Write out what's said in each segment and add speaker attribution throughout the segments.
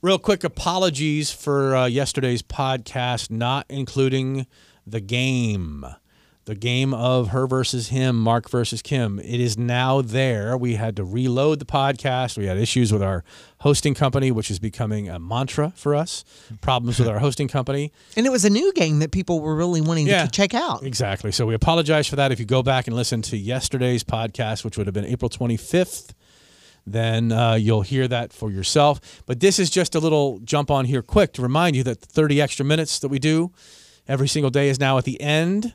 Speaker 1: Real quick apologies for uh, yesterday's podcast, not including the game. The game of her versus him, Mark versus Kim. It is now there. We had to reload the podcast. We had issues with our hosting company, which is becoming a mantra for us. Problems with our hosting company.
Speaker 2: And it was a new game that people were really wanting
Speaker 1: Yeah.
Speaker 2: to check out.
Speaker 1: Exactly. So we apologize for that. If you go back and listen to yesterday's podcast, which would have been April 25th, then uh, you'll hear that for yourself. But this is just a little jump on here quick to remind you that the 30 extra minutes that we do every single day is now at the end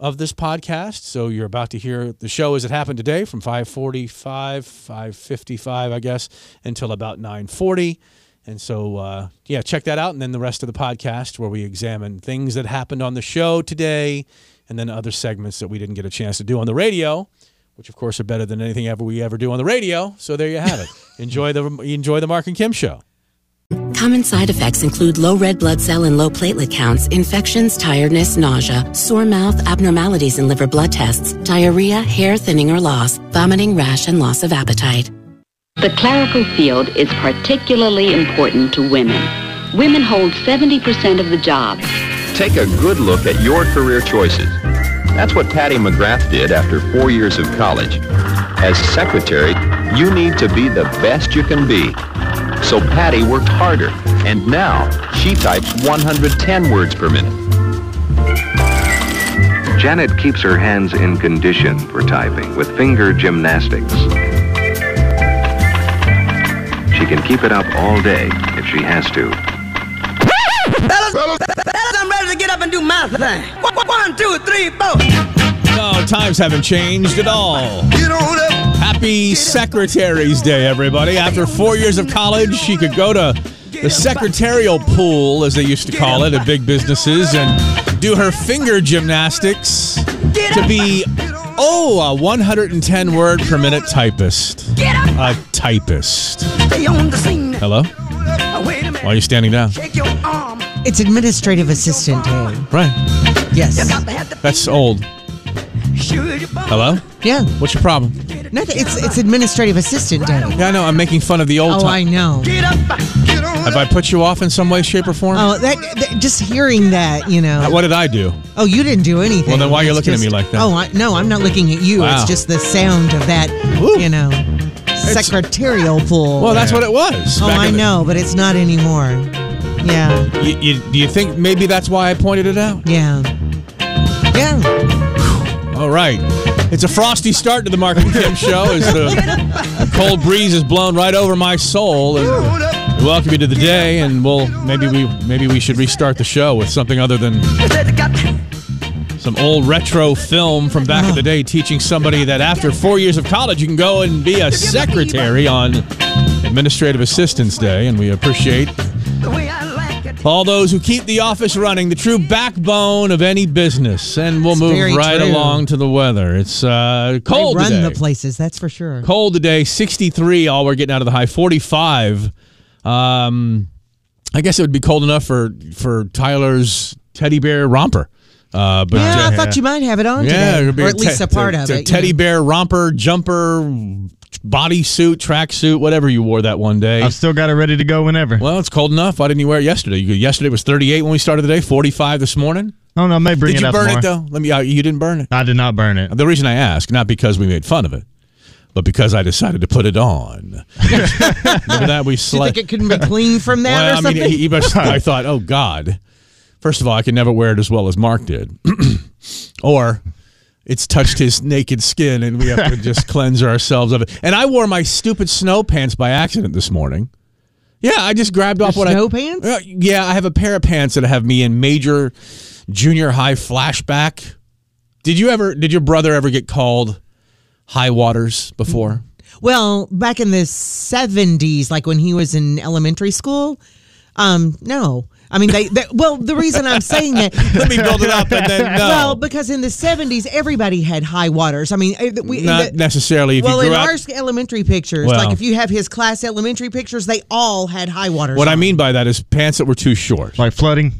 Speaker 1: of this podcast. So you're about to hear the show as it happened today from 545, 555, I guess, until about 940. And so, uh, yeah, check that out. And then the rest of the podcast where we examine things that happened on the show today and then other segments that we didn't get a chance to do on the radio, which of course are better than anything ever we ever do on the radio. So there you have it. enjoy the enjoy the Mark and Kim show.
Speaker 3: Common side effects include low red blood cell and low platelet counts, infections, tiredness, nausea, sore mouth, abnormalities in liver blood tests, diarrhea, hair thinning or loss, vomiting, rash, and loss of appetite.
Speaker 4: The clerical field is particularly important to women. Women hold 70% of the jobs.
Speaker 5: Take a good look at your career choices. That's what Patty McGrath did after four years of college. As secretary, you need to be the best you can be. So Patty worked harder, and now she types 110 words per minute.
Speaker 6: Janet keeps her hands in condition for typing with finger gymnastics. She can keep it up all day if she has to.
Speaker 7: Fellas, fellas, I'm ready to get up and do my thing. One, one, two, three, four.
Speaker 1: No, times haven't changed at all.
Speaker 7: Get on up.
Speaker 1: Happy Secretary's Day, everybody. After four years of college, she could go to the secretarial pool, as they used to call it, at big businesses, and do her finger gymnastics to be, oh, a 110 word per minute typist. A typist.
Speaker 7: Stay on the scene.
Speaker 1: Hello?
Speaker 7: Now, Wait a minute.
Speaker 1: Why are you standing down?
Speaker 7: Shake your arm.
Speaker 2: It's administrative assistant day.
Speaker 1: Right.
Speaker 2: Yes.
Speaker 7: Got to have the
Speaker 1: That's old.
Speaker 7: Shoot your bum.
Speaker 1: Hello?
Speaker 2: Yeah.
Speaker 1: What's your problem?
Speaker 2: Nothing. It's it's administrative assistant day.
Speaker 1: Yeah, I know. I'm making fun of the old
Speaker 2: Oh, I
Speaker 1: time.
Speaker 2: know.
Speaker 7: Get up. Get on
Speaker 1: Have
Speaker 7: up.
Speaker 1: I put you off in some way, shape, or form?
Speaker 2: Oh, that, that- just hearing that, you know.
Speaker 1: What did I do?
Speaker 2: Oh, you didn't do anything.
Speaker 1: Well, then why are you
Speaker 2: It's
Speaker 1: looking at
Speaker 2: just-
Speaker 1: me like that?
Speaker 2: Oh, I, no, I'm not looking at you.
Speaker 1: Wow.
Speaker 2: It's just the sound of that,
Speaker 1: Ooh.
Speaker 2: you know, secretarial pool.
Speaker 1: Well, that's what it was.
Speaker 2: oh,
Speaker 1: back
Speaker 2: I
Speaker 1: in the-
Speaker 2: know, but it's not anymore. Yeah,
Speaker 1: You, you, do you think maybe that's why I pointed it out?
Speaker 2: yeah, yeah.
Speaker 1: All right. It's a frosty start to the Mark and Kim show as the, the cold breeze is blown right over my soul. And we welcome you to the day, and we'll maybe we maybe we should restart the show with something other than some old retro film from back in the day, teaching somebody that after four years of college, you can go and be a secretary on Administrative Assistance Day, and we appreciate
Speaker 7: The way I like it.
Speaker 1: all those who keep the office running, the true backbone of any business. And we'll
Speaker 2: It's very
Speaker 1: move right
Speaker 2: true.
Speaker 1: along to the weather. It's uh,
Speaker 2: They
Speaker 1: cold
Speaker 2: run
Speaker 1: today.
Speaker 2: the places, that's for sure.
Speaker 1: cold today, 63. All we're getting out of the high 45. Um, I guess it would be cold enough for for Tyler's teddy bear romper. Uh, but
Speaker 2: Yeah,
Speaker 1: uh,
Speaker 2: I thought you might have it on
Speaker 1: yeah,
Speaker 2: today,
Speaker 1: it'd be
Speaker 2: or at
Speaker 1: te-
Speaker 2: least a part
Speaker 1: te-
Speaker 2: of
Speaker 1: te-
Speaker 2: it. you
Speaker 1: Teddy
Speaker 2: know.
Speaker 1: bear romper, jumper, bodysuit, tracksuit, whatever you wore that one day.
Speaker 8: I've still got it ready to go whenever.
Speaker 1: Well, it's cold enough. Why didn't you wear it yesterday? You, yesterday was 38 when we started the day, 45 this morning.
Speaker 8: I don't know. I may bring
Speaker 1: Did
Speaker 8: it
Speaker 1: you
Speaker 8: up
Speaker 1: burn
Speaker 8: more.
Speaker 1: it though? Let me. Uh, you didn't burn it.
Speaker 8: I did not burn it.
Speaker 1: The reason I ask, not because we made fun of it, but because I decided to put it on. Remember that we
Speaker 2: Do you
Speaker 1: slept.
Speaker 2: think it couldn't be clean from that
Speaker 1: well,
Speaker 2: or
Speaker 1: I
Speaker 2: something?
Speaker 1: mean, he, he must, I thought, oh God. First of all, I can never wear it as well as Mark did, or it's touched his naked skin, and we have to just cleanse ourselves of it. And I wore my stupid snow pants by accident this morning. Yeah, I just grabbed off what I
Speaker 2: snow pants?
Speaker 1: Uh, yeah, I have a pair of pants that have me in major junior high flashback. Did you ever? Did your brother ever get called high waters before?
Speaker 2: Well, back in the seventies, like when he was in elementary school, um, no. I mean, they, they. Well, the reason I'm saying that,
Speaker 1: Let me build it up, and then no,
Speaker 2: well, because in the seventies, everybody had high waters. I mean, eh, th- we.
Speaker 1: not
Speaker 2: the-
Speaker 1: necessarily. If
Speaker 2: well,
Speaker 1: you
Speaker 2: in
Speaker 1: grew up,
Speaker 2: our elementary pictures,
Speaker 1: Well.
Speaker 2: like if you have his class elementary pictures, they all had high waters.
Speaker 1: What I
Speaker 2: on.
Speaker 1: mean by that is pants that were too short.
Speaker 8: Like flooding.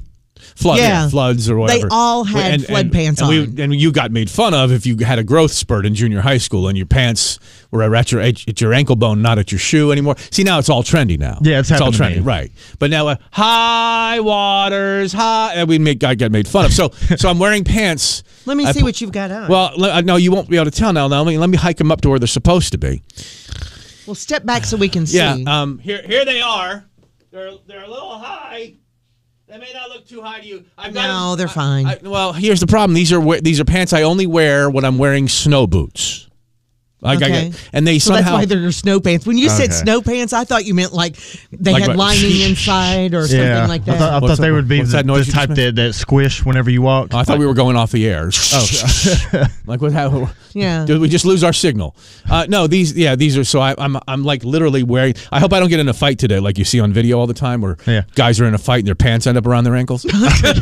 Speaker 1: flood,
Speaker 2: Yeah.
Speaker 1: floods or whatever.
Speaker 2: all had flood pants
Speaker 1: and
Speaker 2: on.
Speaker 1: We, and you got made fun of if you had a growth spurt in junior high school and your pants were at your at your ankle bone, not at your shoe anymore. See, now it's all trendy now.
Speaker 8: Yeah, it's
Speaker 1: all
Speaker 8: happened to
Speaker 1: trendy,
Speaker 8: me.
Speaker 1: right? But now uh, high waters, high, and we make I got made fun of. So so I'm wearing pants.
Speaker 2: Let me
Speaker 1: I
Speaker 2: see
Speaker 1: pu-
Speaker 2: what you've got on.
Speaker 1: Well, le- uh, no, you won't be able to tell now. Now let me, let me hike them up to where they're supposed to be.
Speaker 2: well, step back so we can see.
Speaker 1: Yeah. Um. Here, here they are. They're they're a little high. They may not look too high to you. I've got
Speaker 2: No, they're
Speaker 1: I-
Speaker 2: fine.
Speaker 1: I- well, here's the problem. These are wear- these are pants I only wear when I'm wearing snow boots. Like I
Speaker 2: Okay.
Speaker 1: got, and they
Speaker 2: so that's
Speaker 1: somehow
Speaker 2: why they're snow pants. When you said
Speaker 8: Okay.
Speaker 2: snow pants, I thought you meant like they
Speaker 1: Like
Speaker 2: had
Speaker 1: what?
Speaker 2: lining inside or something
Speaker 8: yeah.
Speaker 2: like
Speaker 8: I
Speaker 2: that.
Speaker 8: thought, I
Speaker 1: What's
Speaker 8: thought they
Speaker 1: that-
Speaker 8: would be
Speaker 1: what's
Speaker 8: the,
Speaker 1: that noise
Speaker 8: the
Speaker 1: you
Speaker 8: type
Speaker 1: just Oh,
Speaker 8: that, that squish whenever you walk.
Speaker 1: I thought we were going off the air. Oh, like what? How,
Speaker 2: Yeah.
Speaker 1: Did we just lose our signal? Uh, no, these. Yeah, these are. So I, I'm. I'm like literally wearing. I hope I don't get in a fight today, like you see on video all the time, where
Speaker 8: Yeah.
Speaker 1: guys are in a fight and their pants end up around their ankles.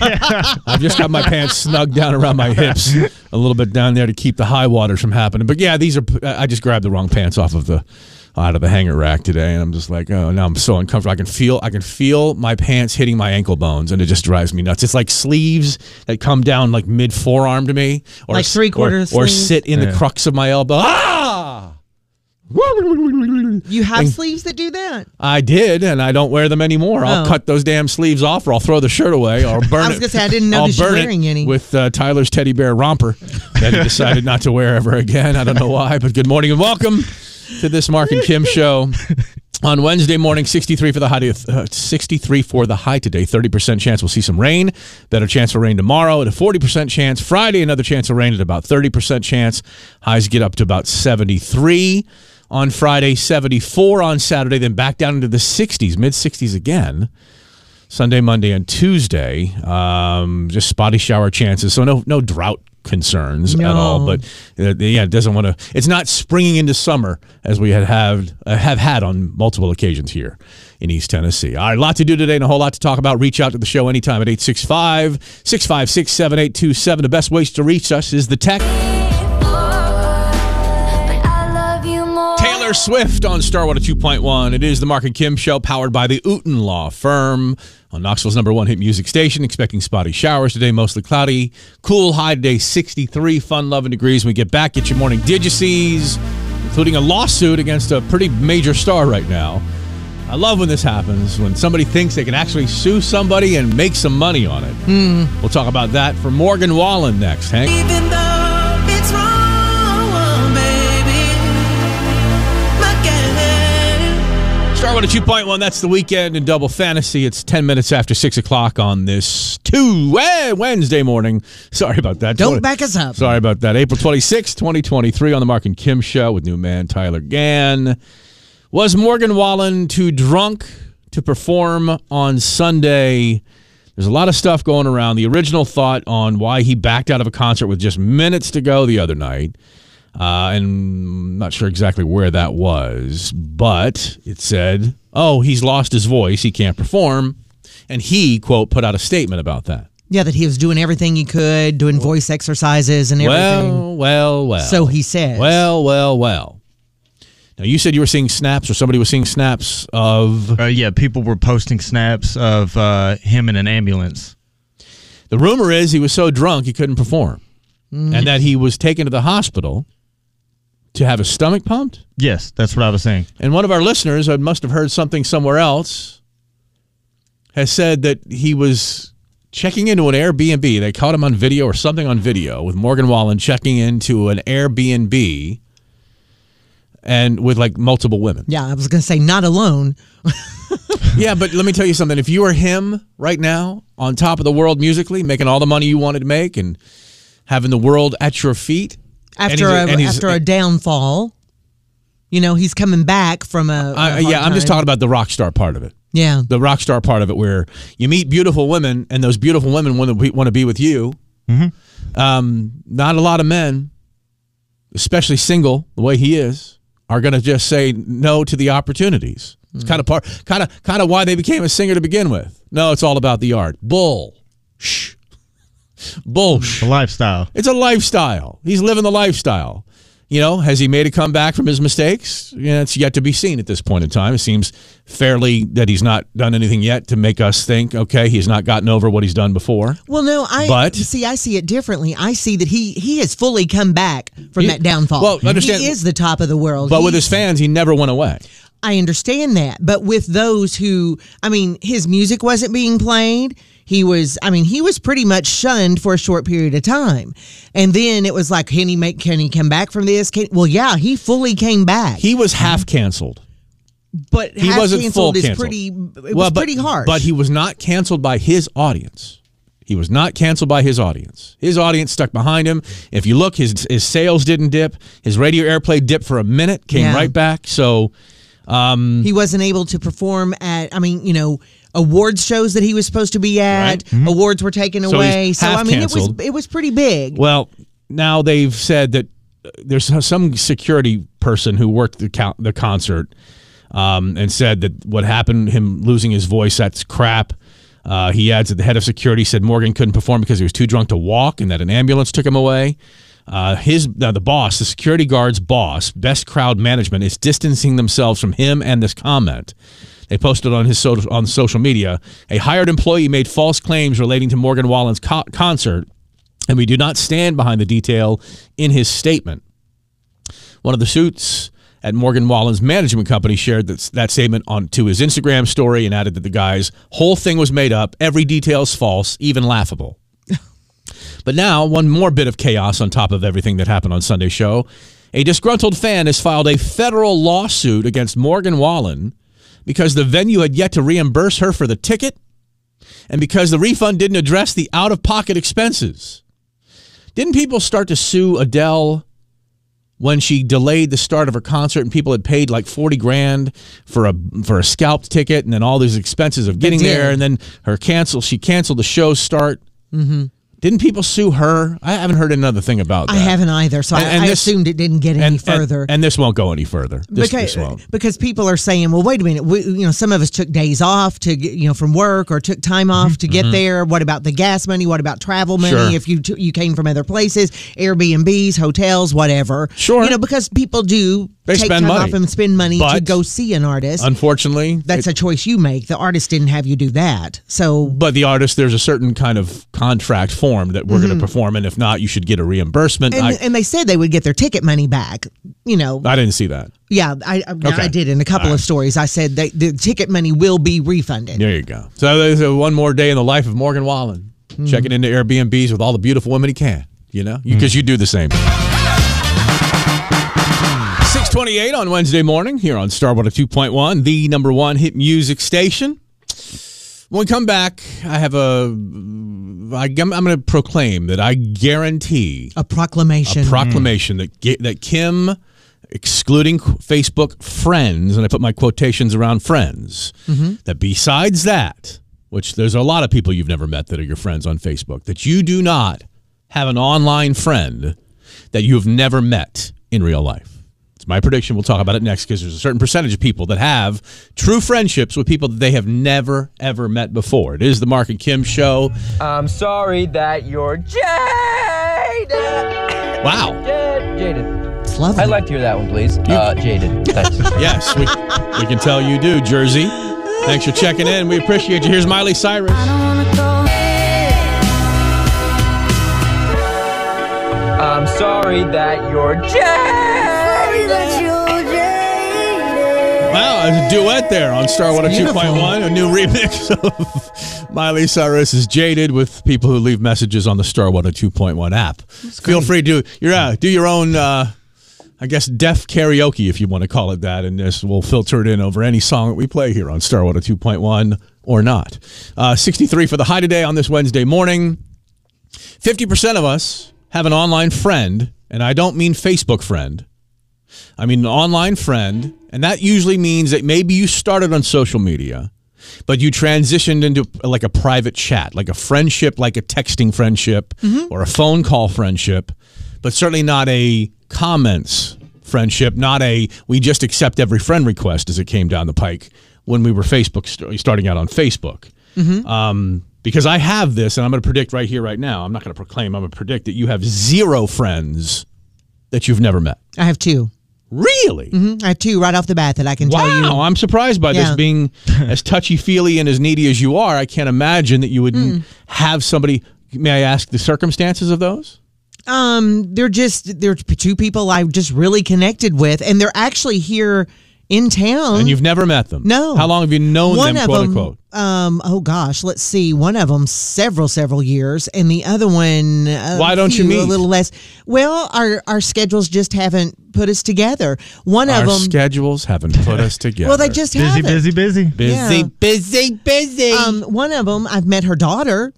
Speaker 1: I've just got my pants snug down around my hips, a little bit down there to keep the high waters from happening. But yeah, these are. I just grabbed the wrong pants off of the. Out of the hanger rack today, and I'm just like, oh, now I'm so uncomfortable. I can feel, I can feel my pants hitting my ankle bones, and it just drives me nuts. It's like sleeves that come down like mid forearm to me, or
Speaker 2: Like
Speaker 1: s-
Speaker 2: three-quarter
Speaker 1: or, or
Speaker 2: sleeves?
Speaker 1: sit in the
Speaker 8: Yeah.
Speaker 1: crux of my elbow. Ah!
Speaker 2: you have sleeves that do that.
Speaker 1: I did, and I don't wear them anymore. I'll
Speaker 2: Oh.
Speaker 1: cut those damn sleeves off, or I'll throw the shirt away, or burn
Speaker 2: I was
Speaker 1: it.
Speaker 2: gonna say, I didn't
Speaker 1: I'll
Speaker 2: notice you
Speaker 1: burn it
Speaker 2: wearing any.
Speaker 1: with uh, Tyler's teddy bear romper that he decided not to wear ever again. I don't know why, but good morning and welcome to this Mark and Kim show. On Wednesday morning, 63 for the high. Uh, 63 for the high today. 30% chance we'll see some rain. Better chance for rain tomorrow at a 40% chance. Friday, another chance of rain at about 30% chance. Highs get up to about 73 on Friday, 74 on Saturday, then back down into the 60s, mid 60s again. Sunday, Monday, and Tuesday. Um, just spotty shower chances, so no no drought concerns at all.
Speaker 2: No.
Speaker 1: But uh, yeah, it doesn't want to. It's not springing into summer as we had have uh, have had on multiple occasions here in East Tennessee. All right, a lot to do today and a whole lot to talk about. Reach out to the show anytime at 865-656-7827. The best ways to reach us is the tech. Taylor Swift on Starwater 2.1. It is the Mark and Kim show powered by the Uten Law Firm on Knoxville's number one hit music station. Expecting spotty showers today, mostly cloudy. Cool high today, 63 fun loving degrees. When we get back, get your morning digices, including a lawsuit against a pretty major star right now. I love when this happens, when somebody thinks they can actually sue somebody and make some money on it. We'll talk about that for Morgan Wallen next. Hank?
Speaker 9: Even though it's wrong, baby, look at it.
Speaker 1: Starwood at 2.1, that's the weekend in double fantasy. It's 10 minutes after 6 o'clock on this two eh, Wednesday morning. Sorry about that.
Speaker 2: Don't back us up.
Speaker 1: Sorry about that. April twenty sixth, 2023 on the Mark and Kim Show with new man Tyler Gann. Was Morgan Wallen too drunk to perform on Sunday? There's a lot of stuff going around. The original thought on why he backed out of a concert with just minutes to go the other night. Uh, and I'm not sure exactly where that was, but it said, oh, he's lost his voice. He can't perform. And he, quote, put out a statement about that.
Speaker 2: Yeah, that he was doing everything he could, doing voice exercises and everything.
Speaker 1: Well, well, well.
Speaker 2: so he says.
Speaker 1: Well, well, well. Now, you said you were seeing snaps or somebody was seeing snaps of.
Speaker 8: Uh, yeah, people were posting snaps of uh, him in an ambulance.
Speaker 1: The rumor is he was so drunk he couldn't perform and that he was taken to the hospital to have his stomach pumped.
Speaker 8: Yes, that's what I was saying.
Speaker 1: And one of our listeners, I must have heard something somewhere else, has said that he was checking into an Airbnb. They caught him on video or something on video with Morgan Wallen checking into an Airbnb and with like multiple women.
Speaker 2: yeah, I was gonna say not alone.
Speaker 1: Yeah, but let me tell you something. If you were him right now, on top of the world musically, making all the money you wanted to make and having the world at your feet. and
Speaker 2: After
Speaker 1: he's- and
Speaker 2: a
Speaker 1: he's-
Speaker 2: after a downfall, you know he's coming back from a. a
Speaker 1: I-
Speaker 2: hard
Speaker 1: yeah, I'm just
Speaker 2: time.
Speaker 1: talking about the rock star part of it.
Speaker 2: Yeah,
Speaker 1: the rock star part of it, where you meet beautiful women, and those beautiful women want to be, want to be with you. Um, not a lot of men, especially single, the way he is, are going to just say no to the opportunities. It's kind of part, kind of, kind of why they became a singer to begin with. No, it's all about the art. Bull, shh, bull.
Speaker 8: The lifestyle.
Speaker 1: It's a lifestyle. He's living the lifestyle. You know, has he made a comeback from his mistakes? Yeah, it's yet to be seen at this point in time. It seems fairly that he's not done anything yet to make us think, okay, he's not gotten over what he's done before.
Speaker 2: Well, no, I
Speaker 1: But-
Speaker 2: see. I see it differently. I see that he he has fully come back from
Speaker 1: He-
Speaker 2: that downfall.
Speaker 1: well, understand-
Speaker 2: he is the top of the world.
Speaker 1: But with
Speaker 2: He-
Speaker 1: his fans, he never went away.
Speaker 2: I understand that. But with those who, I mean, his music wasn't being played. He was, I mean, he was pretty much shunned for a short period of time, and then it was like, can he make? Can he come back from this? Can, well, yeah, he fully came back.
Speaker 1: He was half canceled.
Speaker 2: but
Speaker 1: He
Speaker 2: half
Speaker 1: wasn't full
Speaker 2: canceled is
Speaker 1: canceled.
Speaker 2: pretty. It
Speaker 1: Well,
Speaker 2: was
Speaker 1: but-
Speaker 2: pretty harsh.
Speaker 1: But he was not canceled by his audience. He was not canceled by his audience. His audience stuck behind him. If you look, his his sales didn't dip. His radio airplay dipped for a minute, came
Speaker 2: Yeah.
Speaker 1: right back. So
Speaker 2: he wasn't able to perform at i mean you know awards shows that he was supposed to be at
Speaker 1: Right. Mm-hmm.
Speaker 2: awards were taken
Speaker 1: So
Speaker 2: away
Speaker 1: he's
Speaker 2: so i
Speaker 1: half
Speaker 2: mean
Speaker 1: canceled.
Speaker 2: it was it was pretty big
Speaker 1: Well, now they've said that uh, there's some security person who worked the co- the concert um, and said that what happened, him losing his voice, that's crap. Uh, he adds that the head of security said Morgan couldn't perform because he was too drunk to walk, and that an ambulance took him away. Uh, his now the boss, the security guard's boss, best crowd management is distancing themselves from him and this comment. They posted on his so- on social media. A hired employee made false claims relating to Morgan Wallen's co- concert and we do not stand behind the detail in his statement. One of the suits at Morgan Wallen's management company shared that, that statement on to his Instagram story and added that the guy's whole thing was made up, every detail's false, even laughable. but now, one more bit of chaos on top of everything that happened on Sunday's show. A disgruntled fan has filed a federal lawsuit against Morgan Wallen because the venue had yet to reimburse her for the ticket and because the refund didn't address the out of pocket expenses. Didn't people start to sue Adele when she delayed the start of her concert and people had paid like 40 grand for a for a scalped ticket and then all these expenses of getting
Speaker 2: did.
Speaker 1: there and then her cancel she canceled the show start. Mm-hmm. Didn't people sue her? I haven't heard another thing about that.
Speaker 2: i haven't either so
Speaker 1: And- and
Speaker 2: i,
Speaker 1: this-
Speaker 2: I assumed it didn't get any
Speaker 1: And, and-
Speaker 2: further
Speaker 1: and, this won't go any further. This, this won't.
Speaker 2: because people are saying, well, wait a minute, we, you know, some of us took days off to get, you know from work or took time off to get there. What about the gas money? What about travel money?
Speaker 1: Mm-hmm. Sure.
Speaker 2: If you t- you came from other places, Airbnb's, hotels, whatever.
Speaker 1: Sure.
Speaker 2: you know, because people do
Speaker 1: They
Speaker 2: take
Speaker 1: spend
Speaker 2: time
Speaker 1: money.
Speaker 2: off and spend money to
Speaker 1: But-
Speaker 2: go see an artist.
Speaker 1: Unfortunately,
Speaker 2: That's a choice you make. The artist didn't have you do that. So
Speaker 1: but the artist there's a certain kind of contract form that we're going to perform and if not you should get a reimbursement
Speaker 2: Mm-hmm. and,
Speaker 1: I,
Speaker 2: and they said they would get their ticket money back. You know,
Speaker 1: I didn't see that
Speaker 2: yeah, I I,
Speaker 1: Okay.
Speaker 2: I did in a couple of stories. I said that the ticket money will be refunded.
Speaker 1: there you go so there's a one more day in the life of morgan wallen checking into airbnbs with all the beautiful women he can you know because you do the same 628 on wednesday morning here on starwater 2.1 the number one hit music station when we come back i have a I, i'm going to proclaim that i guarantee
Speaker 2: A proclamation.
Speaker 1: a proclamation that Ki- that Kim, excluding qu- Facebook friends, and I put my quotations around friends, that besides that, which there's a lot of people you've never met that are your friends on Facebook, that you do not have an online friend that you have never met in real life. It's my prediction. We'll talk about it next because there's a certain percentage of people that have true friendships with people that they have never ever met before. It is the Mark and Kim show.
Speaker 10: I'm sorry that you're jaded.
Speaker 1: Wow.
Speaker 10: Jaded.
Speaker 2: It's lovely.
Speaker 10: I'd like to hear that one, please. Uh, jaded. Thanks.
Speaker 1: Yes, we, we can tell you do, Jersey. Thanks for checking in. We appreciate you. Here's Miley Cyrus.
Speaker 10: I'm sorry that you're jaded.
Speaker 1: Wow, there's a duet there on Star oh Water 2.1, a new remix of Miley Cyrus is Jaded with people who leave messages on the Star oh Water 2.1 app. Feel free to you're out, do your own uh, I guess deaf karaoke if you want to call it that, and this will filter it in over any song that we play here on Star oh Water 2.1 or not. Uh, 63 for the high today on this Wednesday morning. 50% of us have an online friend, and I don't mean Facebook friend. I mean an online friend, and that usually means that maybe you started on social media, but you transitioned into like a private chat, like a friendship, like a texting friendship or a phone call friendship, but certainly not a comments friendship, not a we just accept every friend request as it came down the pike when we were Facebook st- starting out on Facebook Um, because I have this, and I'm going to predict right here, right now. I'm not going to proclaim. I'm going to predict that you have zero friends that you've never met?
Speaker 2: I have two.
Speaker 1: Really?
Speaker 2: hmm I have two right off the bat that I can tell you.
Speaker 1: Wow, I'm surprised by
Speaker 2: Yeah.
Speaker 1: this. Being as touchy feely and as needy as you are, I can't imagine that you
Speaker 2: Hmm.
Speaker 1: wouldn't have somebody. May I ask the circumstances of those?
Speaker 2: Um, they're just they're two people I just really connected with, and they're actually here in town.
Speaker 1: And you've never met them.
Speaker 2: No.
Speaker 1: How long have you known
Speaker 2: one
Speaker 1: them?
Speaker 2: of
Speaker 1: Quote
Speaker 2: them,
Speaker 1: unquote.
Speaker 2: um, oh gosh, let's see, one of them several several years, and the other one. a
Speaker 1: Why don't you
Speaker 2: few, A
Speaker 1: meet?
Speaker 2: little less. Well, our our schedules just haven't put us together. One
Speaker 1: Our
Speaker 2: of them.
Speaker 1: schedules haven't put us together.
Speaker 2: Well, they just Busy, haven't. busy,
Speaker 1: busy, busy.
Speaker 2: Yeah.
Speaker 1: busy, busy.
Speaker 2: Um, one of them, I've met her daughter,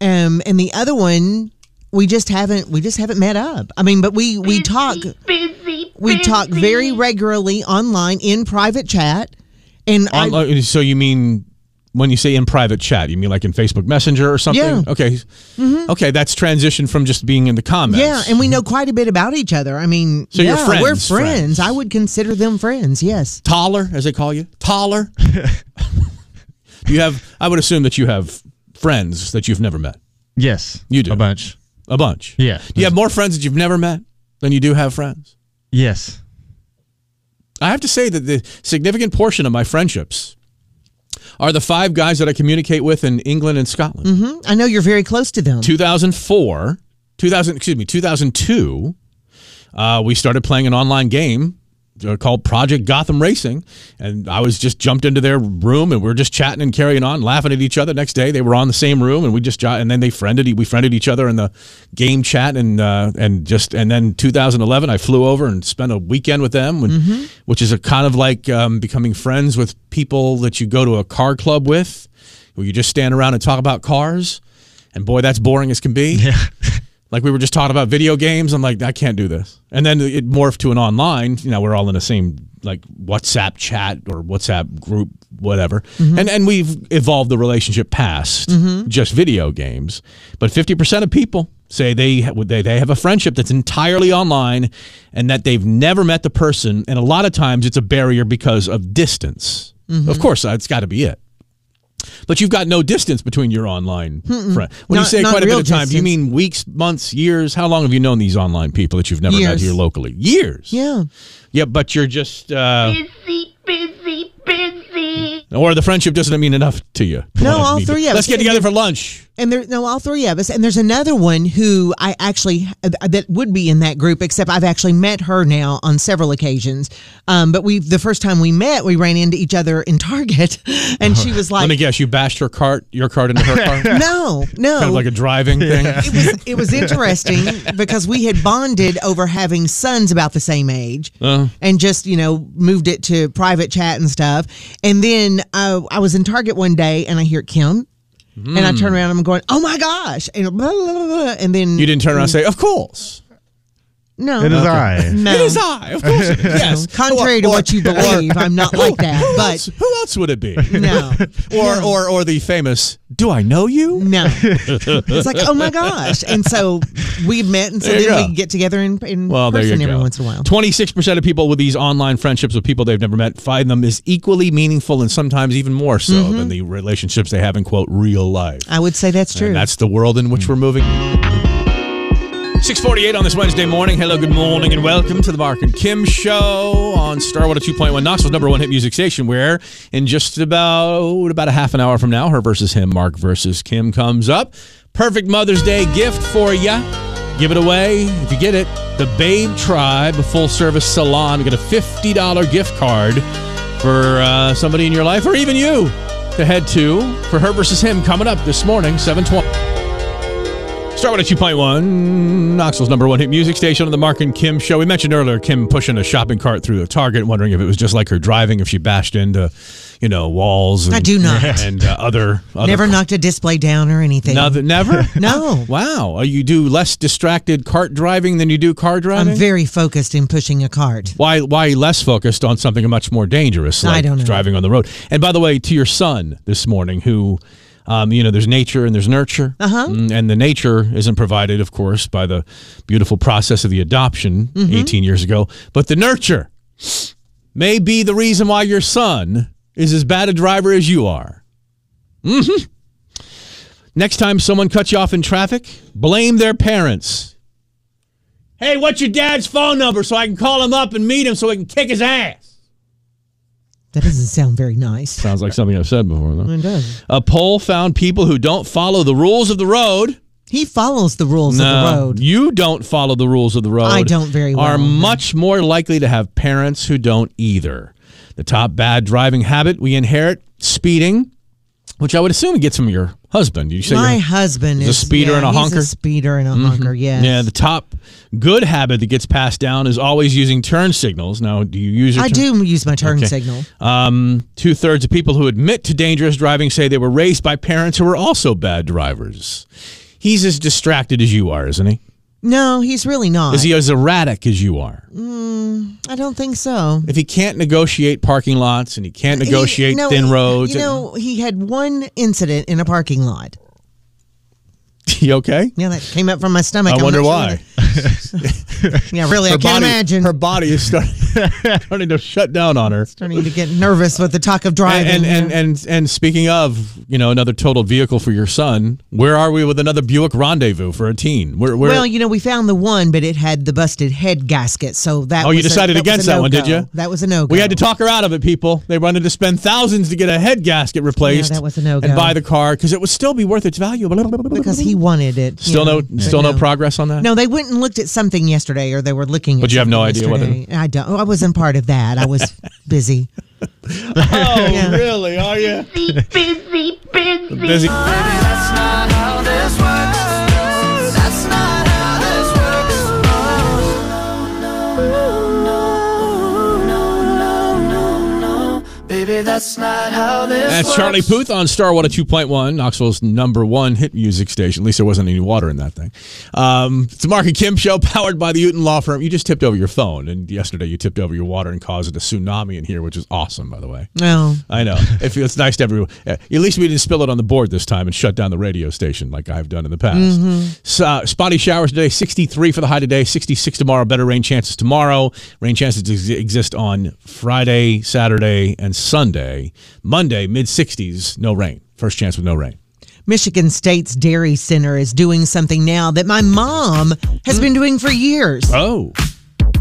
Speaker 2: um, and the other one, we just haven't we just haven't met up. I mean, but we we talk we talk very regularly online in private chat, and I,
Speaker 1: Online- uh, so you mean when you say in private chat, you mean like in Facebook Messenger or something?
Speaker 2: Yeah. Mm-hmm.
Speaker 1: Okay. Okay, that's transitioned from just being in the comments.
Speaker 2: yeah, and we know quite a bit about each other. I mean,
Speaker 1: So you're
Speaker 2: yeah, we're
Speaker 1: friends,
Speaker 2: friends.
Speaker 1: friends.
Speaker 2: I would consider them friends. Yes,
Speaker 1: taller, as they call you, taller. you have. I would assume that you have friends that you've never met.
Speaker 8: Yes,
Speaker 1: you do
Speaker 8: a bunch.
Speaker 1: A bunch.
Speaker 8: Yeah.
Speaker 1: Do you have more friends that you've never met than you do have friends?
Speaker 8: Yes.
Speaker 1: I have to say that the significant portion of my friendships are the five guys that I communicate with in England and Scotland.
Speaker 2: hmm I know you're very close to them.
Speaker 1: 2004, 2000, excuse me, 2002, uh, we started playing an online game uh, called Project Gotham Racing. And I was just jumped into their room and we were just chatting and carrying on, laughing at each other. Next day, they were on the same room and we just, jo- and then they friended, e, we friended each other in the game chat. And, uh, and just, and then 2011, I flew over and spent a weekend with them, and, which is a kind of like um, becoming friends with people that you go to a car club with, where you just stand around and talk about cars. And boy, that's boring as can be. like we were just talking about video games. I'm like, I can't do this. And then it morphed to an online. You know, we're all in the same like WhatsApp chat or WhatsApp group, whatever.
Speaker 2: Mm-hmm.
Speaker 1: And and we've evolved the relationship past
Speaker 11: Mhm.
Speaker 1: just video games. But 50% of people say they they they have a friendship that's entirely online, and that they've never met the person. And a lot of times, it's a barrier because of distance.
Speaker 2: Mm-hmm.
Speaker 1: Of course, that's got to be it. But you've got no distance between your online
Speaker 2: Mm-mm.
Speaker 1: friend. When you
Speaker 2: Not-
Speaker 1: say
Speaker 2: not
Speaker 1: quite a bit
Speaker 2: real
Speaker 1: of time, do you
Speaker 2: distance.
Speaker 1: mean weeks, months, years? How long have you known these online people that you've never met
Speaker 2: Years.
Speaker 1: here locally? Years.
Speaker 2: Yeah.
Speaker 1: Yeah, but you're just, uh,
Speaker 9: Busy, busy, busy.
Speaker 1: or the friendship doesn't mean enough to you.
Speaker 2: No,
Speaker 1: Well, I
Speaker 2: all
Speaker 1: mean,
Speaker 2: three of
Speaker 1: Let's
Speaker 2: us.
Speaker 1: get together for lunch.
Speaker 2: And there, no, all three of us. And there's another one who I actually uh, that would be in that group, except I've actually met her now on several occasions. Um, but we, the first time we met, we ran into each other in Target, and she was
Speaker 1: Let me
Speaker 2: like,
Speaker 1: guess, you bashed her cart, your cart into her cart?
Speaker 2: "No, no."
Speaker 1: Kind of like a driving thing.
Speaker 2: it was it was interesting because we had bonded over having sons about the same age
Speaker 1: Uh,
Speaker 2: and just you know moved it to private chat and stuff and then uh, i was in target one day and i hear kim and
Speaker 1: Hmm.
Speaker 2: i turn around and i'm going oh my gosh and blah, blah, blah, blah, and then
Speaker 1: you didn't turn around and say, of course.
Speaker 2: no
Speaker 1: It is I.
Speaker 2: no
Speaker 1: It is I. Of course it is.
Speaker 2: No.
Speaker 1: Yes.
Speaker 2: contrary to
Speaker 1: Or-
Speaker 2: what you
Speaker 1: or-
Speaker 2: believe i'm not like that
Speaker 1: Who
Speaker 2: but
Speaker 1: else, who else would it be?
Speaker 2: no
Speaker 1: Or, or, or the famous, do I know you?
Speaker 2: No.
Speaker 1: it's
Speaker 2: it's like oh my gosh and so we met and so
Speaker 1: There you
Speaker 2: then
Speaker 1: go.
Speaker 2: we get together in, in
Speaker 1: Well, there you
Speaker 2: person every
Speaker 1: go.
Speaker 2: once in a while
Speaker 1: 26% of people with these online friendships with people they've never met find them is equally meaningful and sometimes even more so
Speaker 2: Mm-hmm.
Speaker 1: than the relationships they have in quote real life.
Speaker 2: i would say that's true
Speaker 1: And that's the world in which we're moving. 648 on this Wednesday morning. Hello, good morning, and welcome to the Mark and Kim Show on Starwater 2.1, Knoxville's number one hit music station, where in just about about a half an hour from now, her versus him, Mark versus Kim comes up. Perfect Mother's Day gift for you. Give it away if you get it. The Babe Tribe, a full service salon. Get a $50 gift card for uh, somebody in your life or even you to head to for her versus him coming up this morning, 720. Starwood at 2.1, Knoxville's number one hit music station on the Mark and Kim show. We mentioned earlier Kim pushing a shopping cart through a Target, wondering if it was just like her driving, if she bashed into, you know, walls. And,
Speaker 2: I do not.
Speaker 1: And uh, other, other.
Speaker 2: never knocked a display down or anything
Speaker 1: Nothing- never?
Speaker 2: No.
Speaker 1: Wow. Uh, You do less distracted cart driving than you do car driving?
Speaker 2: I'm very focused in pushing a cart.
Speaker 1: why why less focused on something much more dangerous
Speaker 2: I
Speaker 1: like
Speaker 2: don't know.
Speaker 1: driving on the road and by the way to your son this morning who um, you know there's nature and there's nurture
Speaker 2: Uh-huh.
Speaker 1: Mm, and the nature isn't provided of course by the beautiful process of the adoption
Speaker 2: Mm-hmm.
Speaker 11: Mhm.
Speaker 1: 18 years ago but the nurture may be the reason why your son is as bad a driver as you are hmm next time someone cuts you off in traffic blame their parents hey, what's your dad's phone number so I can call him up and meet him so he can kick his ass?
Speaker 2: That doesn't sound very nice.
Speaker 1: Sounds like something I've said before, though.
Speaker 2: It does.
Speaker 1: A poll found people who don't follow the rules of the road.
Speaker 2: He follows the rules of the road.
Speaker 1: you don't follow the rules of the road.
Speaker 2: I don't very well,
Speaker 1: Are
Speaker 2: no.
Speaker 1: much more likely to have parents who don't either. The top bad driving habit we inherit: speeding, which I would assume it gets from your husband. You say your-
Speaker 2: My husband
Speaker 1: He's
Speaker 2: is
Speaker 1: a speeder
Speaker 2: yeah,
Speaker 1: and a
Speaker 2: he's
Speaker 1: honker? Mm-hmm.
Speaker 2: a speeder and a honker. Yes.
Speaker 1: yeah. The top good habit that gets passed down is always using turn signals. Now, do you use? Your
Speaker 2: I
Speaker 1: turn-
Speaker 2: do use my turn
Speaker 1: Okay.
Speaker 2: signal.
Speaker 1: Um, Two thirds of people who admit to dangerous driving say they were raised by parents who were also bad drivers. He's as distracted as you are, isn't he?
Speaker 2: No, he's really not.
Speaker 1: Is he as erratic as you are?
Speaker 2: I don't think so.
Speaker 1: If he can't negotiate parking lots and he can't negotiate
Speaker 2: He- no,
Speaker 1: thin
Speaker 2: he-
Speaker 1: roads,
Speaker 2: You know, he had one incident in a parking lot.
Speaker 1: you okay?
Speaker 2: Yeah, that came up from my stomach.
Speaker 1: I
Speaker 2: I'm
Speaker 1: wonder
Speaker 2: not sure
Speaker 1: why.
Speaker 2: that- yeah, really, I can't
Speaker 1: body,
Speaker 2: imagine.
Speaker 1: Her body is starting, starting to shut down on her.
Speaker 2: Starting to get nervous with the talk of driving.
Speaker 1: And, and and and and speaking of, you know, another total vehicle for your son. Where are we with another Buick Rendezvous for a teen? Where, where
Speaker 2: well, you know, we found the one, but it had the busted head gasket. So that
Speaker 1: Oh, you
Speaker 2: was a-
Speaker 1: decided
Speaker 2: that was
Speaker 1: against
Speaker 2: a
Speaker 1: that one, did
Speaker 2: no-go.
Speaker 1: you?
Speaker 2: That was a no.
Speaker 1: We had to talk her out of it, people. They wanted to spend thousands to get a head gasket replaced.
Speaker 2: Yeah, that was a no-go.
Speaker 1: And buy the car because it would still be worth its value.
Speaker 2: because he wanted it. you
Speaker 1: still
Speaker 2: know,
Speaker 1: no,
Speaker 2: but
Speaker 1: still no. progress on that.
Speaker 2: No, they went and looked at something yesterday, or they were looking.
Speaker 1: But
Speaker 2: at
Speaker 1: you have no
Speaker 2: something
Speaker 1: idea what it-
Speaker 2: yesterday. I don't. I wasn't part of that. I was busy.
Speaker 1: Oh,
Speaker 2: Yeah.
Speaker 1: really? Are you
Speaker 9: busy, busy, busy.
Speaker 1: busy? That's Charlie Puth on Star oh Water 2.1, Knoxville's number one hit music station. At least there wasn't any water in that thing. Um, it's the Mark and Kim show powered by the Uton Law Firm. You just tipped over your phone, and yesterday you tipped over your water and caused a tsunami in here, which is awesome, by the way.
Speaker 2: No.
Speaker 1: I know. It feels nice to everyone. uh, At least we didn't spill it on the board this time and shut down the radio station like I've done in the past. So, uh, spotty showers today, 63 for the high today, 66 tomorrow. Better rain chances tomorrow. Rain chances ex- exist on Friday, Saturday, and Sunday. Monday, mid 60s, no rain. First chance with no rain.
Speaker 2: Michigan State's Dairy Center is doing something now that my mom has been doing for years.
Speaker 1: Oh,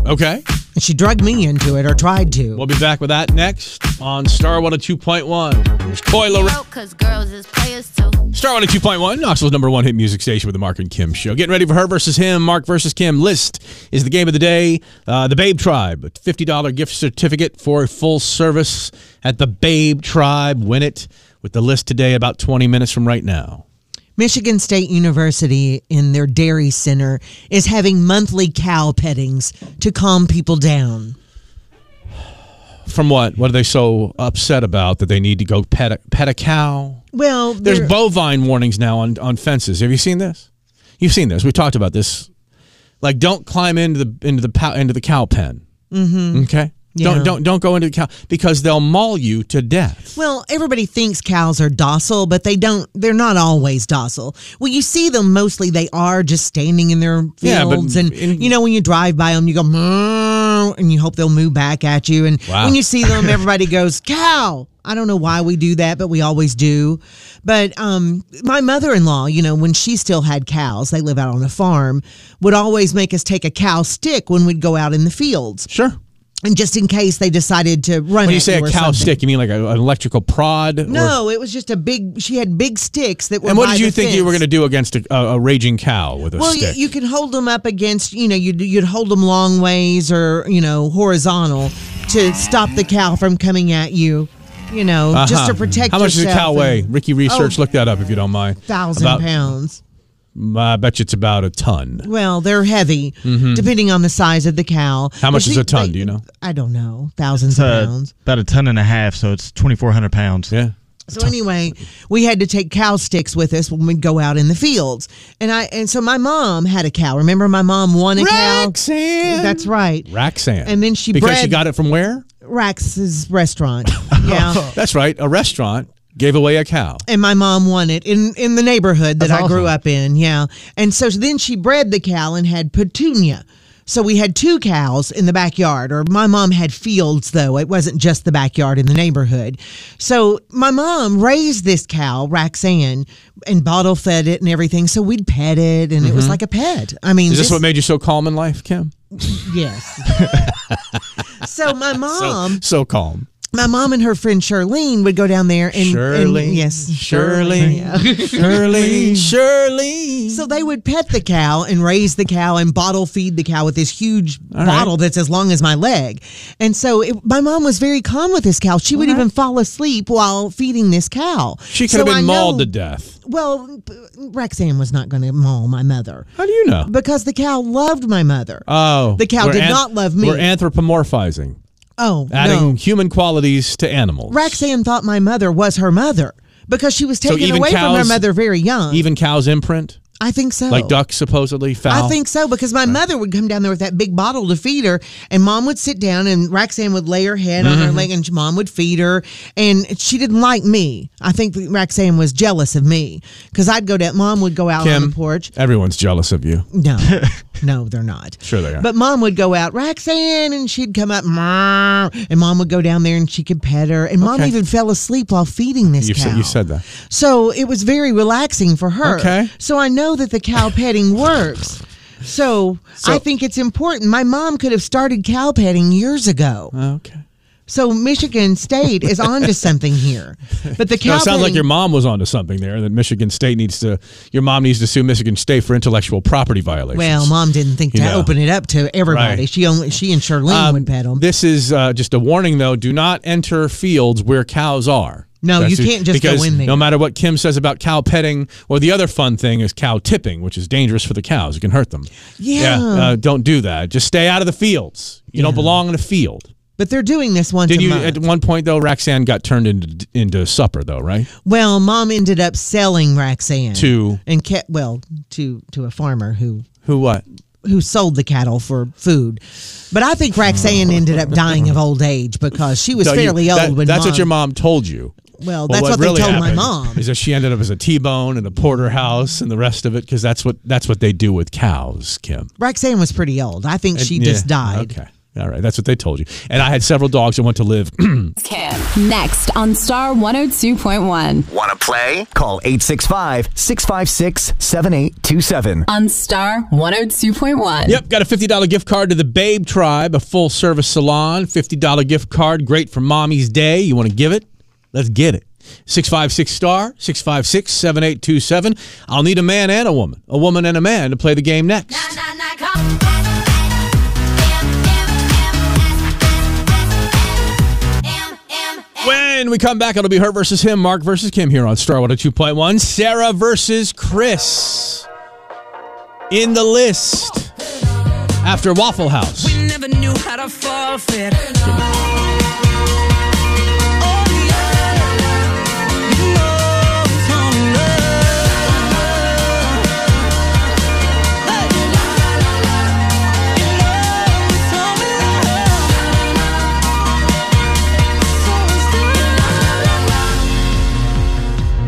Speaker 1: okay.
Speaker 2: And she drugged me into it or tried to.
Speaker 1: We'll be back with that next on Star 102.1. There's Coy Lorraine.
Speaker 9: Cause girls is players too.
Speaker 1: Star one two point one, Knoxville's number one hit music station with the Mark and Kim show. Getting ready for her versus him. Mark versus Kim. List is the game of the day. Uh, the Babe Tribe, a fifty dollar gift certificate for a full service at the Babe Tribe. Win it with the list today, about twenty minutes from right now.
Speaker 2: Michigan State University in their dairy center is having monthly cow pettings to calm people down.
Speaker 1: From what? What are they so upset about that they need to go pet a, pet a cow?
Speaker 2: Well,
Speaker 1: There's
Speaker 2: they're-
Speaker 1: bovine warnings now on, on fences. Have you seen this? You've seen this. We talked about this. Like, don't climb into the into the pow, into the cow pen. Mm-hmm. Okay. Don't
Speaker 2: Yeah.
Speaker 1: don't don't go into the cow because they'll maul you to death.
Speaker 2: Well, everybody thinks cows are docile, but they don't. They're not always docile. Well, you see them mostly. They are just standing in their fields,
Speaker 1: Yeah, but
Speaker 2: and
Speaker 1: in-
Speaker 2: you know when you drive by them, you go, "Meow," and you hope they'll move back at you. And
Speaker 1: Wow.
Speaker 2: when you see them, everybody goes, "Cow." I don't know why we do that, but we always do. But um, my mother-in-law, you know, when she still had cows, they live out on a farm, would always make us take a cow stick when we'd go out in the fields,
Speaker 1: Sure.
Speaker 2: and just in case they decided to run.
Speaker 1: When you
Speaker 2: at
Speaker 1: say a
Speaker 2: or
Speaker 1: cow
Speaker 2: something.
Speaker 1: stick, you mean like a, an electrical prod? or-
Speaker 2: No, it was just a big. She had big sticks that were.
Speaker 1: and what
Speaker 2: by
Speaker 1: did you
Speaker 2: the
Speaker 1: think you were
Speaker 2: fence.
Speaker 1: going to do against a, a, a raging cow with a
Speaker 2: Well, you,
Speaker 1: stick?
Speaker 2: you could hold them up against. You know, you'd you'd hold them long ways or you know horizontal to stop the cow from coming at you. You know, just
Speaker 1: Uh-huh.
Speaker 2: to protect.
Speaker 1: How much does a
Speaker 2: yourself
Speaker 1: cow
Speaker 2: and-
Speaker 1: weigh? Ricky Research,
Speaker 2: Oh.
Speaker 1: look that up if you don't mind.
Speaker 2: Thousand
Speaker 1: About-
Speaker 2: pounds.
Speaker 1: I bet you it's about a ton.
Speaker 2: Well, they're heavy, depending on the size of the cow.
Speaker 1: Mm-hmm. How much
Speaker 2: But
Speaker 1: is
Speaker 2: she-
Speaker 1: a ton,
Speaker 2: they-
Speaker 1: do you know?
Speaker 2: I don't know. Thousands
Speaker 8: It's, uh,
Speaker 2: of pounds.
Speaker 8: about a ton and a half, so it's 2,400 pounds.
Speaker 1: Yeah.
Speaker 2: So anyway, we had to take cow sticks with us when we'd go out in the fields. And I and so my mom had a cow. Remember my mom won a
Speaker 1: Roxanne!
Speaker 2: cow? That's right.
Speaker 1: Raxan.
Speaker 2: And then she
Speaker 1: because
Speaker 2: bred-
Speaker 1: she got it from where?
Speaker 2: Rax's restaurant. Yeah.
Speaker 1: That's right. A restaurant gave away a cow.
Speaker 2: And my mom won it in, in the neighborhood that I grew up in. Yeah. And so then she bred the cow and had Petunia. So we had two cows in the backyard, or my mom had fields though. It wasn't just the backyard in the neighborhood. So my mom raised this cow, Roxanne, and bottle fed it and everything. So we'd pet it, and it was
Speaker 1: Mhm.
Speaker 2: like a pet. I mean,
Speaker 1: Is this what made you so calm in life, Kim?
Speaker 2: yes. so my mom,
Speaker 1: So calm.
Speaker 2: my mom and her friend Charlene would go down there and and-
Speaker 1: Shirley.
Speaker 2: yes,
Speaker 1: Shirley. Shirley.
Speaker 2: Shirley,
Speaker 1: Shirley.
Speaker 2: So they would pet the cow and raise the cow and bottle feed the cow with this huge
Speaker 1: All right.
Speaker 2: bottle that's as long as my leg. And so it, my mom was very calm with this cow. She would even fall asleep while feeding this cow.
Speaker 1: She could
Speaker 2: So
Speaker 1: have
Speaker 2: I
Speaker 1: been mauled
Speaker 2: know-
Speaker 1: to death.
Speaker 2: Well, p- Roxanne was not going to maul my mother
Speaker 1: How do you know?
Speaker 2: because the cow loved my mother.
Speaker 1: Oh.
Speaker 2: The cow
Speaker 1: we're
Speaker 2: did not love me.
Speaker 1: We're anthropomorphizing,
Speaker 2: oh,
Speaker 1: adding
Speaker 2: no.
Speaker 1: human qualities to animals.
Speaker 2: Roxanne thought my mother was her mother because she was
Speaker 1: So
Speaker 2: taken
Speaker 1: even
Speaker 2: away from her
Speaker 1: cows-
Speaker 2: mother very young.
Speaker 1: Even cow's imprint,
Speaker 2: I think so.
Speaker 1: like ducks supposedly foul.
Speaker 2: Oh. I think so because my mother would come down there with that big bottle to feed her, and mom would sit down and Roxanne would lay her head on
Speaker 1: Mm-hmm.
Speaker 2: her leg, and mom would feed her. And she didn't like me. I think that Roxanne was jealous of me because I'd go down. Mom would go out on
Speaker 1: Kim,
Speaker 2: the porch.
Speaker 1: everyone's jealous of you.
Speaker 2: No, no, they're not.
Speaker 1: Sure they are.
Speaker 2: But mom would go out, Roxanne, and she'd come up, "Meow," and mom would go down there and she could pet her. And mom
Speaker 1: Okay.
Speaker 2: even fell asleep while feeding this
Speaker 1: you
Speaker 2: cow.
Speaker 1: said you said that.
Speaker 2: So it was very relaxing for her.
Speaker 1: Okay.
Speaker 2: So I know that the cow petting works. So,
Speaker 1: So-
Speaker 2: I think it's important. My mom could have started cow petting years ago.
Speaker 1: Okay.
Speaker 2: So Michigan State is onto something here. But the cow
Speaker 1: No, it sounds like
Speaker 2: petting-
Speaker 1: your mom was onto something there. That Michigan State needs to, your mom needs to sue Michigan State for intellectual property violations.
Speaker 2: well, mom didn't think to
Speaker 1: You know.
Speaker 2: open it up to everybody.
Speaker 1: Right.
Speaker 2: She only she and Charlene
Speaker 1: Um,
Speaker 2: would pet them.
Speaker 1: This is uh, just a warning, though. Do not enter fields where cows are.
Speaker 2: No, you
Speaker 1: the-
Speaker 2: can't just go
Speaker 1: because
Speaker 2: in there.
Speaker 1: No matter what Kim says about cow petting, or the other fun thing is cow tipping, which is dangerous for the cows. It can hurt them.
Speaker 2: Yeah.
Speaker 1: uh, don't do that. Just stay out of the fields. You don't belong in a field.
Speaker 2: But they're doing this once
Speaker 1: Did
Speaker 2: a
Speaker 1: you uh,
Speaker 2: month.
Speaker 1: at one point though? Roxanne got turned into into supper though, right?
Speaker 2: well, mom ended up selling Roxanne
Speaker 1: To-
Speaker 2: and kept well to to a farmer who
Speaker 1: Who what?
Speaker 2: who sold the cattle for food. But I think Roxanne ended up dying of old age because she was
Speaker 1: Oh. No, you-
Speaker 2: fairly
Speaker 1: that-
Speaker 2: old when
Speaker 1: that's
Speaker 2: mom,
Speaker 1: what your mom told you.
Speaker 2: Well, that's what, they told my
Speaker 1: happened
Speaker 2: mom.
Speaker 1: Is that she ended up as a T-bone and a porterhouse and the rest of it because that's what that's what they do with cows, Kim.
Speaker 2: Roxanne was pretty old. I think she
Speaker 1: Uh, Yeah,
Speaker 2: just died.
Speaker 1: Okay. All right. That's what they told you. And I had several dogs that went to live.
Speaker 11: Next on Star 102.1.
Speaker 12: Want to play? Call 865 656 7827.
Speaker 11: On Star 102.1.
Speaker 1: yep. Got a $50 gift card to the Babe Tribe, a full service salon. $50 gift card. Great for mommy's day. You want to give it? Let's get it. 656 star, 656 7827. I'll need a man and a woman, a woman and a man to play the game next. When we come back, it'll be her versus him, Mark versus Kim here on Star 102.1. Sarah versus Chris in the list after Waffle House.
Speaker 13: Never knew how to forfeit.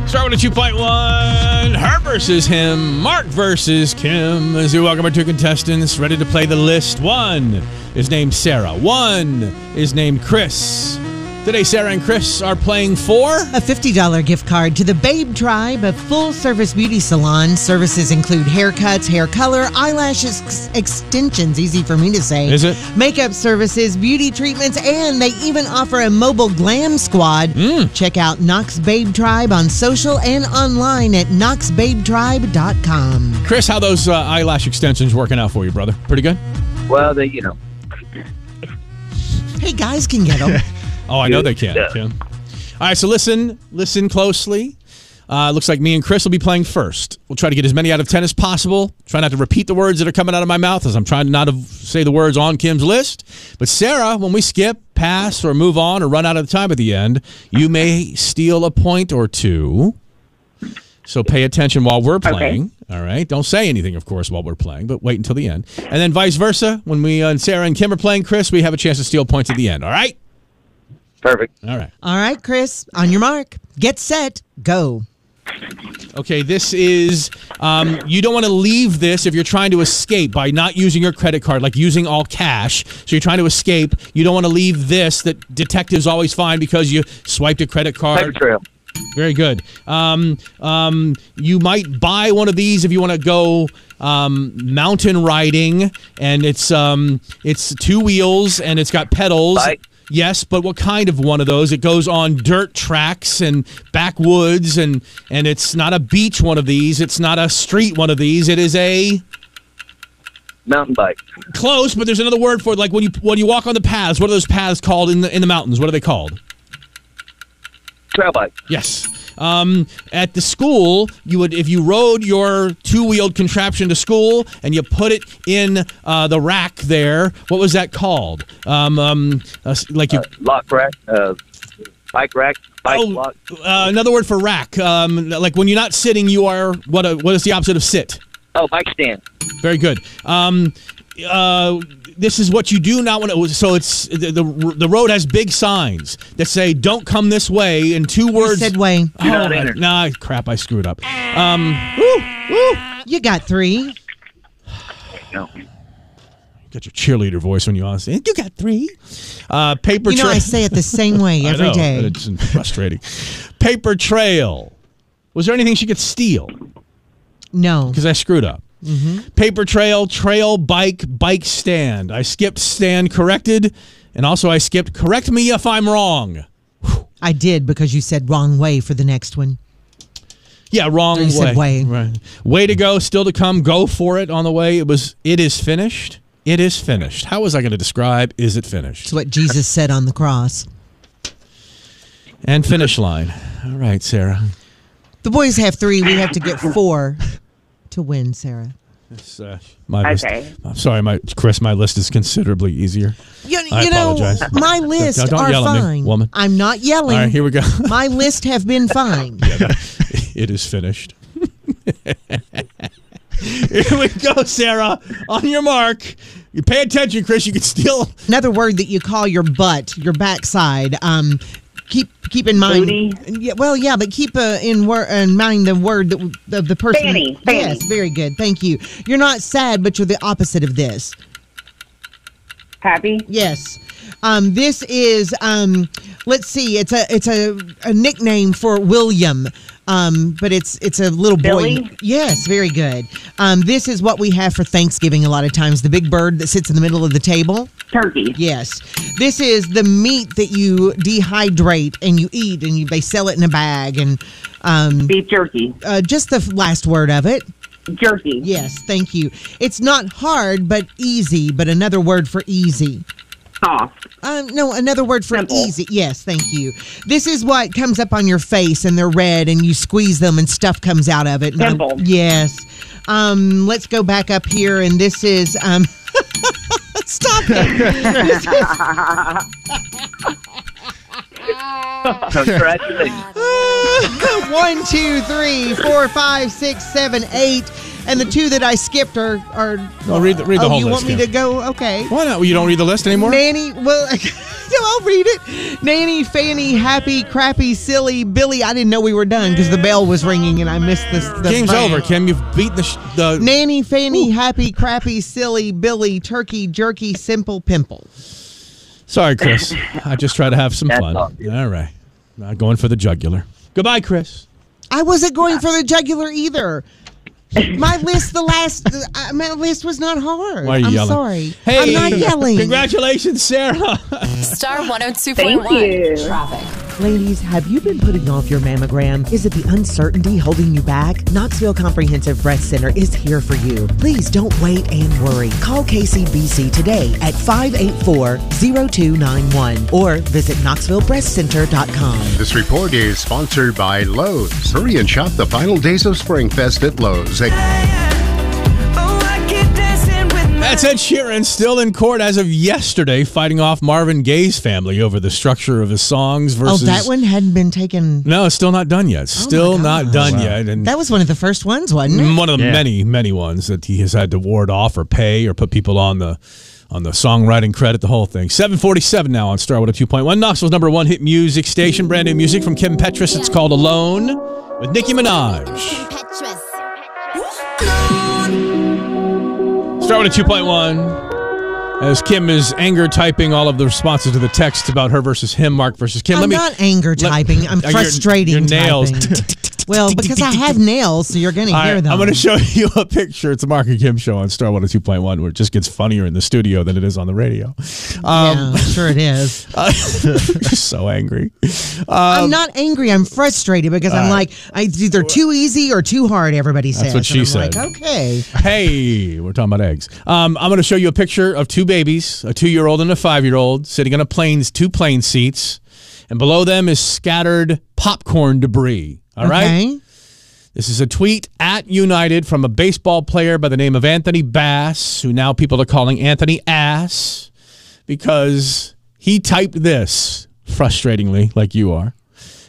Speaker 1: Star 102.1, her versus him, Mark versus Kim. As you welcome our two contestants ready to play the list. One is named Sarah, one is named Chris. Today, Sarah and Chris are playing for.
Speaker 2: A $50 gift card to the Babe Tribe, a full service beauty salon. Services include haircuts, hair color, eyelashes, ex- extensions, easy for me to say.
Speaker 1: Is it?
Speaker 2: Makeup services, beauty treatments, and they even offer a mobile glam squad.
Speaker 1: Mm.
Speaker 2: Check out Knox Babe Tribe on social and online at knoxbabetribe.com.
Speaker 1: Chris, how those uh, eyelash extensions working out for you, brother? Pretty good?
Speaker 14: Well, they, you know,
Speaker 2: Hey, guys can get them.
Speaker 1: Oh, I know they can. Kim. All right, so listen, listen closely. Uh, looks like me and Chris will be playing first. We'll try to get as many out of ten as possible. Try not to repeat the words that are coming out of my mouth as I'm trying to not to say the words on Kim's list. But Sarah, when we skip, pass, or move on, or run out of time at the end, you may steal a point or two. So pay attention while we're playing. All right. Don't say anything, of course, while we're playing, but wait until the end. And then vice versa. When we uh, Sarah and Kim are playing, Chris, we have a chance to steal points at the end. All right.
Speaker 14: Perfect.
Speaker 1: All right.
Speaker 2: All right, Chris, on your mark, get set, go.
Speaker 1: Okay, this is Um, you don't want to leave this if you're trying to escape by not using your credit card, like using all cash. So you're trying to escape. You don't want to leave this that detectives always find because you swiped a credit card.
Speaker 14: Paper trail.
Speaker 1: Very good. Um, um, you might buy one of these if you want to go um, mountain riding, and it's um, it's two wheels and it's got pedals. Yes, but what kind of one of those? It goes on dirt tracks and backwoods, and and it's not a beach one of these. It's not a street one of these. It is a
Speaker 14: Mountain bike.
Speaker 1: close, but there's another word for it. Like when you when you walk on the paths, what are those paths called in the in the mountains? What are they called?
Speaker 14: Trail bike.
Speaker 1: Yes. Um, at the school, you would if you rode your two-wheeled contraption to school and you put it in uh, the rack there. What was that called? Um, um, uh, s- like you.
Speaker 14: Lock rack. Uh, bike rack. Bike
Speaker 15: Oh.
Speaker 14: lock.
Speaker 1: Uh, another word for rack. Um, like when you're not sitting, you are what? uh what is the opposite of sit?
Speaker 14: Oh, bike stand.
Speaker 1: Very good. Um, uh, this is what you do not want to. So it's the, the the road has big signs that say "Don't come this way" in two words.
Speaker 2: said way. Do not
Speaker 1: I-
Speaker 2: enter.
Speaker 1: Nah, crap! I screwed up. Um,
Speaker 2: You got three.
Speaker 1: Got your cheerleader voice when you honestly. You got three. Uh, paper
Speaker 2: You know,
Speaker 1: trail.
Speaker 2: I say it the same way
Speaker 1: I
Speaker 2: every
Speaker 1: know,
Speaker 2: day.
Speaker 1: but It's frustrating. paper trail. Was there anything she could steal?
Speaker 2: No.
Speaker 1: Because I screwed up.
Speaker 2: Mm-hmm.
Speaker 1: Paper trail, trail, bike, bike stand. I skipped stand corrected, and also I skipped correct me if I'm wrong.
Speaker 2: I did because you said wrong way for the next one.
Speaker 1: Yeah, wrong
Speaker 2: You
Speaker 1: way.
Speaker 2: said way.
Speaker 1: Right. Way to go, still to come. Go for it on the way. It was it is finished. It is finished. How was I going to describe is it finished?
Speaker 2: It's what Jesus said on the cross.
Speaker 1: And finish line. All right, Sarah.
Speaker 2: The boys have three. We have to get four to win, Sarah.
Speaker 1: It's, uh, my list-
Speaker 2: Okay.
Speaker 1: I'm sorry, my Chris. My list is considerably easier.
Speaker 2: You,
Speaker 1: I
Speaker 2: you know,
Speaker 1: apologize.
Speaker 2: my list
Speaker 1: Don't- don't
Speaker 2: are
Speaker 1: yell at me,
Speaker 2: fine.
Speaker 1: woman.
Speaker 2: I'm not yelling.
Speaker 1: All right, here we go.
Speaker 2: my list have been fine.
Speaker 1: it is finished. Here we go, Sarah. On your mark. You pay attention, Chris. You can steal.
Speaker 2: Another word that you call your butt, your backside. Um, keep keep in mind.
Speaker 15: Booty?
Speaker 2: Yeah, well, yeah, but keep uh, in wor- in mind the word that w- of the person.
Speaker 15: Fanny, fanny.
Speaker 2: Yes, very good. Thank you. You're not sad, but you're the opposite of this.
Speaker 15: Happy.
Speaker 2: Yes. Um, this is um, let's see. It's a it's a, a nickname for William. Um, but it's it's a little boy.
Speaker 15: Billy?
Speaker 2: Yes, very good. Um, this is what we have for Thanksgiving a lot of times. The big bird that sits in the middle of the table.
Speaker 15: Turkey.
Speaker 2: Yes. This is the meat that you dehydrate and you eat and you, they sell it in a bag and um,
Speaker 15: beef jerky.
Speaker 2: Uh, just the f- last word of it.
Speaker 15: Jerky.
Speaker 2: Yes, thank you. It's not hard, but easy. But another word for easy.
Speaker 15: Soft.
Speaker 2: Um, no, another word for easy. Yes, thank you. This is what comes up on your face, and they're red, and you squeeze them, and stuff comes out of it. And I'm-
Speaker 15: Pimple.
Speaker 2: Yes. Um, let's go back up here, and this is um. Stop it. This is-
Speaker 14: Congratulations.
Speaker 2: One, two, three, four, five, six, seven, eight. And the two that I skipped are. are
Speaker 1: No, read the- read the
Speaker 2: oh,
Speaker 1: whole
Speaker 2: you
Speaker 1: list,
Speaker 2: want me
Speaker 1: Kim.
Speaker 2: to go? Okay.
Speaker 1: Why not? You don't read the list anymore?
Speaker 2: Nanny, well, no, I'll read it. Nanny, Fanny, Happy, Crappy, Silly, Billy. I didn't know we were done because the bell was ringing and I missed this. The
Speaker 1: Game's
Speaker 2: round.
Speaker 1: over, Kim. You've beat the. Sh- the
Speaker 2: Nanny, Fanny, Happy, Crappy, Silly, Billy, Turkey, Jerky, Simple, Pimple.
Speaker 1: Sorry, Chris. I just try to have some fun. All right. Not going for the jugular. Goodbye, Chris.
Speaker 2: I wasn't going for the jugular either. My list, the last, uh, my list was not hard.
Speaker 1: Why are you
Speaker 2: I'm
Speaker 1: yelling?
Speaker 2: sorry.
Speaker 1: Hey,
Speaker 2: I'm not yelling.
Speaker 1: Congratulations, Sarah.
Speaker 11: Star 102.1.
Speaker 2: Thank you.
Speaker 11: Traffic.
Speaker 2: Ladies, have you been putting off your mammogram? Is it the uncertainty holding you back? Knoxville Comprehensive Breast Center is here for you. Please don't wait and worry. Call KCBC today at 584-0291 or visit knoxvillebreastcenter.com.
Speaker 16: This report is sponsored by Lowe's. Hurry and shop the final days of Springfest at Lowe's.
Speaker 9: Oh,
Speaker 1: That's Ed Sheeran still in court as of yesterday, fighting off Marvin Gaye's family over the structure of his songs versus.
Speaker 2: oh, that one Oh, hadn't been taken.
Speaker 1: No, it's still not done yet. Still not done yet. And
Speaker 2: That was one of the first ones, wasn't it?
Speaker 1: one of the many, many ones that he has had to ward off or pay or put people on the on the songwriting credit, the whole thing. 747 now on Starwood at 2.1. Knoxville's number one hit music station. Brand new music from Kim Petras. It's called Alone with Nicki Minaj.
Speaker 9: Petrus.
Speaker 1: Start with a 2.1. As Kim is anger typing all of the responses to the text about her versus him, Mark versus Kim.
Speaker 2: I'm
Speaker 1: let me,
Speaker 2: not anger
Speaker 1: let-
Speaker 2: typing. I'm
Speaker 1: Uh, your-
Speaker 2: frustrating.
Speaker 1: Your, nails.
Speaker 2: typing. well, because I have nails, so you're going to
Speaker 1: All
Speaker 2: hear
Speaker 1: right,
Speaker 2: them.
Speaker 1: I'm going to show you a picture. It's a Mark and Kim show on Star oh Water 2.1, where it just gets funnier in the studio than it is on the radio. Um,
Speaker 2: sure it is.
Speaker 1: so angry.
Speaker 2: I'm not angry. I'm frustrated because I'm
Speaker 1: Um, all
Speaker 2: like, I, it's either too easy or too hard. Everybody
Speaker 1: That's
Speaker 2: says.
Speaker 1: what she
Speaker 2: and I'm
Speaker 1: said.
Speaker 2: Like, okay.
Speaker 1: Hey, we're talking about eggs. Um, I'm going to show you a picture of two babies, a two year old and a five year old, sitting on a plane's two plane seats, and below them is scattered popcorn debris. All right.
Speaker 2: Okay.
Speaker 1: This is a tweet at United from a baseball player by the name of Anthony Bass, who now people are calling Anthony Ass because he typed this frustratingly, like you are.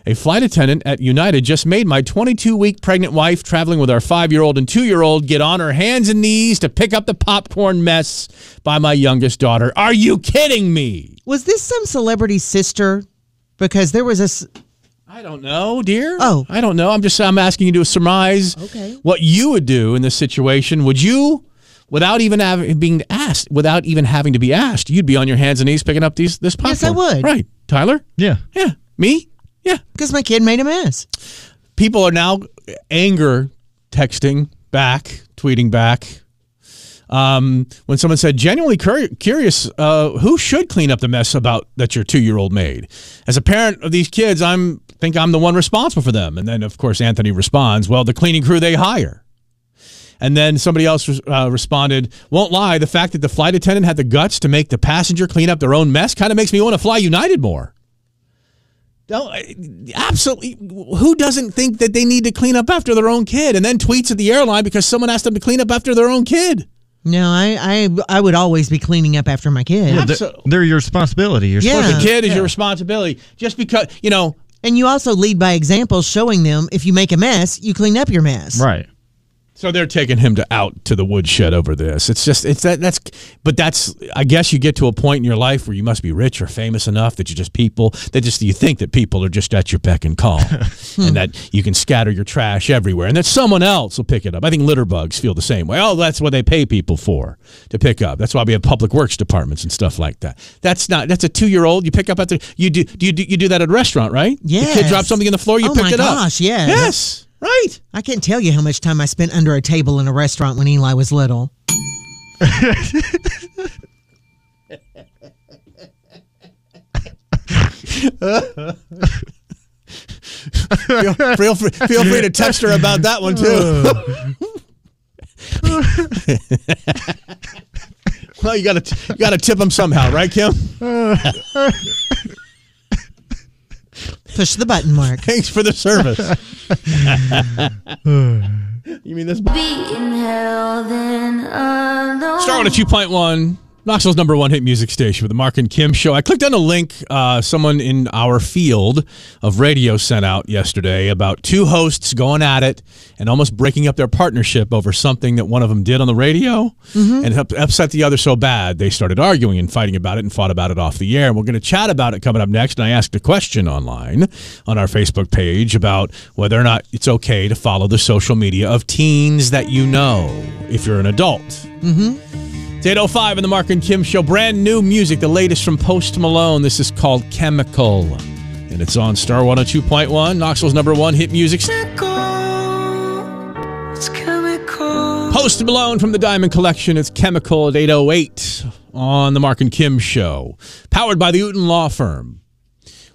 Speaker 1: A flight attendant at United just made my 22 week pregnant wife traveling with our five year old and two year old get on her hands and knees to pick up the popcorn mess by my youngest daughter. Are you kidding me?
Speaker 2: Was this some celebrity's sister? Because there was a. s-
Speaker 1: I don't know, dear. Oh, I don't know. I'm just I'm asking you to surmise
Speaker 2: Okay.
Speaker 1: what you would do in this situation. Would you, without even having, being asked, without even having to be asked, you'd be on your hands and knees picking up these this popcorn?
Speaker 2: Yes, I would.
Speaker 1: Right, Tyler?
Speaker 8: Yeah.
Speaker 1: Yeah, me? Yeah,
Speaker 2: because my kid made a mess.
Speaker 1: People are now anger texting back, tweeting back. Um, when someone said, genuinely cur- curious, uh, who should clean up the mess about that your two year old made? As a parent of these kids, I'm think I'm the one responsible for them. And then, of course, Anthony responds, well, the cleaning crew they hire. And then somebody else uh, responded, won't lie, the fact that the flight attendant had the guts to make the passenger clean up their own mess kind of makes me want to fly United more. No, I- absolutely. Who doesn't think that they need to clean up after their own kid and then tweets at the airline because someone asked them to clean up after their own kid?
Speaker 2: No, I, I, I would always be cleaning up after my kid.
Speaker 8: Yeah, they're, they're your responsibility. You're
Speaker 2: Yeah.
Speaker 8: supposed
Speaker 1: The
Speaker 8: to.
Speaker 1: kid is your responsibility. Just because, you know,
Speaker 2: And you also lead by example, showing them if you make a mess, you clean up your mess.
Speaker 8: Right.
Speaker 1: So they're taking him to out to the woodshed over this. It's just it's that that's but that's I guess you get to a point in your life where you must be rich or famous enough that you just people that just you think that people are just at your beck and call and that you can scatter your trash everywhere and that someone else will pick it up. I think litter bugs feel the same way. Oh, that's what they pay people for to pick up. That's why we have public works departments and stuff like that. That's not that's a 2-year-old you pick up at the you do do you do, you do that at a restaurant, right?
Speaker 2: Yes.
Speaker 1: The kid drops something on the floor, you
Speaker 2: oh
Speaker 1: pick
Speaker 2: my
Speaker 1: it up.
Speaker 2: gosh, yes.
Speaker 1: Yes. Right.
Speaker 2: I can't tell you how much time I spent under a table in a restaurant when Eli was little.
Speaker 1: feel, feel, free, feel free to text her about that one too. well, you gotta you gotta tip them somehow, right, Kim?
Speaker 2: Push the button, Mark.
Speaker 1: Thanks for the service. you mean this? Start with a oh two point one. Knoxville's number one hit music station with the Mark and Kim show. I clicked on a link uh, someone in our field of radio sent out yesterday about two hosts going at it and almost breaking up their partnership over something that one of them did on the radio and up- upset the other so bad they started arguing and fighting about it and fought about it off the air. And we're going to chat about it coming up next. And I asked a question online on our Facebook page about whether or not it's okay to follow the social media of teens that you know if you're an adult. It's 805 in the Mark and Kim Show. Brand new music, the latest from Post Malone. This is called Chemical. And it's on Star 102.1, Knoxville's number one hit music. Post Malone from the Diamond Collection. It's Chemical at 808 on the Mark and Kim Show. Powered by the Uten Law Firm.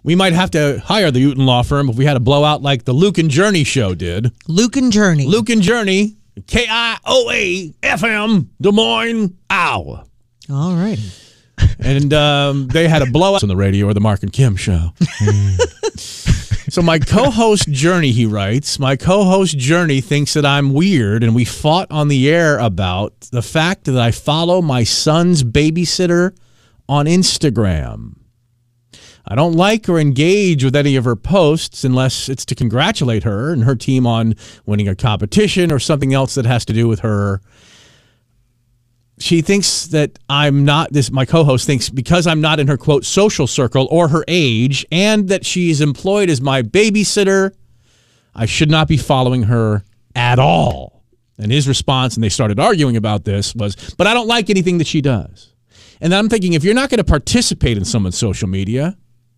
Speaker 1: We might have to hire the Uten Law Firm if we had a blowout like the Luke and Journey show did.
Speaker 2: Luke and Journey.
Speaker 1: Luke and Journey, K I O A F M, Des Moines, Iowa.
Speaker 2: All right.
Speaker 1: and um, they had a blowout on the radio or the Mark and Kim show. so my co-host Journey, he writes, my co-host Journey thinks that I'm weird, and we fought on the air about the fact that I follow my son's babysitter on Instagram. I don't like or engage with any of her posts unless it's to congratulate her and her team on winning a competition or something else that has to do with her she thinks that I'm not this my co-host thinks because I'm not in her quote social circle or her age and that she's employed as my babysitter I should not be following her at all. And his response, and they started arguing about this, was, but I don't like anything that she does. And I'm thinking, if you're not going to participate in someone's social media,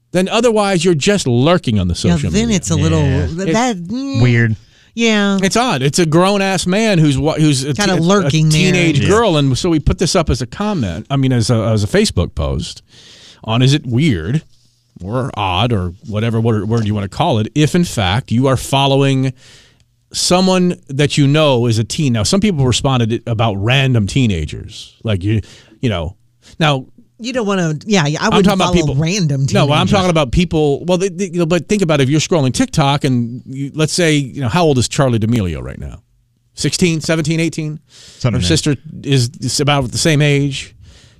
Speaker 1: then otherwise you're just lurking on the social
Speaker 2: then
Speaker 1: media.
Speaker 2: it's a little- th- that- mm.
Speaker 8: weird.
Speaker 2: Yeah.
Speaker 1: It's odd. It's a grown ass man who's wa- who's a
Speaker 2: Kinda
Speaker 1: te- a-
Speaker 2: lurking
Speaker 1: a
Speaker 2: there.
Speaker 1: teenage
Speaker 2: Yeah.
Speaker 1: girl, and so we put this up as a comment. I mean, as a as a Facebook post on is it weird or odd or whatever word, word you want to call it? If in fact you are following someone that you know is a teen. Now, some people responded about random teenagers, like you, you know. Now
Speaker 2: You don't want to. Yeah, yeah, I
Speaker 1: I'm
Speaker 2: would
Speaker 1: talking about
Speaker 2: follow
Speaker 1: people-
Speaker 2: random. Teenagers.
Speaker 1: no, well, I'm talking about people. Well, they, they, you know, but think about it. if you're scrolling TikTok and you, let's say, you know, how old is Charlie D'Amelio right now? 16, 17, 18? Her
Speaker 8: like that.
Speaker 1: sister is, is about the same age.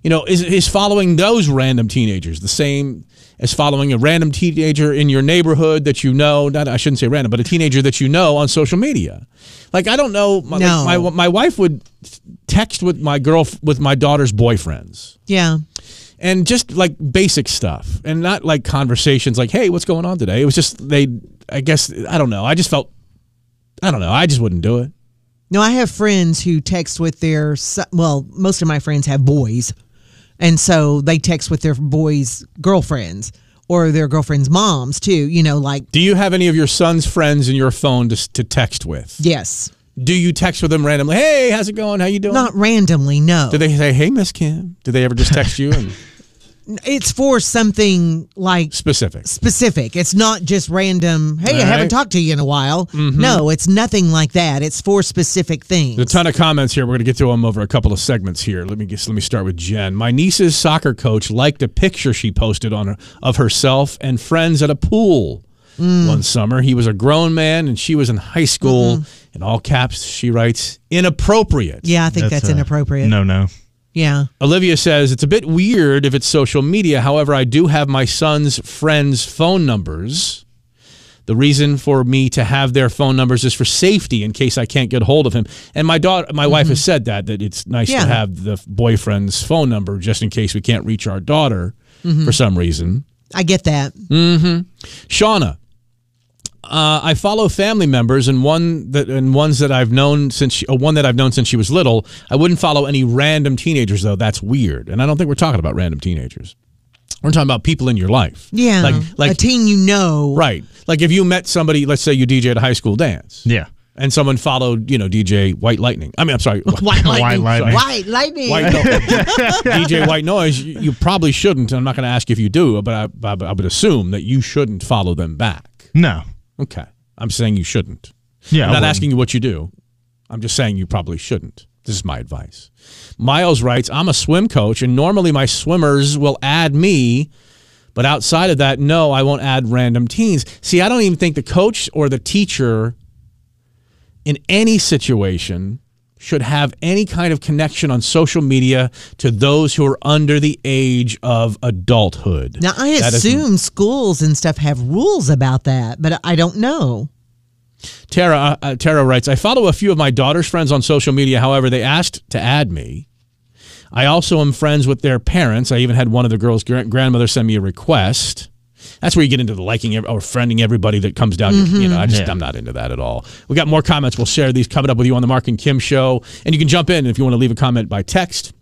Speaker 1: You know, is, is following those random teenagers the same as following a random teenager in your neighborhood that you know? Not, I shouldn't say random, but a teenager that you know on social media. Like, I don't know. My,
Speaker 2: No.
Speaker 1: my, my wife would text with my girl, with my daughter's boyfriends
Speaker 2: Yeah.
Speaker 1: and just like basic stuff and not like conversations like hey what's going on today it was just they i guess i don't know i just felt i don't know i just wouldn't do it
Speaker 2: No, I have friends who text with their. so- Well, most of my friends have boys, and so they text with their boys' girlfriends or their girlfriends' moms too. You know, like
Speaker 1: do you have any of your son's friends in your phone to, s- to text with
Speaker 2: yes,
Speaker 1: do you text with them randomly hey how's it going how you doing
Speaker 2: not randomly. No,
Speaker 1: do they say hey miss kim do they ever just text you and
Speaker 2: it's for something like
Speaker 1: specific
Speaker 2: specific. It's not just random. Hey,
Speaker 1: All
Speaker 2: I haven't
Speaker 1: right. Mm-hmm.
Speaker 2: talked to you in a while. No, it's nothing like that. It's for specific things.
Speaker 1: There's a ton of comments here. We're going to get to them over a couple of segments here. Let me guess, let me start with Jen. My niece's soccer coach liked a picture she posted on her, of herself and friends at a pool one summer. He was a grown man and she was in high school. In all caps, she writes inappropriate.
Speaker 2: Yeah, I think that's,
Speaker 8: a-
Speaker 2: inappropriate.
Speaker 8: uh, No, no.
Speaker 2: Yeah.
Speaker 1: Olivia says it's a bit weird if it's social media. However, I do have my son's friends' phone numbers. The reason for me to have their phone numbers is for safety in case I can't get hold of him. And my daughter, my wife has said that that it's nice
Speaker 2: Yeah.
Speaker 1: to have the boyfriend's phone number just in case we can't reach our daughter for some reason.
Speaker 2: I get that.
Speaker 1: Hmm? Shauna, uh, I follow family members and one that and ones that I've known since she, uh, one that I've known since she was little. I wouldn't follow any random teenagers though. That's weird, and I don't think we're talking about random teenagers. We're talking about people in your life.
Speaker 2: Yeah.
Speaker 1: like
Speaker 2: a
Speaker 1: like
Speaker 2: teen you know.
Speaker 1: right, like if you met somebody, let's say you DJ at a high school dance,
Speaker 8: Yeah.
Speaker 1: and someone followed you know DJ White Lightning. I mean, I'm sorry,
Speaker 2: White
Speaker 8: White
Speaker 2: lightning.
Speaker 8: lightning.
Speaker 2: White lightning.
Speaker 1: White DJ White Noise, you you probably shouldn't. I'm not going to ask if you do, but I, I, I would assume that you shouldn't follow them back.
Speaker 8: No.
Speaker 1: Okay. I'm saying you shouldn't.
Speaker 8: Yeah.
Speaker 1: I'm
Speaker 8: I
Speaker 1: not
Speaker 8: wouldn't.
Speaker 1: asking you what you do. I'm just saying you probably shouldn't. This is my advice. Miles writes I'm a swim coach, and normally my swimmers will add me. But outside of that, no, I won't add random teens. See, I don't even think the coach or the teacher in any situation should have any kind of connection on social media to those who are under the age of adulthood.
Speaker 2: Now I
Speaker 1: That is-
Speaker 2: assume schools and stuff have rules about that, but I don't know.
Speaker 1: Tara uh, Tara writes, I follow a few of my daughter's friends on social media. However, they asked to add me. I also am friends with their parents. I even had one of the girls' gran- grandmother send me a request. That's where you get into the liking ev- or friending everybody that comes down. your- You know, I just
Speaker 8: Yeah.
Speaker 1: I'm not into that at all. We got more comments. We'll share these coming up with you on the Mark and Kim show, and you can jump in if you want to leave a comment by text.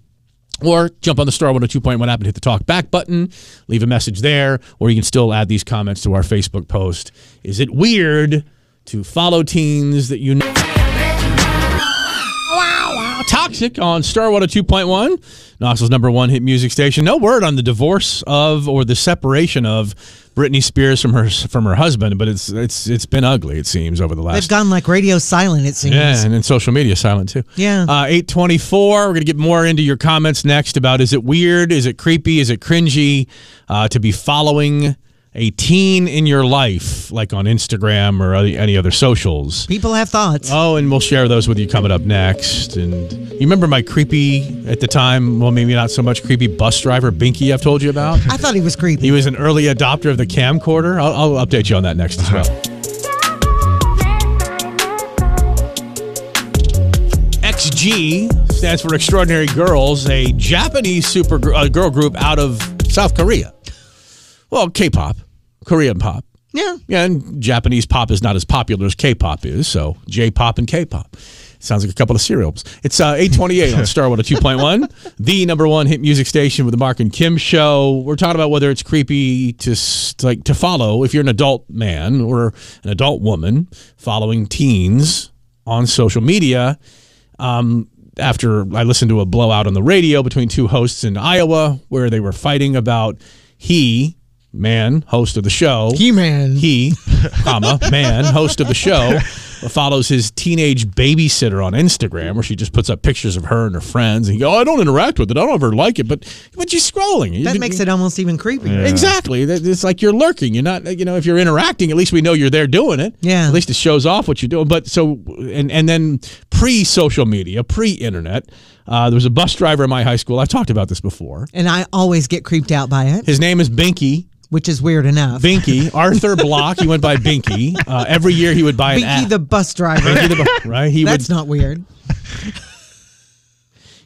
Speaker 1: Or jump on the Star 102.1 app and hit the talk back button, leave a message there, or you can still add these comments to our Facebook post. Is it weird to follow teens that you know? Wow, Toxic on Star 102.1, Knoxville's number one hit music station. No word on the divorce of or the separation of Britney Spears from her from her husband, but it's it's it's been ugly. It seems over the
Speaker 2: They've
Speaker 1: last
Speaker 2: gone like radio silent. It seems.
Speaker 1: yeah, and then social media silent too.
Speaker 2: Yeah.
Speaker 1: Uh, 824. We're going to get more into your comments next about is it weird? Is it creepy? Is it cringy uh, to be following a teen in your life, like on Instagram or any any other socials?
Speaker 2: People have thoughts.
Speaker 1: Oh, and we'll share those with you coming up next. And you remember my creepy, at the time, well, maybe not so much creepy bus driver, Binky, I've told you about?
Speaker 2: I thought he was creepy.
Speaker 1: He was an early adopter of the camcorder. I'll, I'll update you on that next as well. XG stands for Extraordinary Girls, a Japanese super gr- uh, girl group out of South Korea. Well, K-pop, Korean pop.
Speaker 2: yeah.
Speaker 1: Yeah, and Japanese pop is not as popular as K-pop is, so J-pop and K-pop. Sounds like a couple of cereals. It's uh, 828 on Starwood at 2.1, the number one hit music station with the Mark and Kim show. We're talking about whether it's creepy to, s- to like to follow if you're an adult man or an adult woman following teens on social media. Um, after I listened to a blowout on the radio between two hosts in Iowa where they were fighting about he man host of the show he
Speaker 2: man
Speaker 1: he comma man host of the show follows his teenage babysitter on Instagram where she just puts up pictures of her and her friends and you go oh, I don't interact with it I don't ever like it but but you're scrolling
Speaker 2: That makes it almost even creepier.
Speaker 1: Exactly. That- It's like you're lurking. You're not, you know, if you're interacting, at least we know you're there doing it. Yeah. At least it shows off what you're doing. But so, and, and then pre social media, pre internet, uh, there was a bus driver in my high school. I've talked about this before.
Speaker 2: And I always get creeped out by it.
Speaker 1: His name is Binky.
Speaker 2: Which is weird enough.
Speaker 1: Binky, Arthur Block, he went by Binky. Uh, every year he would buy an
Speaker 2: Binky
Speaker 1: app.
Speaker 2: the bus driver.
Speaker 1: Binky the bu- right? He
Speaker 2: That's
Speaker 1: would,
Speaker 2: not weird.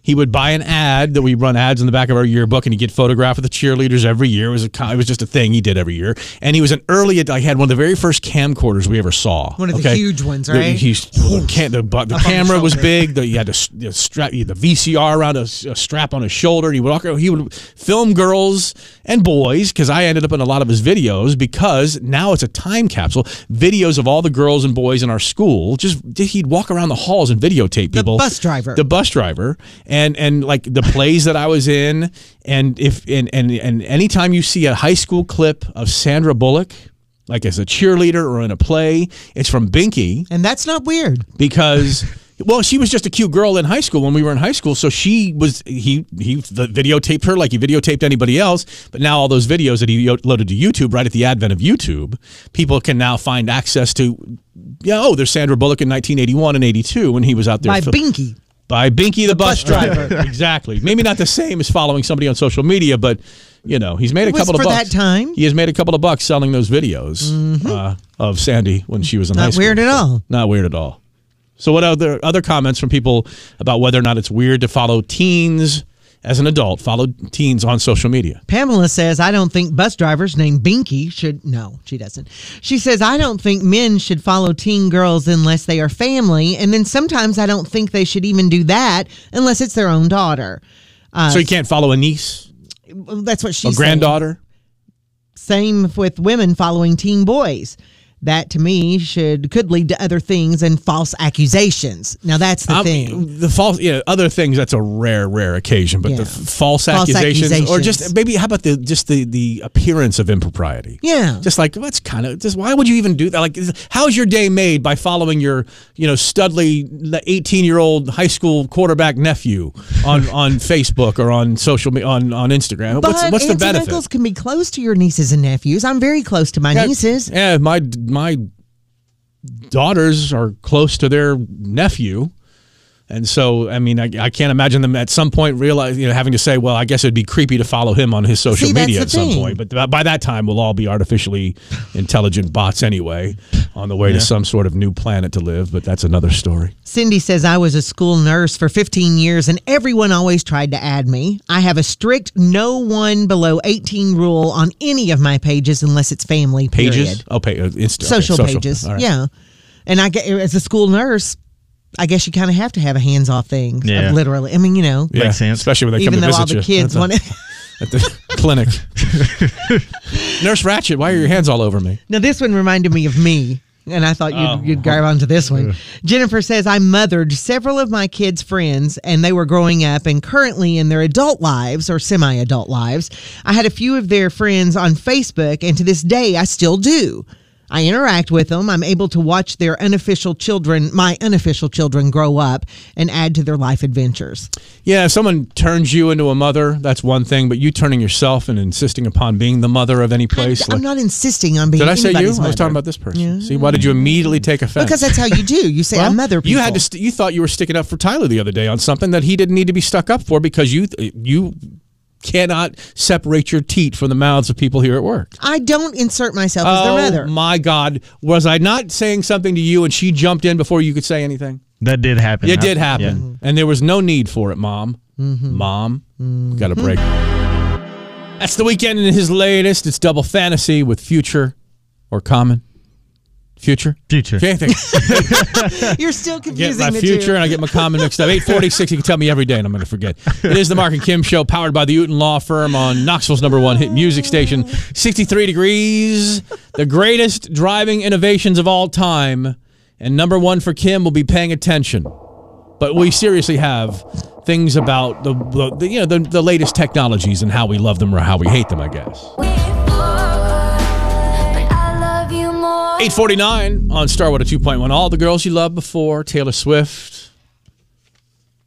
Speaker 1: he would buy an ad that we run ads in the back of our yearbook and he'd get photographed with the cheerleaders every year. It was a, co- it was just a thing he did every year. And he was an early, ad- I had one of the very first camcorders we ever saw.
Speaker 2: One of the huge ones,
Speaker 1: The-
Speaker 2: right?
Speaker 1: he's- the, ca- the, bu- the
Speaker 2: Up on the
Speaker 1: camera was
Speaker 2: shoulder.
Speaker 1: big. The, you had a, s- the strap, you had the VCR around a, s- a strap on his shoulder. He would walk, around- he would film girls and boys because I ended up in a lot of his videos because now it's a time capsule. Videos of all the girls and boys in our school. Just he'd walk around the halls and videotape people.
Speaker 2: bus driver.
Speaker 1: The bus driver and and like the plays that I was in and if and and and anytime you see a high school clip of Sandra Bullock like as a cheerleader or in a play it's from Binky
Speaker 2: And that's not weird.
Speaker 1: because well she was just a cute girl in high school when we were in high school so she was he he the videotaped her like he videotaped anybody else but now all those videos that he yo- loaded to YouTube right at the advent of YouTube people can now find access to yeah oh there's Sandra Bullock in 1981 and 82 when he was out there
Speaker 2: By
Speaker 1: fil-
Speaker 2: Binky.
Speaker 1: by Binky the, bus,
Speaker 2: bus
Speaker 1: driver. exactly. Maybe not the same as following somebody on social media, but you know, he's made a
Speaker 2: It was
Speaker 1: couple of
Speaker 2: for that
Speaker 1: bucks.
Speaker 2: time. Mm-hmm.
Speaker 1: He has made a couple of bucks selling those videos uh, of Sandy when she was in high
Speaker 2: Not
Speaker 1: school.
Speaker 2: weird at all.
Speaker 1: Not weird at all. So, what other other comments from people about whether or not it's weird to follow teens as an adult, follow teens on social media?
Speaker 2: Pamela says, I don't think bus drivers named Binky should. No, she doesn't. She says, I don't think men should follow teen girls unless they are family. And then sometimes I don't think they should even do that unless it's their own daughter. Uh,
Speaker 1: so you can't follow a niece,
Speaker 2: well, that's what
Speaker 1: a
Speaker 2: she's
Speaker 1: granddaughter.
Speaker 2: Saying. Same with women following teen boys. That to me should could lead to other things and false accusations. Now that's the
Speaker 1: Um,
Speaker 2: thing.
Speaker 1: The false, yeah, other things. That's a rare, rare occasion. But
Speaker 2: Yeah.
Speaker 1: the f- false,
Speaker 2: False
Speaker 1: accusations, or just
Speaker 2: accusations.
Speaker 1: maybe how about the just the the appearance of impropriety?
Speaker 2: Yeah.
Speaker 1: just like that's kind of just why would you even do that? Like, is- how's your day made by following your you know studly eighteen year old high school quarterback nephew on on Facebook or on social me- on on Instagram?
Speaker 2: But
Speaker 1: what's what's the
Speaker 2: aunts and
Speaker 1: benefit?
Speaker 2: uncles can be close to your nieces and nephews. I'm very close to my
Speaker 1: Yeah,
Speaker 2: nieces.
Speaker 1: Yeah, my my daughters are close to their nephew, and so I mean, I, I can't imagine them at some point realize you know having to say, well, I guess it'd be creepy to follow him on his social
Speaker 2: See, that's
Speaker 1: media
Speaker 2: the
Speaker 1: at some
Speaker 2: thing.
Speaker 1: point. But th- by that time, we'll all be artificially intelligent bots anyway, on the way
Speaker 8: Yeah.
Speaker 1: to some sort of new planet to live. But that's another story.
Speaker 2: Cindy says, I was a school nurse for 15 years and everyone always tried to add me. I have a strict no one below 18 rule on any of my pages unless it's family. Period.
Speaker 1: Pages, oh, pa- uh, Insta, okay,
Speaker 2: Social, pages.
Speaker 1: All right.
Speaker 2: Yeah. And I get, as a school nurse, I guess you kind of have to have a hands off thing.
Speaker 1: Yeah.
Speaker 2: Literally. I mean, you know.
Speaker 1: Yeah, Especially when they
Speaker 2: Even
Speaker 1: come to
Speaker 2: though all
Speaker 1: visit
Speaker 2: the
Speaker 1: you
Speaker 2: kids
Speaker 1: at
Speaker 2: want
Speaker 1: the, at the clinic. Nurse Ratchet, why are your hands all over me?
Speaker 2: Now this one reminded me of me, and I thought you'd,
Speaker 1: Oh.
Speaker 2: you'd grab onto this one. Jennifer says I mothered several of my kids' friends, and they were growing up and currently in their adult lives or semi-adult lives. I had a few of their friends on Facebook, and to this day, I still do. I interact with them. I'm able to watch their unofficial children, my unofficial children, grow up and add to their life adventures.
Speaker 1: Yeah, if someone turns you into a mother, that's one thing, but you turning yourself and insisting upon being the mother of any place.
Speaker 2: I'm
Speaker 1: like-
Speaker 2: not insisting on being.
Speaker 1: did I say you? I
Speaker 2: anybody's
Speaker 1: was
Speaker 2: mother.
Speaker 1: talking about this person. See, why did you immediately take offense?
Speaker 2: Because that's how you do. You say I mother people.
Speaker 1: You had to. St- you thought you were sticking up for Tyler the other day on something that he didn't need to be stuck up for because you you cannot separate your teat from the mouths of people here at work.
Speaker 2: I don't insert myself
Speaker 1: oh
Speaker 2: as their mother.
Speaker 1: my God, was I not saying something to you and she jumped in before you could say anything?
Speaker 8: That did happen.
Speaker 1: It did
Speaker 8: I-
Speaker 1: happen,
Speaker 8: yeah. Mm-hmm.
Speaker 1: and there was no need for it, Mom. Mom, we got a break. That's the weekend and his latest. It's double fantasy with future or common. Future? Future. Okay, thanks.
Speaker 2: You're still
Speaker 1: get
Speaker 2: confusing
Speaker 1: my
Speaker 2: the
Speaker 1: future
Speaker 2: two.
Speaker 1: and I get my common mixed up. 846, you can tell me every day and I'm going to forget. It is the Mark and Kim Show, powered by the Uton Law Firm on Knoxville's number one hit music station. 63 degrees, the greatest driving innovations of all time. And number one for Kim will be paying attention. But we seriously have things about the, the you know the, the latest technologies and how we love them or how we hate them, I guess. 849 on Starwood at 2.1. All the girls you loved before, Taylor Swift.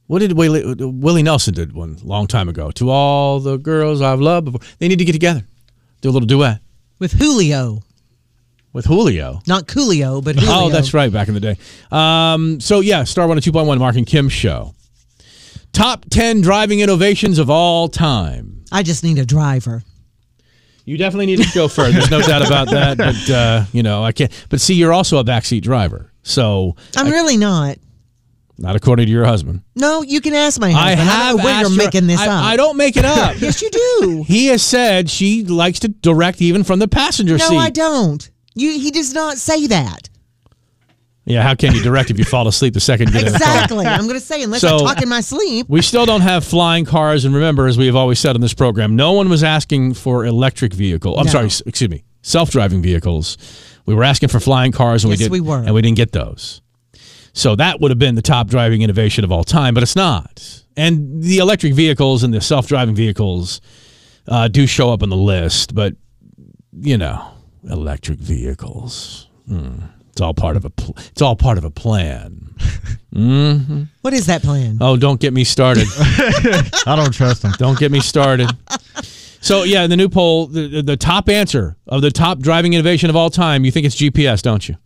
Speaker 1: What did Willie, Willie Nelson did one long time ago? To all the girls I've loved before. They need to get together, do a little duet
Speaker 2: with Julio,
Speaker 1: with Julio.
Speaker 2: not Coolio, but Julio.
Speaker 1: Oh, that's right, back in the day. Um, so yeah, Star One at 2.1, Mark and Kim show. Top 10 driving innovations of all time.
Speaker 2: I just need a driver.
Speaker 1: You definitely need a chauffeur. There's no doubt about that. But uh, you know, I can't. But see, you're also a backseat driver, so
Speaker 2: I'm really not.
Speaker 1: not according to your husband.
Speaker 2: No, you can ask my husband. I don't know where
Speaker 1: asked
Speaker 2: you're
Speaker 1: her-
Speaker 2: making this
Speaker 1: I,
Speaker 2: up.
Speaker 1: I don't make it up.
Speaker 2: yes, you do.
Speaker 1: He has said she likes to direct even from the passenger
Speaker 2: no,
Speaker 1: seat.
Speaker 2: I don't. You. He does not say that.
Speaker 1: Yeah, how can you direct if you fall asleep the second you get in the
Speaker 2: Exactly.
Speaker 1: car?
Speaker 2: I'm going to say unless
Speaker 1: So-
Speaker 2: I talk in my sleep.
Speaker 1: We still don't have flying cars, and remember, as we have always said on this program, no one was asking for electric vehicle. I'm
Speaker 2: No.
Speaker 1: sorry, s- excuse me, self-driving vehicles. We were asking for flying cars, and we
Speaker 2: Yes,
Speaker 1: did,
Speaker 2: we were.
Speaker 1: and we didn't get those. So that would have been the top driving innovation of all time, but it's not. And the electric vehicles and the self-driving vehicles uh, do show up on the list, but you know, electric vehicles. Hmm. It's all part of a. Pl- it's all part of a plan. hmm
Speaker 2: What is that plan?
Speaker 1: Oh, don't get me started. I don't trust them. Don't get me started. So yeah, in the new poll, the, the, the top answer of the top driving innovation of all time, you think it's GPS, don't you?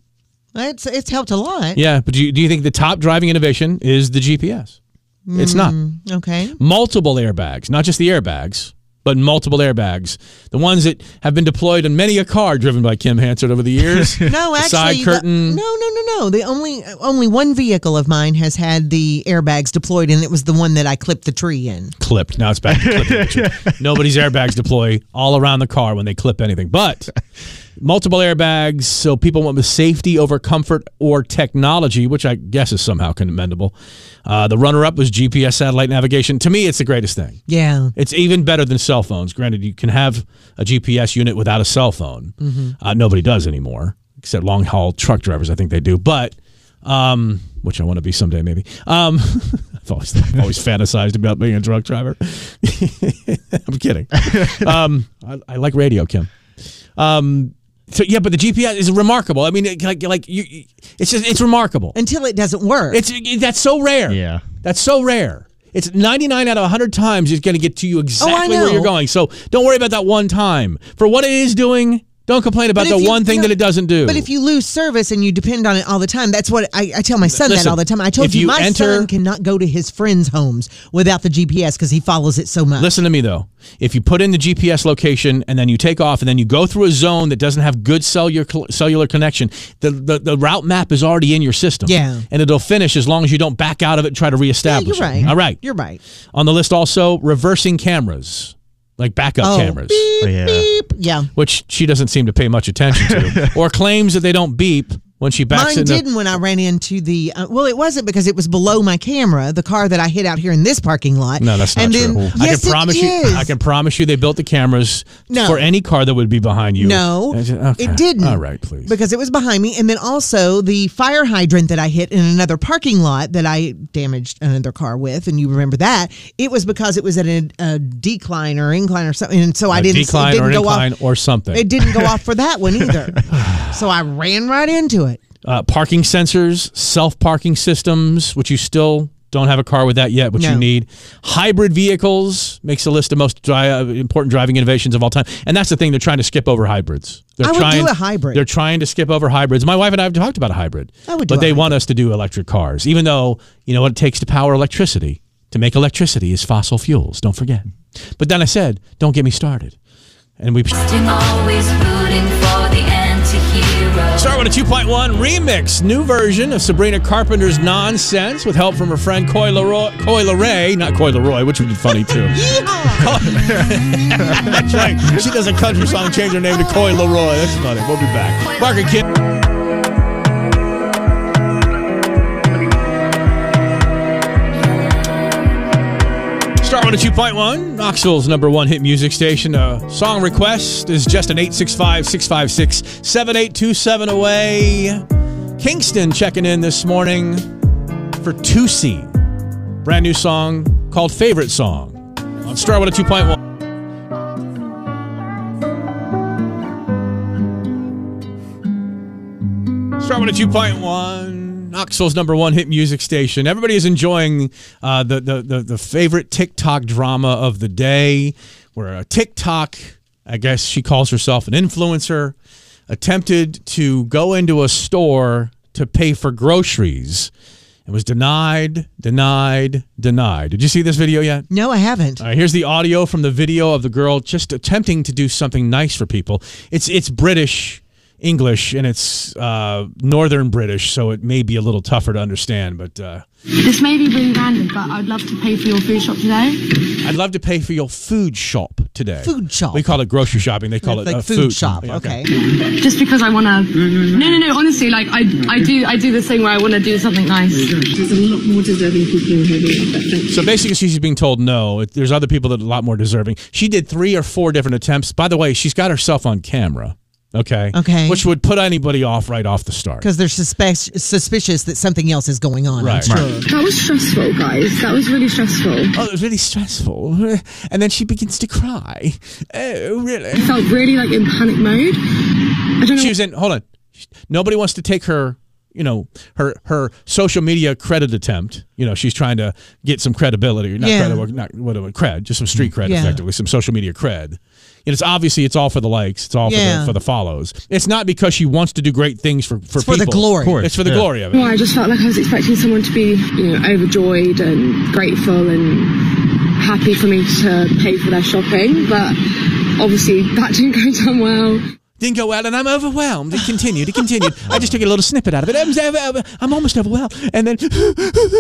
Speaker 2: It's it's helped a lot.
Speaker 1: Yeah, but do you, do you think the top driving innovation is the GPS? It's not.
Speaker 2: Mm, okay.
Speaker 1: Multiple airbags, not just the airbags, but multiple airbags. The ones that have been deployed in many a car driven by Kim Hansard over the years.
Speaker 2: No,
Speaker 1: The
Speaker 2: actually,
Speaker 1: side
Speaker 2: the-
Speaker 1: curtain.
Speaker 2: no, no, no, no. The only only one vehicle of mine has had the airbags deployed, and it was the one that I clipped the tree in.
Speaker 1: clipped. Now it's back to clipping. the tree. Nobody's airbags deploy all around the car when they clip anything. But multiple airbags, so people went with safety over comfort or technology, which I guess is somehow commendable. Uh, the runner up was GPS satellite navigation. To me, it's the greatest thing.
Speaker 2: Yeah.
Speaker 1: It's even better than cell phones. Granted, you can have a GPS unit without a cell phone.
Speaker 2: Mhm.
Speaker 1: Uh, nobody does anymore, except long haul truck drivers. I think they do, but um, which I want to be someday, maybe. Um, I've always, I've always fantasized about being a truck driver. I'm kidding. Um, I, I like radio, Kim. Um, so yeah, but the GPS is remarkable. I mean, it- like, like you, you- it's just it's remarkable.
Speaker 2: Until it doesn't work.
Speaker 1: It's it- that's so rare. Yeah, that's so rare. It's 99 out of 100 times it's going to get to you exactly where
Speaker 2: Oh, know.
Speaker 1: you're going. So don't worry about that one time. For what it is doing, don't complain about
Speaker 2: But if
Speaker 1: the
Speaker 2: you-
Speaker 1: one thing
Speaker 2: no,
Speaker 1: that it doesn't do.
Speaker 2: But if you lose service and you depend on it all the time, that's what I, I tell my son
Speaker 1: Listen,
Speaker 2: that all the time. I told
Speaker 1: if
Speaker 2: you,
Speaker 1: you
Speaker 2: my
Speaker 1: enter-
Speaker 2: son cannot go to his friends' homes without the GPS because he follows it so much.
Speaker 1: Listen to me though. If you put in the GPS location and then you take off and then you go through a zone that doesn't have good cellular cellular connection, the, the the route map is already in your system.
Speaker 2: Yeah.
Speaker 1: and it'll finish as long as you don't back out of it and try to reestablish.
Speaker 2: You're
Speaker 1: It.
Speaker 2: right.
Speaker 1: All right.
Speaker 2: You're right.
Speaker 1: On the list also reversing cameras, like backup
Speaker 2: Oh,
Speaker 1: cameras.
Speaker 2: beep,
Speaker 1: yeah.
Speaker 2: beep. Yeah.
Speaker 1: Which she doesn't seem to pay much attention to, or claims that they don't beep when she backs
Speaker 2: Mine
Speaker 1: into.
Speaker 2: didn't when I ran into the. Uh, well, it wasn't because it was below my camera. The car that I hit out here in this parking lot.
Speaker 1: No, that's not
Speaker 2: and
Speaker 1: true.
Speaker 2: Then,
Speaker 1: I
Speaker 2: yes,
Speaker 1: can promise
Speaker 2: it
Speaker 1: you.
Speaker 2: is.
Speaker 1: I can promise you, they built the cameras
Speaker 2: No.
Speaker 1: for any car that would be behind you.
Speaker 2: No,
Speaker 1: I said, okay.
Speaker 2: it didn't.
Speaker 1: All right, please.
Speaker 2: Because it was behind me, and then also the fire hydrant that I hit in another parking lot that I damaged another car with, and you remember that it was because it was at a, a decline or incline or something, and so I
Speaker 1: A
Speaker 2: didn't it
Speaker 1: decline
Speaker 2: didn't
Speaker 1: or an
Speaker 2: go
Speaker 1: incline
Speaker 2: off.
Speaker 1: or something.
Speaker 2: It didn't go off for that one either. so I ran right into it.
Speaker 1: uh, parking sensors, self parking systems, which you still don't have a car with that yet, which you
Speaker 2: No.
Speaker 1: need. Hybrid vehicles makes a list of most dri- uh, important driving innovations of all time, and that's the thing they're trying to skip over hybrids. They're
Speaker 2: I would do
Speaker 1: trying,
Speaker 2: a hybrid.
Speaker 1: They're trying to skip over hybrids. My wife and I have talked about a hybrid,
Speaker 2: I would do
Speaker 1: but
Speaker 2: a
Speaker 1: they want us to do electric cars, even though you know what it takes to power electricity. To make electricity is fossil fuels. Don't forget. But then I said, "Don't get me started," and we.
Speaker 13: Always rooting for the anti-hero.
Speaker 1: Start with a 2.1 remix, new version of Sabrina Carpenter's Nonsense with help from her friend Coy Leroy, Coy Leray, not Coy Leroy, which would be funny too. That's right. She does a country song, change her name to Coy Leroy. That's funny. We'll be back. Mark and Kim. 102.1, Knoxville's number oh one hit music station. A song request is just an 865 656 7827 away. Kingston checking in this morning for Tusi. Brand new song called Favorite Song on Star 102.1. Star 102.1, Knoxville's number one hit music station. Everybody is enjoying uh, the, the, the, the favorite TikTok drama of the day, where a TikTok, I guess she calls herself an influencer, attempted to go into a store to pay for groceries and was denied, denied, denied. Did you see this video yet?
Speaker 2: No, I haven't.
Speaker 1: All right, here's the audio from the video of the girl just attempting to do something nice for people. It's it's British English and it's uh, Northern British, so it may be a little tougher to understand. But uh,
Speaker 15: This may be really random, but I'd love to pay for your food shop today.
Speaker 1: I'd love to pay for your food shop today.
Speaker 15: Food shop.
Speaker 1: We call it grocery shopping. They call it
Speaker 15: Like
Speaker 1: uh,
Speaker 15: food shop,
Speaker 1: Yeah,
Speaker 15: Just because I want to. No, no, no. Honestly, like I, I do, I do this thing where I want to do something nice. There's a lot more deserving people who do that.
Speaker 1: So basically, she's being told no. It- There's other people that are a lot more deserving. She did three or four different attempts. By the way, she's got herself on camera. Okay.
Speaker 2: Okay.
Speaker 1: Which would put anybody off right off the start.
Speaker 2: Because they're suspe- suspicious that something else is going on.
Speaker 1: Right.
Speaker 2: I'm sure.
Speaker 1: Right.
Speaker 15: That was stressful, guys. That was really stressful.
Speaker 1: Oh, it was really stressful. And then she begins to cry. Oh, really? I
Speaker 15: felt really like in panic mode. I don't know.
Speaker 1: She was in. Hold on. Nobody wants to take her. You know her her social media credit attempt. You know she's trying to get some credibility, not
Speaker 17: Yeah.
Speaker 1: credit, not whatever cred, just some street cred,
Speaker 17: Yeah.
Speaker 1: effectively some social media cred. And it's obviously it's all for the likes, it's all for
Speaker 15: Yeah.
Speaker 1: the for the follows. It's not because she wants to do great things for for,
Speaker 15: for the
Speaker 1: people.
Speaker 15: glory. Of course,
Speaker 1: It's for the
Speaker 15: yeah.
Speaker 1: glory of it.
Speaker 15: Well, I just felt like I was expecting someone to be, you know, overjoyed and grateful and happy for me to pay for their shopping, but obviously that didn't go down well.
Speaker 1: Didn't go well, and I'm overwhelmed. It continued. It continued. I just took a little snippet out of it. I'm, I'm almost overwhelmed, and then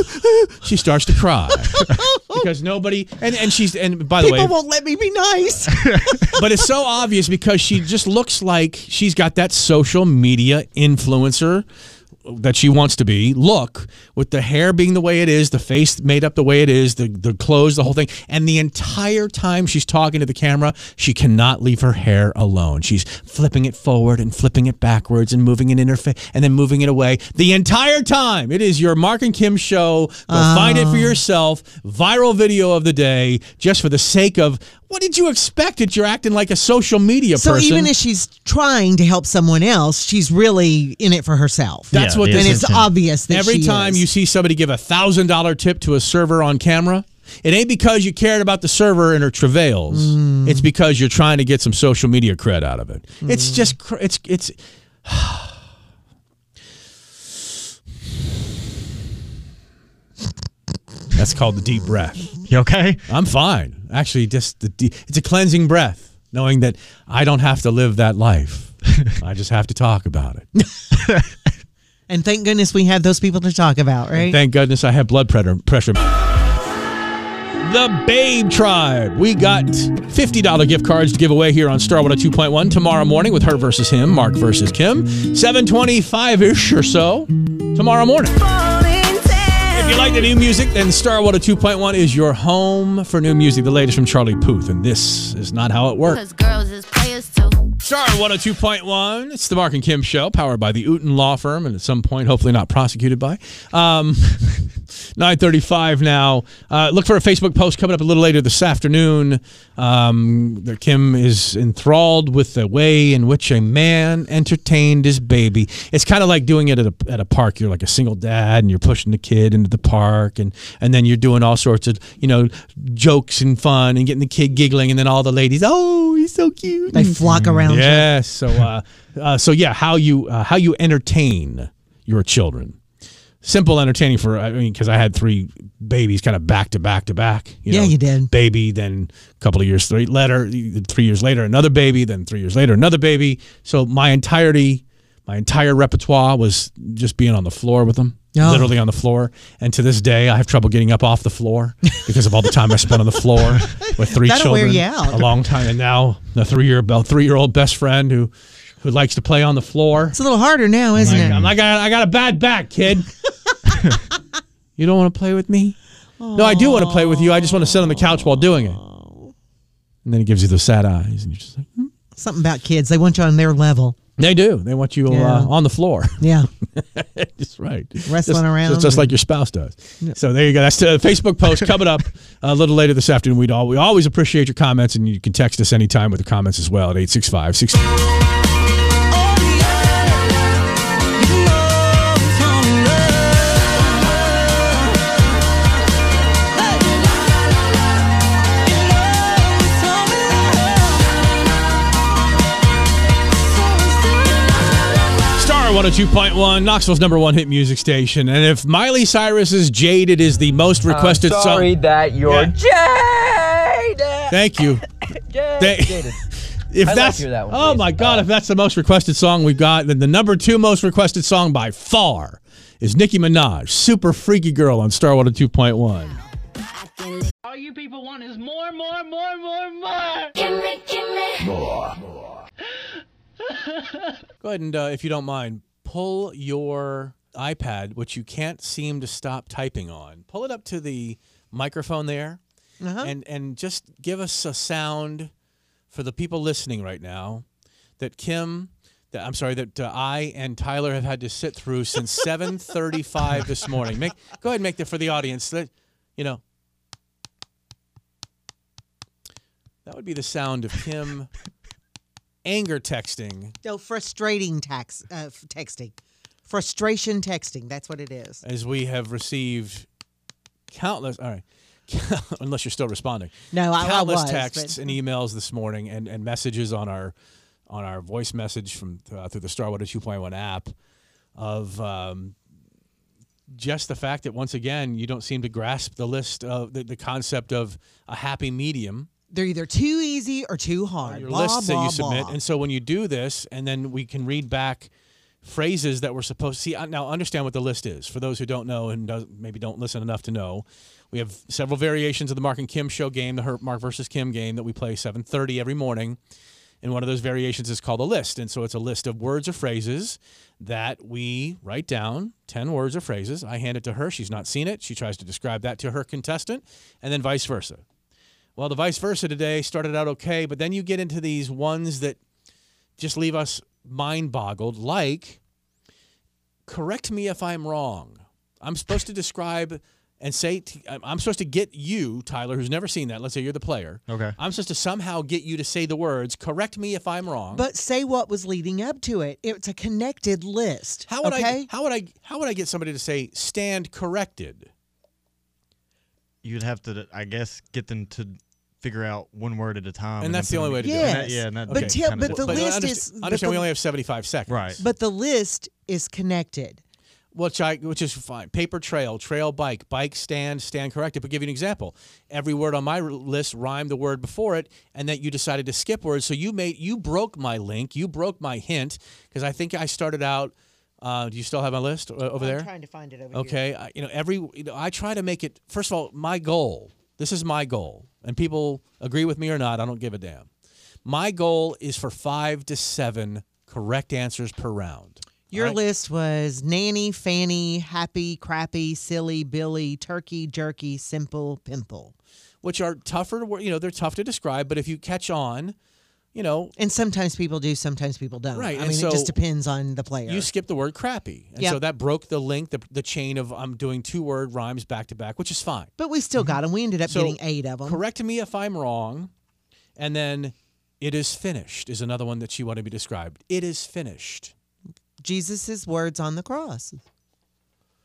Speaker 1: she starts to cry because nobody. And, and she's and by the
Speaker 2: People
Speaker 1: way,
Speaker 2: won't let me be nice.
Speaker 1: but it's so obvious because she just looks like she's got that social media influencer that she wants to be look with the hair being the way it is the face made up the way it is the, the clothes the whole thing and the entire time she's talking to the camera she cannot leave her hair alone she's flipping it forward and flipping it backwards and moving it in her face and then moving it away the entire time it is your mark and kim show go find it
Speaker 17: Oh.
Speaker 1: for
Speaker 2: Ah.
Speaker 1: yourself viral video of the day just for the sake of what did you expect that you're acting like a social media
Speaker 2: So
Speaker 1: person
Speaker 2: even if she's trying to help someone else, she's really in it for herself.
Speaker 1: That's what this
Speaker 2: and
Speaker 1: is.
Speaker 2: it's obvious that
Speaker 1: every
Speaker 2: she
Speaker 1: time
Speaker 2: is.
Speaker 1: you see somebody give a thousand dollar tip to a server on camera. It ain't because you cared about the server and her travails.
Speaker 2: Mm.
Speaker 1: It's because you're trying to get some social media cred out of it. It's
Speaker 2: Mm.
Speaker 1: just cr- it's it's That's called the deep breath. You okay? I'm fine. Actually, just the deep, it's a cleansing breath, knowing that I don't have to live that life. I just have to talk about it.
Speaker 2: and thank goodness we have those people to talk about, right?
Speaker 1: Thank goodness I have blood pressure. pressure. The Babe Tribe. We got $50 gift cards to give away here on Star 102.1 tomorrow morning with her versus him, Mark versus Kim. 725-ish or so tomorrow morning. If you like the new music, then Star 102.1 is your home for new music. The latest from Charlie Puth, and this is not how it works.
Speaker 9: Cause girls is players too.
Speaker 1: Star 102.1. It's the Mark and Kim show, powered by the Uten Law Firm, and at some point, hopefully not prosecuted by. Um, 9.35 now. Uh, look for a Facebook post coming up a little later this afternoon. Um, that Kim is enthralled with the way in which a man entertained his baby. It's kind of like doing it at a, at a park. You're like a single dad, and you're pushing the kid into the park, and, and then you're doing all sorts of, you know, jokes and fun and getting the kid giggling, and then all the ladies, oh, he's so cute.
Speaker 2: They
Speaker 1: Mm-hmm.
Speaker 2: flock around. you.
Speaker 1: Yes. So, uh, uh, so yeah, how you uh, how you entertain your children. Simple entertaining for I mean, because I had three babies kind of back to back to back.
Speaker 2: Yeah, you did.
Speaker 1: Baby, then a couple of years three later, three years later another baby, then three years later another baby. So my entirety, my entire repertoire was just being on the floor with them.
Speaker 17: Oh.
Speaker 1: Literally on the floor, and to this day, I have trouble getting up off the floor because of all the time I spent on the floor with three
Speaker 2: That'll wear
Speaker 1: children.
Speaker 2: you out.
Speaker 1: A long time, and now the three-year three-year-old best friend who who likes to play on the floor.
Speaker 2: It's a little harder now, isn't it?
Speaker 1: I'm like, I, I got a bad back, kid. you don't want to play with me? No, I do want to play with you. I just want to sit on the couch while doing it. And then he gives you the sad eyes, and you're just like,
Speaker 2: Something about kids. They want you on their level.
Speaker 1: they do. They want you
Speaker 2: Yeah.
Speaker 1: uh, on the floor.
Speaker 2: Yeah.
Speaker 1: That's right.
Speaker 2: Wrestling
Speaker 1: Just-
Speaker 2: around
Speaker 1: Just, just like
Speaker 2: and-
Speaker 1: your spouse does. So there you go. That's the Facebook post coming up uh, a little later this afternoon. We'd all, we always appreciate your comments, and you can text us anytime with the comments as well at 865 Star 102.1, Knoxville's number one hit music station. And if Miley Cyrus's Jaded is the most requested
Speaker 10: I'm
Speaker 1: song.
Speaker 10: Uh, sorry that you're
Speaker 1: Yeah.
Speaker 10: jaded.
Speaker 1: Thank you. Thank-
Speaker 10: Jaded.
Speaker 1: If
Speaker 10: I like
Speaker 1: that's
Speaker 10: you that one, Uh,
Speaker 1: oh my god, if that's the most requested song we've got, then the number two most requested song by far is Nicki Minaj, "Super Freaky Girl" on Star Water Two Point One.
Speaker 13: All you people want is more, more, more, more, more. Give me, give me.
Speaker 1: Go ahead and, uh, if you don't mind, pull your iPad, which you can't seem to stop typing on. Pull it up to the microphone there,
Speaker 2: Uh-huh.
Speaker 1: and and just give us a sound for the people listening right now that Kim, that I'm sorry, that uh, I and Tyler have had to sit through since 7:35 this morning. Make go ahead and make that for the audience. Let, you know. That would be the sound of Kim anger texting
Speaker 2: No, frustrating tax uh, f- texting. Frustration texting. That's what it is.
Speaker 1: as we have received countless. All right. Unless you're still responding,
Speaker 2: No, I- I
Speaker 1: countless
Speaker 2: was,
Speaker 1: texts
Speaker 2: but-
Speaker 1: and emails this morning, and, and messages on our on our voice message from uh, through the Starwater 2.1 app of um, just the fact that once again you don't seem to grasp the list of the, the concept of a happy medium
Speaker 2: They're either too easy or too hard.
Speaker 1: your
Speaker 2: Blah,
Speaker 1: lists
Speaker 2: blah,
Speaker 1: that you submit.
Speaker 2: blah.
Speaker 1: And so when you do this, and then we can read back phrases that we're supposed to see. I- Now, understand what the list is for those who don't know and does, maybe don't listen enough to know. We have several variations of the Mark and Kim show game, the Her- Mark versus Kim game that we play 7:30 every morning. And one of those variations is called a list. And so it's a list of words or phrases that we write down 10 words or phrases. I hand it to her. She's not seen it. She tries to describe that to her contestant, and then vice versa. Well, the vice versa today started out okay, but then you get into these ones that just leave us mind boggled, like, correct me if I'm wrong. I'm supposed to describe and say, t- I'm- I'm supposed to get you, Tyler, who's never seen that. Let's say you're the player.
Speaker 8: Okay.
Speaker 1: I'm supposed to somehow get you to say the words, correct me if I'm wrong.
Speaker 2: But say what was leading up to it. It's a connected list.
Speaker 1: how would
Speaker 2: okay?
Speaker 1: I how would I how would I get somebody to say stand corrected?
Speaker 8: You'd have to, I guess, get them to figure out one word at a time.
Speaker 1: And
Speaker 8: then
Speaker 1: that's the
Speaker 8: put
Speaker 1: only way
Speaker 8: it
Speaker 1: to do it.
Speaker 8: together.
Speaker 2: Yes.
Speaker 8: yeah, and that
Speaker 2: But
Speaker 8: that
Speaker 2: tell-
Speaker 8: kinda
Speaker 2: but the
Speaker 8: works.
Speaker 2: list
Speaker 1: understand,
Speaker 2: is- but
Speaker 1: understand we
Speaker 2: the-
Speaker 1: only have 75 seconds.
Speaker 8: Right.
Speaker 2: But the list is connected.
Speaker 1: which I which is fine. Paper trail, trail bike, bike stand, stand corrected. But give you an example. Every word on my r- list rhymed the word before it, and that you decided to skip words. So you made you broke my link. You broke my hint because I think I started out. Uh, do you still have my list uh, over there?
Speaker 2: trying to find it over
Speaker 1: okay I, you know every you know, i try to make it first of all my goal this is my goal and people agree with me or not i don't give a damn my goal is for five to seven correct answers per round
Speaker 2: Your
Speaker 1: All right?
Speaker 2: list was nanny, fanny, happy, crappy, silly, billy, turkey, jerky, simple, pimple.
Speaker 1: which are tougher to wor- you know they're tough to describe but if you catch on you know
Speaker 2: And sometimes people do, sometimes people don't.
Speaker 1: Right,
Speaker 2: I
Speaker 1: and
Speaker 2: mean, it
Speaker 1: so
Speaker 2: just depends on the player.
Speaker 1: you skip the word crappy and so
Speaker 2: Yep.
Speaker 1: that broke the link the, the chain of i'm doing two word rhymes back to back which is fine
Speaker 2: but we still got them. We ended up
Speaker 1: So,
Speaker 2: getting eight of them.
Speaker 1: correct me if I'm wrong. And then it is finished is another one that she wanted to be described. It is finished.
Speaker 2: Jesus' words on the cross.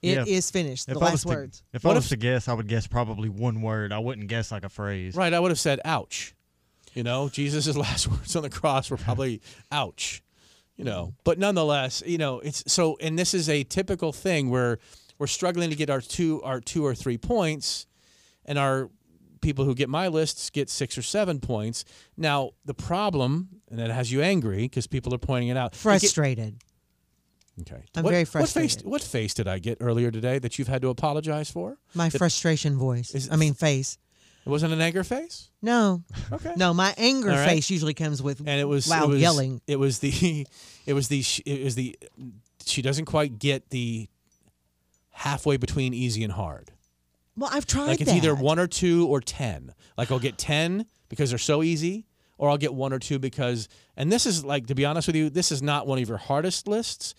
Speaker 2: It
Speaker 8: Yeah.
Speaker 2: is finished.
Speaker 8: If
Speaker 2: The
Speaker 8: I was
Speaker 2: last
Speaker 8: to-
Speaker 2: words.
Speaker 8: If
Speaker 1: What
Speaker 8: I
Speaker 1: if-
Speaker 8: was to guess, I would guess probably one word. I wouldn't guess like a phrase.
Speaker 1: Right. I would have said, ouch. You know, Jesus' last words on the cross were probably, ouch. You know, but nonetheless, you know, it's so, and this is a typical thing where we're struggling to get our two, our two or three points, and our people who get my lists get six or seven points. Now, the problem, and that has you angry because people are pointing it out. it get-
Speaker 2: Frustrated.
Speaker 1: Okay.
Speaker 2: I'm very
Speaker 1: What face,
Speaker 2: frustrated.
Speaker 1: what face did I get earlier today that you've had to apologize for?
Speaker 2: My
Speaker 1: That-
Speaker 2: frustration voice. I mean, face.
Speaker 1: It wasn't an anger face?
Speaker 2: No.
Speaker 1: Okay.
Speaker 2: No, my anger
Speaker 1: All right.
Speaker 2: face usually comes with
Speaker 1: And it was
Speaker 2: loud
Speaker 1: it was,
Speaker 2: yelling.
Speaker 1: It was the it was the sh- it was the she doesn't quite get the halfway between easy and hard.
Speaker 2: Well, I've tried
Speaker 1: Like it's
Speaker 2: that.
Speaker 1: either one or two or ten. Like I'll get ten because they're so easy, or I'll get one or two because. And this is like to be honest with you, this is not one of your hardest lists.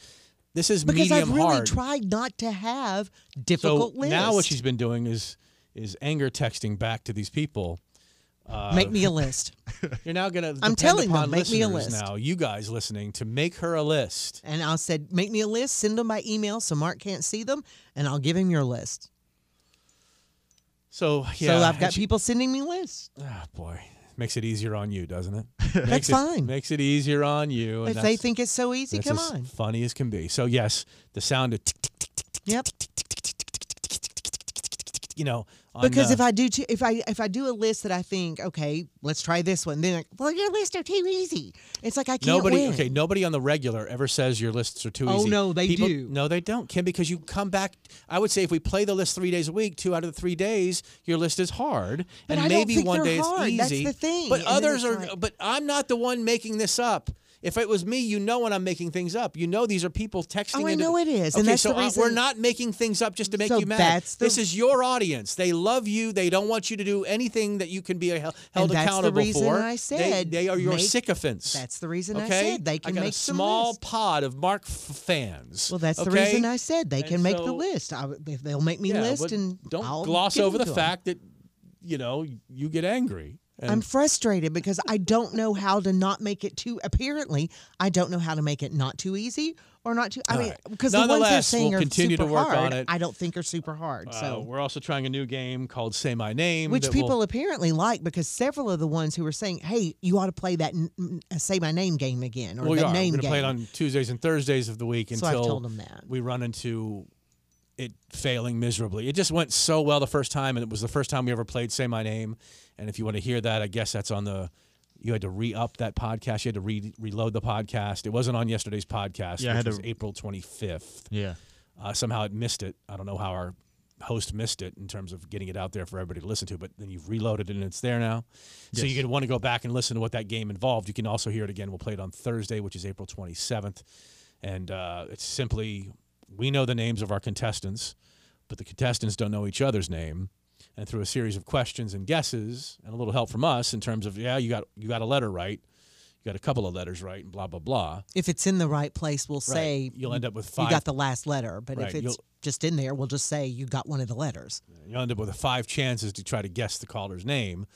Speaker 1: This is
Speaker 2: because
Speaker 1: medium
Speaker 2: I've really
Speaker 1: hard.
Speaker 2: tried not to have
Speaker 1: so
Speaker 2: difficult lists.
Speaker 1: now what she's been doing is is anger texting back to these people. Uh,
Speaker 2: Make me a list.
Speaker 1: You're now gonna.
Speaker 2: I'm
Speaker 1: depend
Speaker 2: telling
Speaker 1: upon
Speaker 2: them, make me a
Speaker 1: listeners
Speaker 2: list.
Speaker 1: now. You guys listening to make her a list.
Speaker 2: And I said, make me a list, send them by email so Mark can't see them, and I'll give him your list.
Speaker 1: So yeah,
Speaker 2: so I've got
Speaker 1: she-
Speaker 2: people sending me lists.
Speaker 1: Ah, boy, makes it easier on you, doesn't it? that's makes It,
Speaker 2: fine.
Speaker 1: makes it easier on you. and
Speaker 2: If they
Speaker 1: that's-
Speaker 2: think it's so easy,
Speaker 1: that's
Speaker 2: come
Speaker 1: as
Speaker 2: on.
Speaker 1: Funny as can be. So yes, the sound of tick, tick, tick,
Speaker 2: Yep.
Speaker 1: tick, you know. On,
Speaker 2: Because
Speaker 1: uh,
Speaker 2: if I do, t- if I if I do a list that I think, okay, let's try this one, then like, well, your lists are too easy. It's like I can't
Speaker 1: nobody
Speaker 2: win.
Speaker 1: okay, nobody on the regular ever says your lists are too
Speaker 2: Oh,
Speaker 1: easy.
Speaker 2: no, they
Speaker 1: People-
Speaker 2: do.
Speaker 1: No, they don't, Kim, because you come back. I would say if we play the list three days a week, two out of the three days, your list is hard,
Speaker 2: But
Speaker 1: and
Speaker 2: I don't
Speaker 1: maybe
Speaker 2: think
Speaker 1: one
Speaker 2: they're
Speaker 1: day
Speaker 2: hard.
Speaker 1: it's
Speaker 2: That's
Speaker 1: easy.
Speaker 2: the thing.
Speaker 1: But
Speaker 2: And then
Speaker 1: others
Speaker 2: it's
Speaker 1: are.
Speaker 2: like-
Speaker 1: But I'm not the one making this up. If it was me, you know when I'm making things up. You know these are people texting.
Speaker 2: Oh, I
Speaker 1: into-
Speaker 2: know it is,
Speaker 1: Okay,
Speaker 2: and that's
Speaker 1: so
Speaker 2: the
Speaker 1: uh,
Speaker 2: reason-
Speaker 1: we're not making things up just to make
Speaker 2: So
Speaker 1: you mad.
Speaker 2: that's the-
Speaker 1: This is your audience. They love you. They don't want you to do anything that you can be held
Speaker 2: And that's the
Speaker 1: accountable
Speaker 2: reason
Speaker 1: for.
Speaker 2: I
Speaker 1: They-
Speaker 2: said
Speaker 1: they, are your
Speaker 2: make-
Speaker 1: sycophants.
Speaker 2: That's the reason I
Speaker 1: Okay?
Speaker 2: said they can
Speaker 1: I got
Speaker 2: make
Speaker 1: a
Speaker 2: some
Speaker 1: small
Speaker 2: lists.
Speaker 1: pod of Mark f- fans.
Speaker 2: Well, that's the
Speaker 1: okay?
Speaker 2: reason I said they can
Speaker 1: And
Speaker 2: make the
Speaker 1: so-
Speaker 2: list. I, if they'll make me
Speaker 1: Yeah,
Speaker 2: list,
Speaker 1: but
Speaker 2: and
Speaker 1: don't
Speaker 2: I'll
Speaker 1: gloss
Speaker 2: give
Speaker 1: over
Speaker 2: them
Speaker 1: the
Speaker 2: to 'em.
Speaker 1: fact that you know you get angry. And
Speaker 2: I'm frustrated because I don't know how to not make it too. Apparently, I don't know how to make it not too easy or not too. I
Speaker 1: All
Speaker 2: mean,
Speaker 1: right.
Speaker 2: because the ones they're
Speaker 1: Nonetheless,
Speaker 2: saying
Speaker 1: we'll
Speaker 2: are
Speaker 1: continue to
Speaker 2: super
Speaker 1: work on
Speaker 2: hard,
Speaker 1: it.
Speaker 2: I don't think are super hard.
Speaker 1: uh,
Speaker 2: so
Speaker 1: we're also trying a new game called Say My Name,
Speaker 2: which
Speaker 1: that will-
Speaker 2: people apparently like because several of the ones who were saying, "Hey, you ought to play that n- n- uh, say my name game again or
Speaker 1: we
Speaker 2: the
Speaker 1: are.
Speaker 2: name
Speaker 1: We're gonna
Speaker 2: game."
Speaker 1: play it on Tuesdays and Thursdays of the week
Speaker 2: So
Speaker 1: until
Speaker 2: I've told 'em that.
Speaker 1: we run into it failing miserably. It just went so well the first time, and it was the first time we ever played "Say My Name." And if you want to hear that, I guess that's on the. You had to re up that podcast. You had to re- reload the podcast. It wasn't on yesterday's podcast,
Speaker 8: Yeah, I
Speaker 1: which
Speaker 8: had to-
Speaker 1: was April twenty fifth.
Speaker 8: Yeah.
Speaker 1: Uh, somehow it missed it. I don't know how our host missed it in terms of getting it out there for everybody to listen to, but then you've reloaded it and it's there now. So
Speaker 8: Yes.
Speaker 1: you can want to go back and listen to what that game involved. You can also hear it again. We'll play it on Thursday, which is April 27th. And uh, it's simply we know the names of our contestants, but the contestants don't know each other's name. And through a series of questions and guesses and a little help from us in terms of, yeah, you got you got a letter right, you got a couple of letters right, and blah, blah, blah.
Speaker 2: If it's in the right place, we'll say
Speaker 1: You'll end up with
Speaker 2: You
Speaker 1: five-
Speaker 2: got the last letter, but
Speaker 1: Right,
Speaker 2: if it's
Speaker 1: you'll-
Speaker 2: just in there, we'll just say you got one of the letters.
Speaker 1: You end up with five chances to try to guess the caller's name,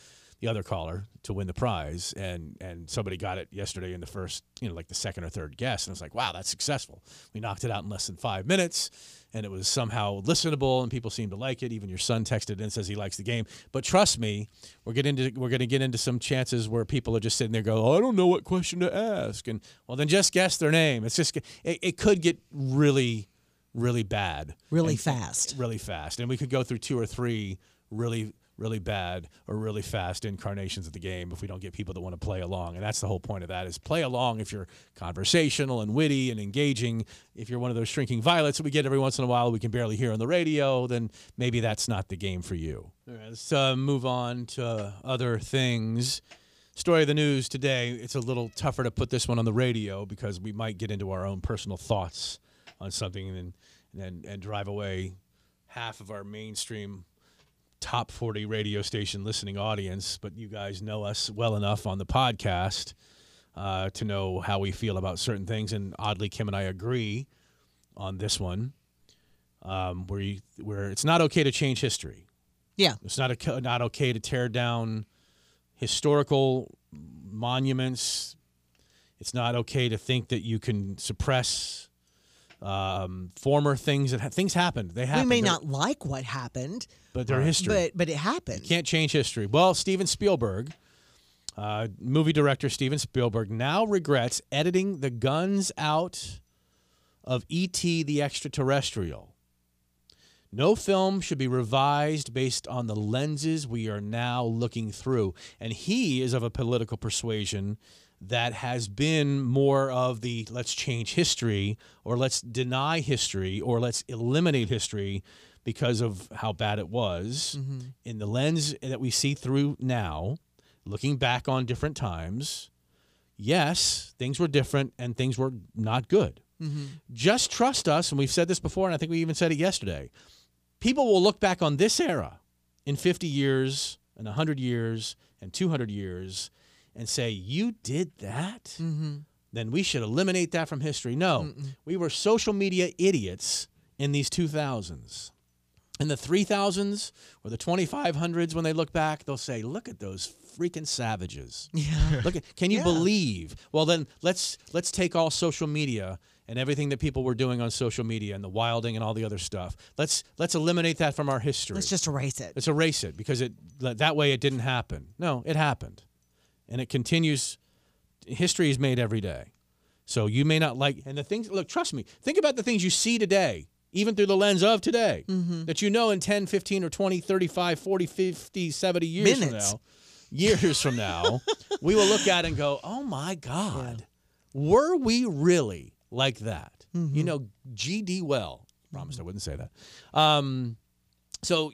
Speaker 1: the other caller, to win the prize. And and somebody got it yesterday in the first, you know, like the second or third guess, and it's like, wow, that's successful. We knocked it out in less than five minutes, and it was somehow listenable, and people seemed to like it. Even your son texted in says he likes the game. But trust me, we're getting to, we're going to get into some chances where people are just sitting there go, oh, I don't know what question to ask, and well, then just guess their name. It's just it, it could get really really bad.
Speaker 2: Really
Speaker 1: And-
Speaker 2: fast.
Speaker 1: Really fast. And we could go through two or three really, really bad or really fast incarnations of the game if we don't get people that want to play along. And that's the whole point of that is play along if you're conversational and witty and engaging. If you're one of those shrinking violets that we get every once in a while we can barely hear on the radio, then maybe that's not the game for you. All right, let's uh, move on to other things. Story of the news today. It's a little tougher to put this one on the radio because we might get into our own personal thoughts on something and then and, and drive away half of our mainstream top 40 radio station listening audience, but you guys know us well enough on the podcast uh, to know how we feel about certain things. And oddly, Kim and I agree on this one, um, where you, where it's not okay to change history.
Speaker 2: Yeah.
Speaker 1: It's not a, not okay to tear down historical monuments. It's not okay to think that you can suppress um, former things that ha- things happened. They happened.
Speaker 2: We may
Speaker 1: They're-
Speaker 2: not like what happened,
Speaker 1: but their history.
Speaker 2: but but it happened.
Speaker 1: Can't change history. Well, Steven Spielberg, uh, movie director Steven Spielberg, now regrets editing the guns out of E.T. the Extraterrestrial. No film should be revised based on the lenses we are now looking through. And he is of a political persuasion that has been more of the let's change history or let's deny history or let's eliminate history because of how bad it was
Speaker 17: Mhm.
Speaker 1: in the lens that we see through now, looking back on different times. Yes, things were different and things were not good.
Speaker 17: Mm-hmm.
Speaker 1: Just trust us, and we've said this before, and I think we even said it yesterday. people will look back on this era in 50 years and 100 years and 200 years and say, You did that?
Speaker 2: Mm-hmm.
Speaker 1: Then we should eliminate that from history. No, we were social media idiots in these 2000s. In the 3000s or the 2500s, when they look back, they'll say, Look at those freaking savages.
Speaker 2: Yeah.
Speaker 1: Look at, can you
Speaker 2: Yeah.
Speaker 1: believe? Well, then let's let's take all social media and everything that people were doing on social media and the wilding and all the other stuff. Let's let's eliminate that from our history.
Speaker 2: Let's just erase it.
Speaker 1: Let's erase it because it that way it didn't happen. No, it happened, and it continues. History is made every day, so you may not like and the things. Look, trust me. Think about the things you see today, even through the lens of today,
Speaker 2: Mhm.
Speaker 1: that you know in 10, 15, or 20, 35, 40, 50, 70 years from
Speaker 2: Minutes.
Speaker 1: now, years from now, we will look at it and go, "Oh my God, were we really like that?"
Speaker 2: Mm-hmm.
Speaker 1: You know, G.D. Well promised I wouldn't say that. Um, so,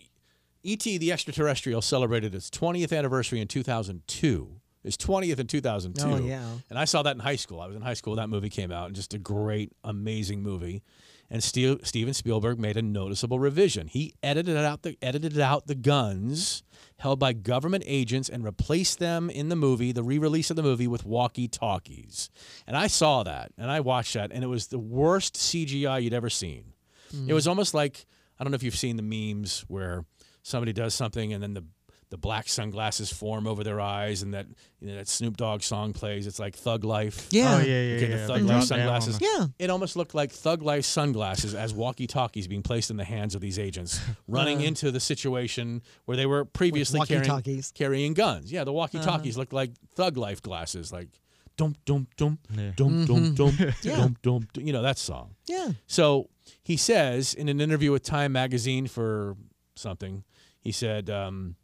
Speaker 1: E.T. the Extraterrestrial celebrated its 20th anniversary in 2002. Its 20th in 2002.
Speaker 2: Oh, yeah.
Speaker 1: And I saw that in high school. I was in high school. when That movie came out, and just a great, amazing movie. And Steve, Steven Spielberg made a noticeable revision. He edited out the edited out the guns held by government agents and replaced them in the movie, the re-release of the movie with walkie-talkies. And I saw that, and I watched that, and it was the worst CGI you'd ever seen. It
Speaker 2: Mm.
Speaker 1: was almost like I don't know if you've seen the memes where somebody does something and then the the black sunglasses form over their eyes and that you know, that Snoop Dogg song plays. It's like Thug Life.
Speaker 2: Yeah. Oh,
Speaker 8: yeah, yeah,
Speaker 1: Okay,
Speaker 8: yeah.
Speaker 1: the Thug
Speaker 8: Mhm.
Speaker 1: Life
Speaker 8: Drop down
Speaker 1: sunglasses.
Speaker 8: on
Speaker 2: Yeah.
Speaker 1: It almost looked like Thug Life sunglasses as walkie talkies being placed in the hands of these agents, running
Speaker 2: Uh.
Speaker 1: into the situation where they were previously carrying,
Speaker 2: walkie-talkies. Uh-huh.
Speaker 1: carrying guns. Yeah, the walkie talkies looked like Thug Life glasses, like dum dum dum dum dum
Speaker 2: Mhm.
Speaker 1: dum
Speaker 2: Yeah.
Speaker 1: dum dum. dum, You know that song.
Speaker 2: Yeah.
Speaker 1: So he says in an interview with Time Magazine for something, he said, um,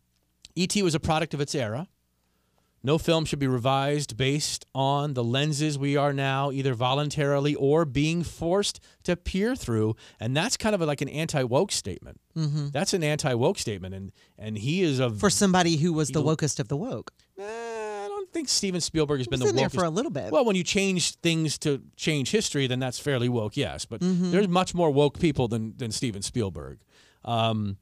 Speaker 1: E.T. was a product of its era. No film should be revised based on the lenses we are now either voluntarily or being forced to peer through. And that's kind of like an anti woke statement.
Speaker 2: Mhm.
Speaker 1: That's an anti woke statement. And, and he is a.
Speaker 2: For somebody who was the
Speaker 1: He-
Speaker 2: wokest of the woke.
Speaker 1: I don't think Steven Spielberg has been
Speaker 2: was
Speaker 1: the
Speaker 2: in there
Speaker 1: wokest.
Speaker 2: for a little bit.
Speaker 1: Well, when you change things to change history, then that's fairly woke, yes. But
Speaker 2: Mhm.
Speaker 1: there's much more woke people than than Steven Spielberg. Um,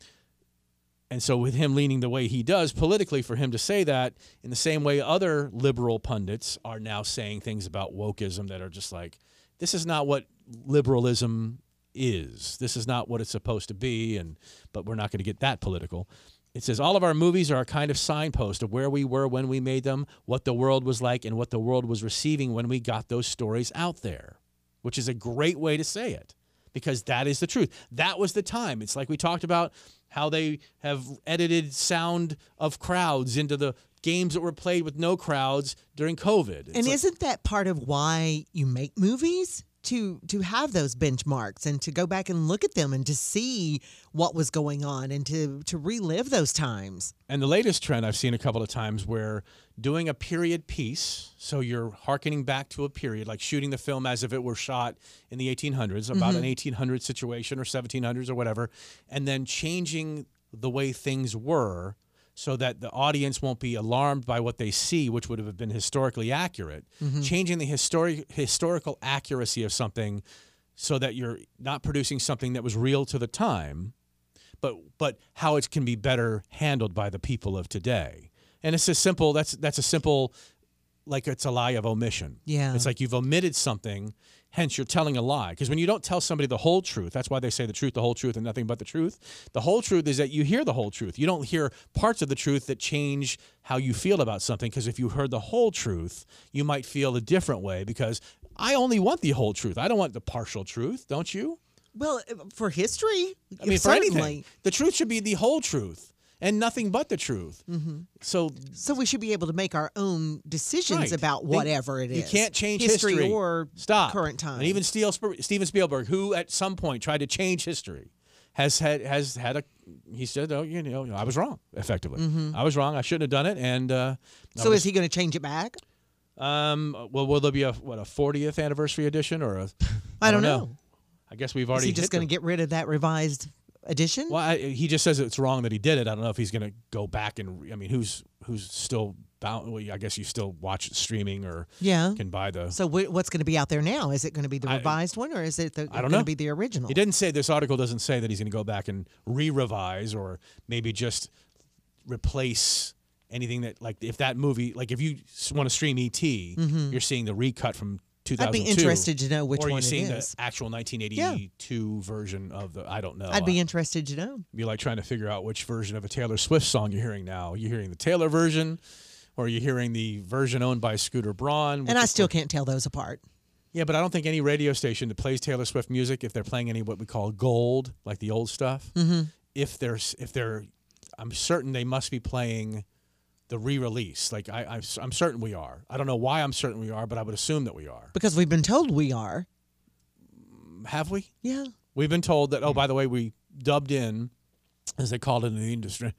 Speaker 1: and so with him leaning the way he does politically, for him to say that in the same way other liberal pundits are now saying things about wokeism that are just like, this is not what liberalism is. This is not what it's supposed to be. And but we're not going to get that political. It says all of our movies are a kind of signpost of where we were when we made them, what the world was like, and what the world was receiving when we got those stories out there, which is a great way to say it because that is the truth. That was the time. It's like we talked about how they have edited sound of crowds into the games that were played with no crowds during COVID. It's
Speaker 2: and
Speaker 1: like-
Speaker 2: isn't that part of why you make movies? To, to have those benchmarks and to go back and look at them and to see what was going on and to, to relive those times.
Speaker 1: And the latest trend I've seen a couple of times where doing a period piece, so you're hearkening back to a period, like shooting the film as if it were shot in the 1800s, about
Speaker 2: Mhm.
Speaker 1: an 1800 situation or 1700s or whatever, and then changing the way things were so that the audience won't be alarmed by what they see, which would have been historically accurate,
Speaker 2: Mhm.
Speaker 1: changing the histori- historical accuracy of something so that you're not producing something that was real to the time but but how it can be better handled by the people of today. And it's a simple that's that's a simple like it's a lie of omission.
Speaker 2: Yeah.
Speaker 1: It's like you've omitted something, hence you're telling a lie. Because when you don't tell somebody the whole truth, that's why they say the truth, the whole truth, and nothing but the truth. The whole truth is that you hear the whole truth. You don't hear parts of the truth that change how you feel about something. Because if you heard the whole truth, you might feel a different way because I only want the whole truth. I don't want the partial truth, don't you?
Speaker 2: Well, uh, for history,
Speaker 1: I mean,
Speaker 2: certainly.
Speaker 1: for anything, the truth should be the whole truth and nothing but the truth. Mm-hmm. So,
Speaker 2: so we should be able to make our own decisions
Speaker 1: Right.
Speaker 2: about
Speaker 1: They-
Speaker 2: whatever it is.
Speaker 1: You can't change history,
Speaker 2: or
Speaker 1: stop
Speaker 2: current time.
Speaker 1: And even Steel, Sp- Steven Spielberg, who at some point tried to change history, has had has had a. He said, "Oh, you know, I was wrong. Effectively,
Speaker 2: Mhm.
Speaker 1: I was wrong. I shouldn't have done it." And uh, I
Speaker 2: so
Speaker 1: was-
Speaker 2: is he going to change it back?
Speaker 1: Um, well, will there be a what a 40th anniversary edition or a?
Speaker 2: I don't
Speaker 1: I guess we've
Speaker 2: Is
Speaker 1: already
Speaker 2: he just
Speaker 1: hit the-
Speaker 2: going to get rid of that revised edition?
Speaker 1: Well, I, he just says it's wrong that he did it. I don't know if he's going to go back and. re- I mean, who's who's still bound. Well, I guess you still watch it streaming or
Speaker 2: Yeah.
Speaker 1: can buy the.
Speaker 2: So wh- what's going to be out there now? Is it going to be the
Speaker 1: I-
Speaker 2: revised one, or is it the,
Speaker 1: I don't
Speaker 2: going
Speaker 1: know.
Speaker 2: to be the original?
Speaker 1: He didn't say this article doesn't say that he's going to go back and re-revise or maybe just replace anything that like if that movie like if you want to stream ET,
Speaker 2: Mhm.
Speaker 1: you're seeing the recut from 2002.
Speaker 2: I'd be interested to know which
Speaker 1: or
Speaker 2: one
Speaker 1: you're
Speaker 2: it
Speaker 1: seeing
Speaker 2: is.
Speaker 1: the actual 1982 version of the I don't know.
Speaker 2: I'd be interested to know.
Speaker 1: be like trying to figure out which version of a Taylor Swift song you're hearing now. You're hearing the Taylor version, or you're hearing the version owned by Scooter Braun. which
Speaker 2: And I
Speaker 1: is-
Speaker 2: still can't tell those apart.
Speaker 1: yeah, but I don't think any radio station that plays Taylor Swift music, if they're playing any what we call gold, like the old stuff,
Speaker 2: Mhm.
Speaker 1: if there's if they're, I'm certain they must be playing the re-release. Like I, I'm, I'm certain we are. I don't know why I'm certain we are, but I would assume that we are.
Speaker 2: Because we've been told we are.
Speaker 1: Have we?
Speaker 2: Yeah.
Speaker 1: We've been told that. Oh,
Speaker 2: Hmm.
Speaker 1: by the way, we dubbed in, as they call it in the industry,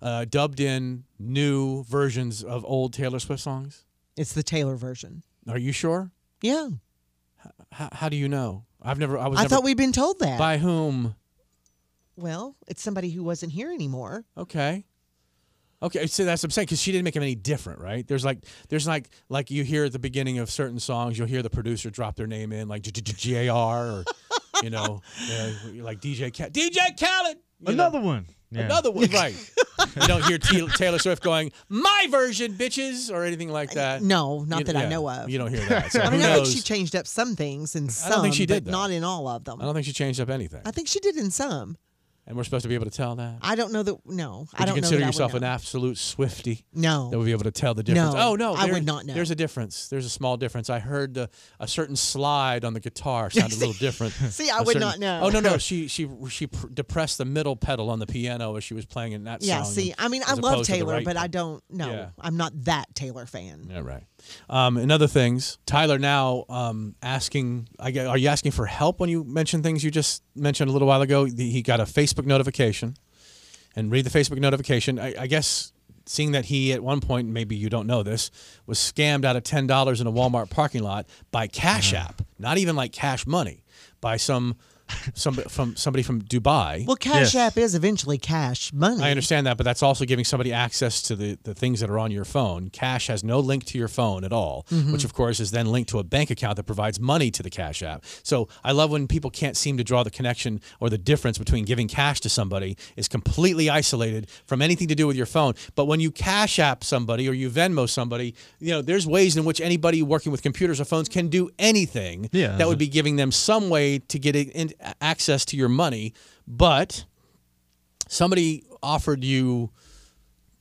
Speaker 1: uh, dubbed in new versions of old Taylor Swift songs.
Speaker 2: It's the Taylor version.
Speaker 1: Are you sure?
Speaker 2: Yeah.
Speaker 1: How, how do you know? I've never. I
Speaker 2: I,
Speaker 1: was. never-
Speaker 2: thought we'd been told that.
Speaker 1: By whom?
Speaker 2: Well, it's somebody who wasn't here anymore.
Speaker 1: Okay. Okay, so that's what I'm saying because she didn't make them any different, right? There's like, there's like, like you hear at the beginning of certain songs, you'll hear the producer drop their name in, like JR or, you know, uh, like DJ Cal- DJ Khaled.
Speaker 8: Another one. Yeah.
Speaker 1: Another one, right? you don't hear T- Taylor Swift going "my version, bitches" or anything like that.
Speaker 2: Uh, No, not
Speaker 1: Uh, You-
Speaker 2: that I
Speaker 1: yeah,
Speaker 2: know of.
Speaker 1: You don't hear that. So
Speaker 2: I mean,
Speaker 1: who
Speaker 2: I think
Speaker 1: knows?
Speaker 2: she changed up some things and
Speaker 1: I
Speaker 2: some,
Speaker 1: don't think she did,
Speaker 2: but
Speaker 1: though.
Speaker 2: not in all of them.
Speaker 1: I don't think she changed up anything,
Speaker 2: I think she did in some.
Speaker 1: and we're supposed to be able to tell that.
Speaker 2: I don't know that. No,
Speaker 1: Would
Speaker 2: I don't
Speaker 1: you
Speaker 2: know
Speaker 1: consider
Speaker 2: that
Speaker 1: yourself
Speaker 2: I would
Speaker 1: an absolute Swifty?
Speaker 2: No.
Speaker 1: That would be able to tell the difference.
Speaker 2: No,
Speaker 1: oh no,
Speaker 2: I
Speaker 1: there-
Speaker 2: would not know.
Speaker 1: There's a difference. There's a small difference. I heard the, a certain slide on the guitar sounded a little different.
Speaker 2: See, I
Speaker 1: A
Speaker 2: would not know.
Speaker 1: Oh no, no, she she she pr- depressed the middle pedal on the piano as she was playing in that
Speaker 2: Yeah,
Speaker 1: song.
Speaker 2: see,
Speaker 1: and-
Speaker 2: I mean, I
Speaker 1: as
Speaker 2: love
Speaker 1: opposed to the
Speaker 2: Taylor,
Speaker 1: right
Speaker 2: but I don't know.
Speaker 1: Yeah.
Speaker 2: I'm not that Taylor fan.
Speaker 1: Yeah, right. Um, and other things, Tyler now um, asking, I gue- are you asking for help when you mention things you just mentioned a little while ago? The- He got a Facebook notification and read the Facebook notification. I, I guess seeing that he at one point, maybe you don't know this, was scammed out of $10 in a Walmart parking lot by Cash App, not even like cash money, by some, some from somebody from Dubai.
Speaker 2: Well, Cash App is eventually cash money.
Speaker 1: I understand that, but that's also giving somebody access to the, the things that are on your phone. Cash has no link to your phone at all,
Speaker 2: Mhm.
Speaker 1: which of course is then linked to a bank account that provides money to the Cash app. So I love when people can't seem to draw the connection or the difference between giving cash to somebody is completely isolated from anything to do with your phone. But when you Cash app somebody or you Venmo somebody, you know, there's ways in which anybody working with computers or phones can do anything
Speaker 8: Yeah.
Speaker 1: that would be giving them some way to get in, in- access to your money. But somebody offered you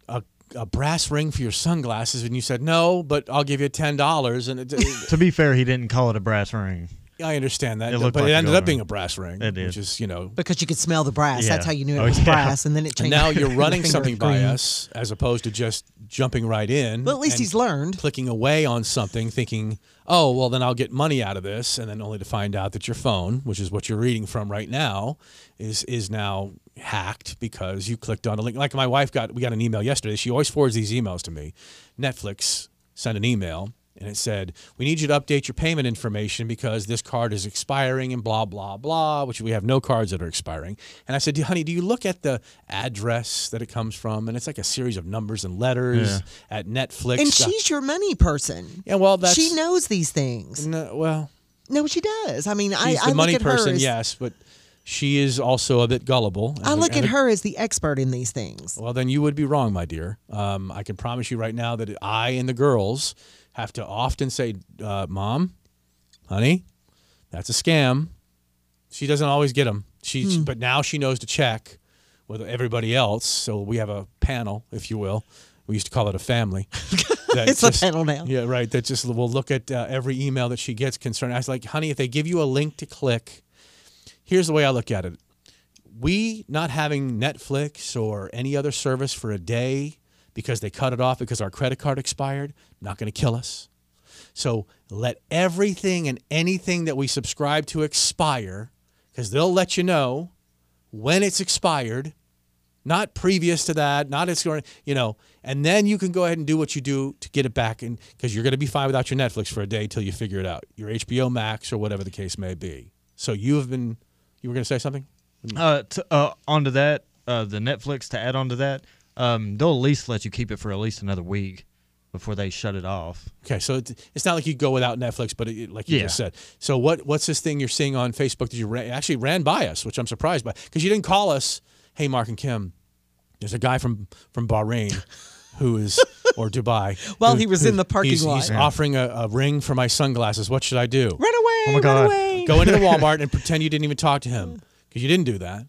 Speaker 1: a, a brass ring for your sunglasses and you said no but i'll give you $10 and it,
Speaker 8: to be fair, he didn't call it a brass ring.
Speaker 1: i understand that
Speaker 8: It looked
Speaker 1: but
Speaker 8: like
Speaker 1: it
Speaker 8: a
Speaker 1: ended
Speaker 8: gold
Speaker 1: up being
Speaker 8: ring.
Speaker 1: a brass ring
Speaker 8: It did.
Speaker 1: which is you know
Speaker 2: because you could smell the brass. That's how you knew it was brass, and then it changed.
Speaker 1: now you're
Speaker 2: your
Speaker 1: running
Speaker 2: finger
Speaker 1: something by
Speaker 2: green.
Speaker 1: us as opposed to just jumping right in
Speaker 2: Well, at least
Speaker 1: and
Speaker 2: he's learned.
Speaker 1: clicking away on something thinking oh well then i'll get money out of this and then only to find out that your phone which is what you're reading from right now is is now hacked because you clicked on a link like my wife got we got an email yesterday she always forwards these emails to me netflix sent an email and it said we need you to update your payment information because this card is expiring and blah blah blah which we have no cards that are expiring and i said "Do- honey do you look at the address that it comes from and it's like a series of numbers and letters at netflix
Speaker 2: and she's your money person.
Speaker 1: Yeah, well, that's-
Speaker 2: she knows these things.
Speaker 1: No, well,
Speaker 2: no, she does. I mean, I,
Speaker 1: she's
Speaker 2: I
Speaker 1: the
Speaker 2: look
Speaker 1: money
Speaker 2: at her
Speaker 1: person
Speaker 2: as-
Speaker 1: yes but she is also a bit gullible
Speaker 2: I
Speaker 1: And-
Speaker 2: look
Speaker 1: and
Speaker 2: at her as the expert in these things.
Speaker 1: Well, then you would be wrong, my dear. Um, I can promise you right now that I and the girls have to often say, uh, "Mom, honey, that's a scam." She doesn't always get them. She,
Speaker 2: Hmm.
Speaker 1: but now she knows to check with everybody else. So we have a panel, if you will. We used to call it a family. that
Speaker 2: It's a panel now.
Speaker 1: Yeah, right. That just will look at uh, every email that she gets concerning. I was like, honey, if they give you a link to click, here's the way I look at it we not having Netflix or any other service for a day because they cut it off because our credit card expired, not going to kill us. So let everything and anything that we subscribe to expire because they'll let you know when it's expired, not previous to that, not it's going, you know, and then you can go ahead and do what you do to get it back in because you're going to be fine without your Netflix for a day till you figure it out, your HBO Max or whatever the case may be. So you have been, you were going to say something?
Speaker 8: Uh, to, uh, onto that, uh, the Netflix to add onto that, um, they'll at least let you keep it for at least another week. before they shut it off.
Speaker 1: Okay, so it, it's not like you go without Netflix, but it, like you
Speaker 8: Yeah.
Speaker 1: just said. So what what's this thing you're seeing on Facebook that you ran, actually ran by us, which I'm surprised by because you didn't call us. Hey, Mark and Kim, there's a guy from from Bahrain who is or Dubai.
Speaker 2: Well,
Speaker 1: who-
Speaker 2: he was in the parking
Speaker 1: he's,
Speaker 2: lot.
Speaker 1: He's
Speaker 2: Yeah.
Speaker 1: offering a, a ring for my sunglasses. What should I do? Run away!
Speaker 2: Oh my God! away.
Speaker 1: Go into the Walmart and pretend you didn't even talk to him because you didn't do that,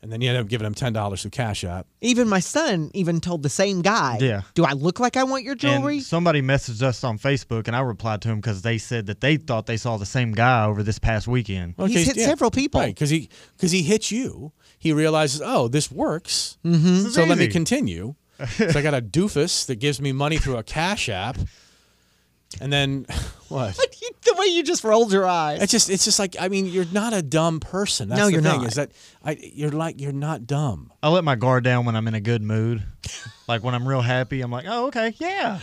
Speaker 1: and then you end up giving him ten dollars through Cash App.
Speaker 2: Even my son even told the same guy.
Speaker 8: Yeah.
Speaker 2: Do I look like I want your jewelry?
Speaker 8: And somebody messaged us on Facebook, and I replied to him because they said that they thought they saw the same guy over this past weekend.
Speaker 1: Okay, yeah. Right, because he because he hit you. He realizes, oh, this works.
Speaker 2: Hmm.
Speaker 8: Mhm. This is
Speaker 1: So let me
Speaker 8: easy.
Speaker 1: continue. so I got a doofus that gives me money through a cash app, and then what?
Speaker 2: the way you just rolled your eyes.
Speaker 1: It's just it's just like I mean, you're not a dumb person. That's
Speaker 8: No,
Speaker 1: the
Speaker 8: you're
Speaker 1: thing,
Speaker 8: not.
Speaker 1: Is that I, you're like you're not dumb.
Speaker 8: I let my guard down when I'm in a good mood. like when I'm real happy, I'm like, oh, okay, yeah.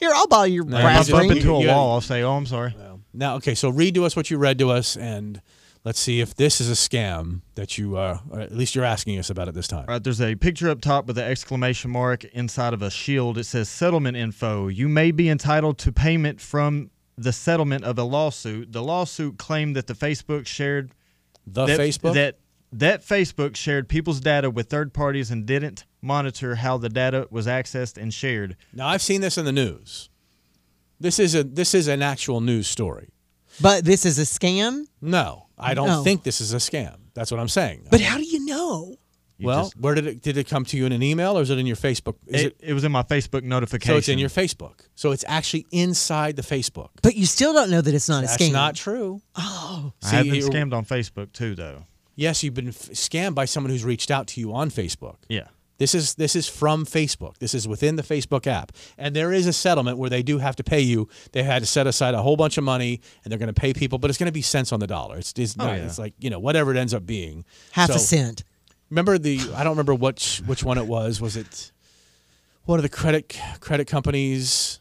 Speaker 2: Here, I'll buy your
Speaker 8: And if
Speaker 2: brass
Speaker 8: I bump
Speaker 2: ring.
Speaker 8: into a
Speaker 1: You- you-
Speaker 8: wall, I'll say, oh, I'm sorry.
Speaker 1: Now, okay, so read to us what you read to us, and let's see if this is a scam that you uh, or at least you're asking us about at this time.
Speaker 8: All right, there's a picture up top with an exclamation mark inside of a shield. It says settlement info. You may be entitled to payment from the settlement of a lawsuit. The lawsuit claimed that the Facebook shared
Speaker 1: The
Speaker 8: that,
Speaker 1: Facebook?
Speaker 8: that that Facebook shared people's data with third parties and didn't monitor how the data was accessed and shared.
Speaker 1: Now I've seen this in the news. This is a this is an actual news story.
Speaker 2: But this is a scam.
Speaker 1: No, I don't
Speaker 2: No.
Speaker 1: think this is a scam. That's what I'm saying.
Speaker 2: But how do you know?
Speaker 1: well, where did it did it come to you in an email or is it in your Facebook? Is
Speaker 8: It, it was in my Facebook notification.
Speaker 1: so it's in your Facebook. So it's actually inside the Facebook.
Speaker 2: But you still don't know that it's not
Speaker 1: That's
Speaker 2: a scam.
Speaker 1: not true.
Speaker 2: Oh.
Speaker 8: I have been
Speaker 1: See,
Speaker 8: scammed on Facebook too, though.
Speaker 1: Yes, you've been f- scammed by someone who's reached out to you on Facebook.
Speaker 8: Yeah.
Speaker 1: This is this is from Facebook. This is within the Facebook app, and there is a settlement where they do have to pay you. They had to set aside a whole bunch of money, and they're going to pay people, but it's going to be cents on the dollar. It's it's,
Speaker 2: Oh,
Speaker 1: not,
Speaker 2: yeah.
Speaker 1: it's like you know whatever it ends up being,
Speaker 2: Half a
Speaker 1: So-
Speaker 2: cent.
Speaker 1: Remember the I don't remember which which one it was. Was it one of the credit credit companies?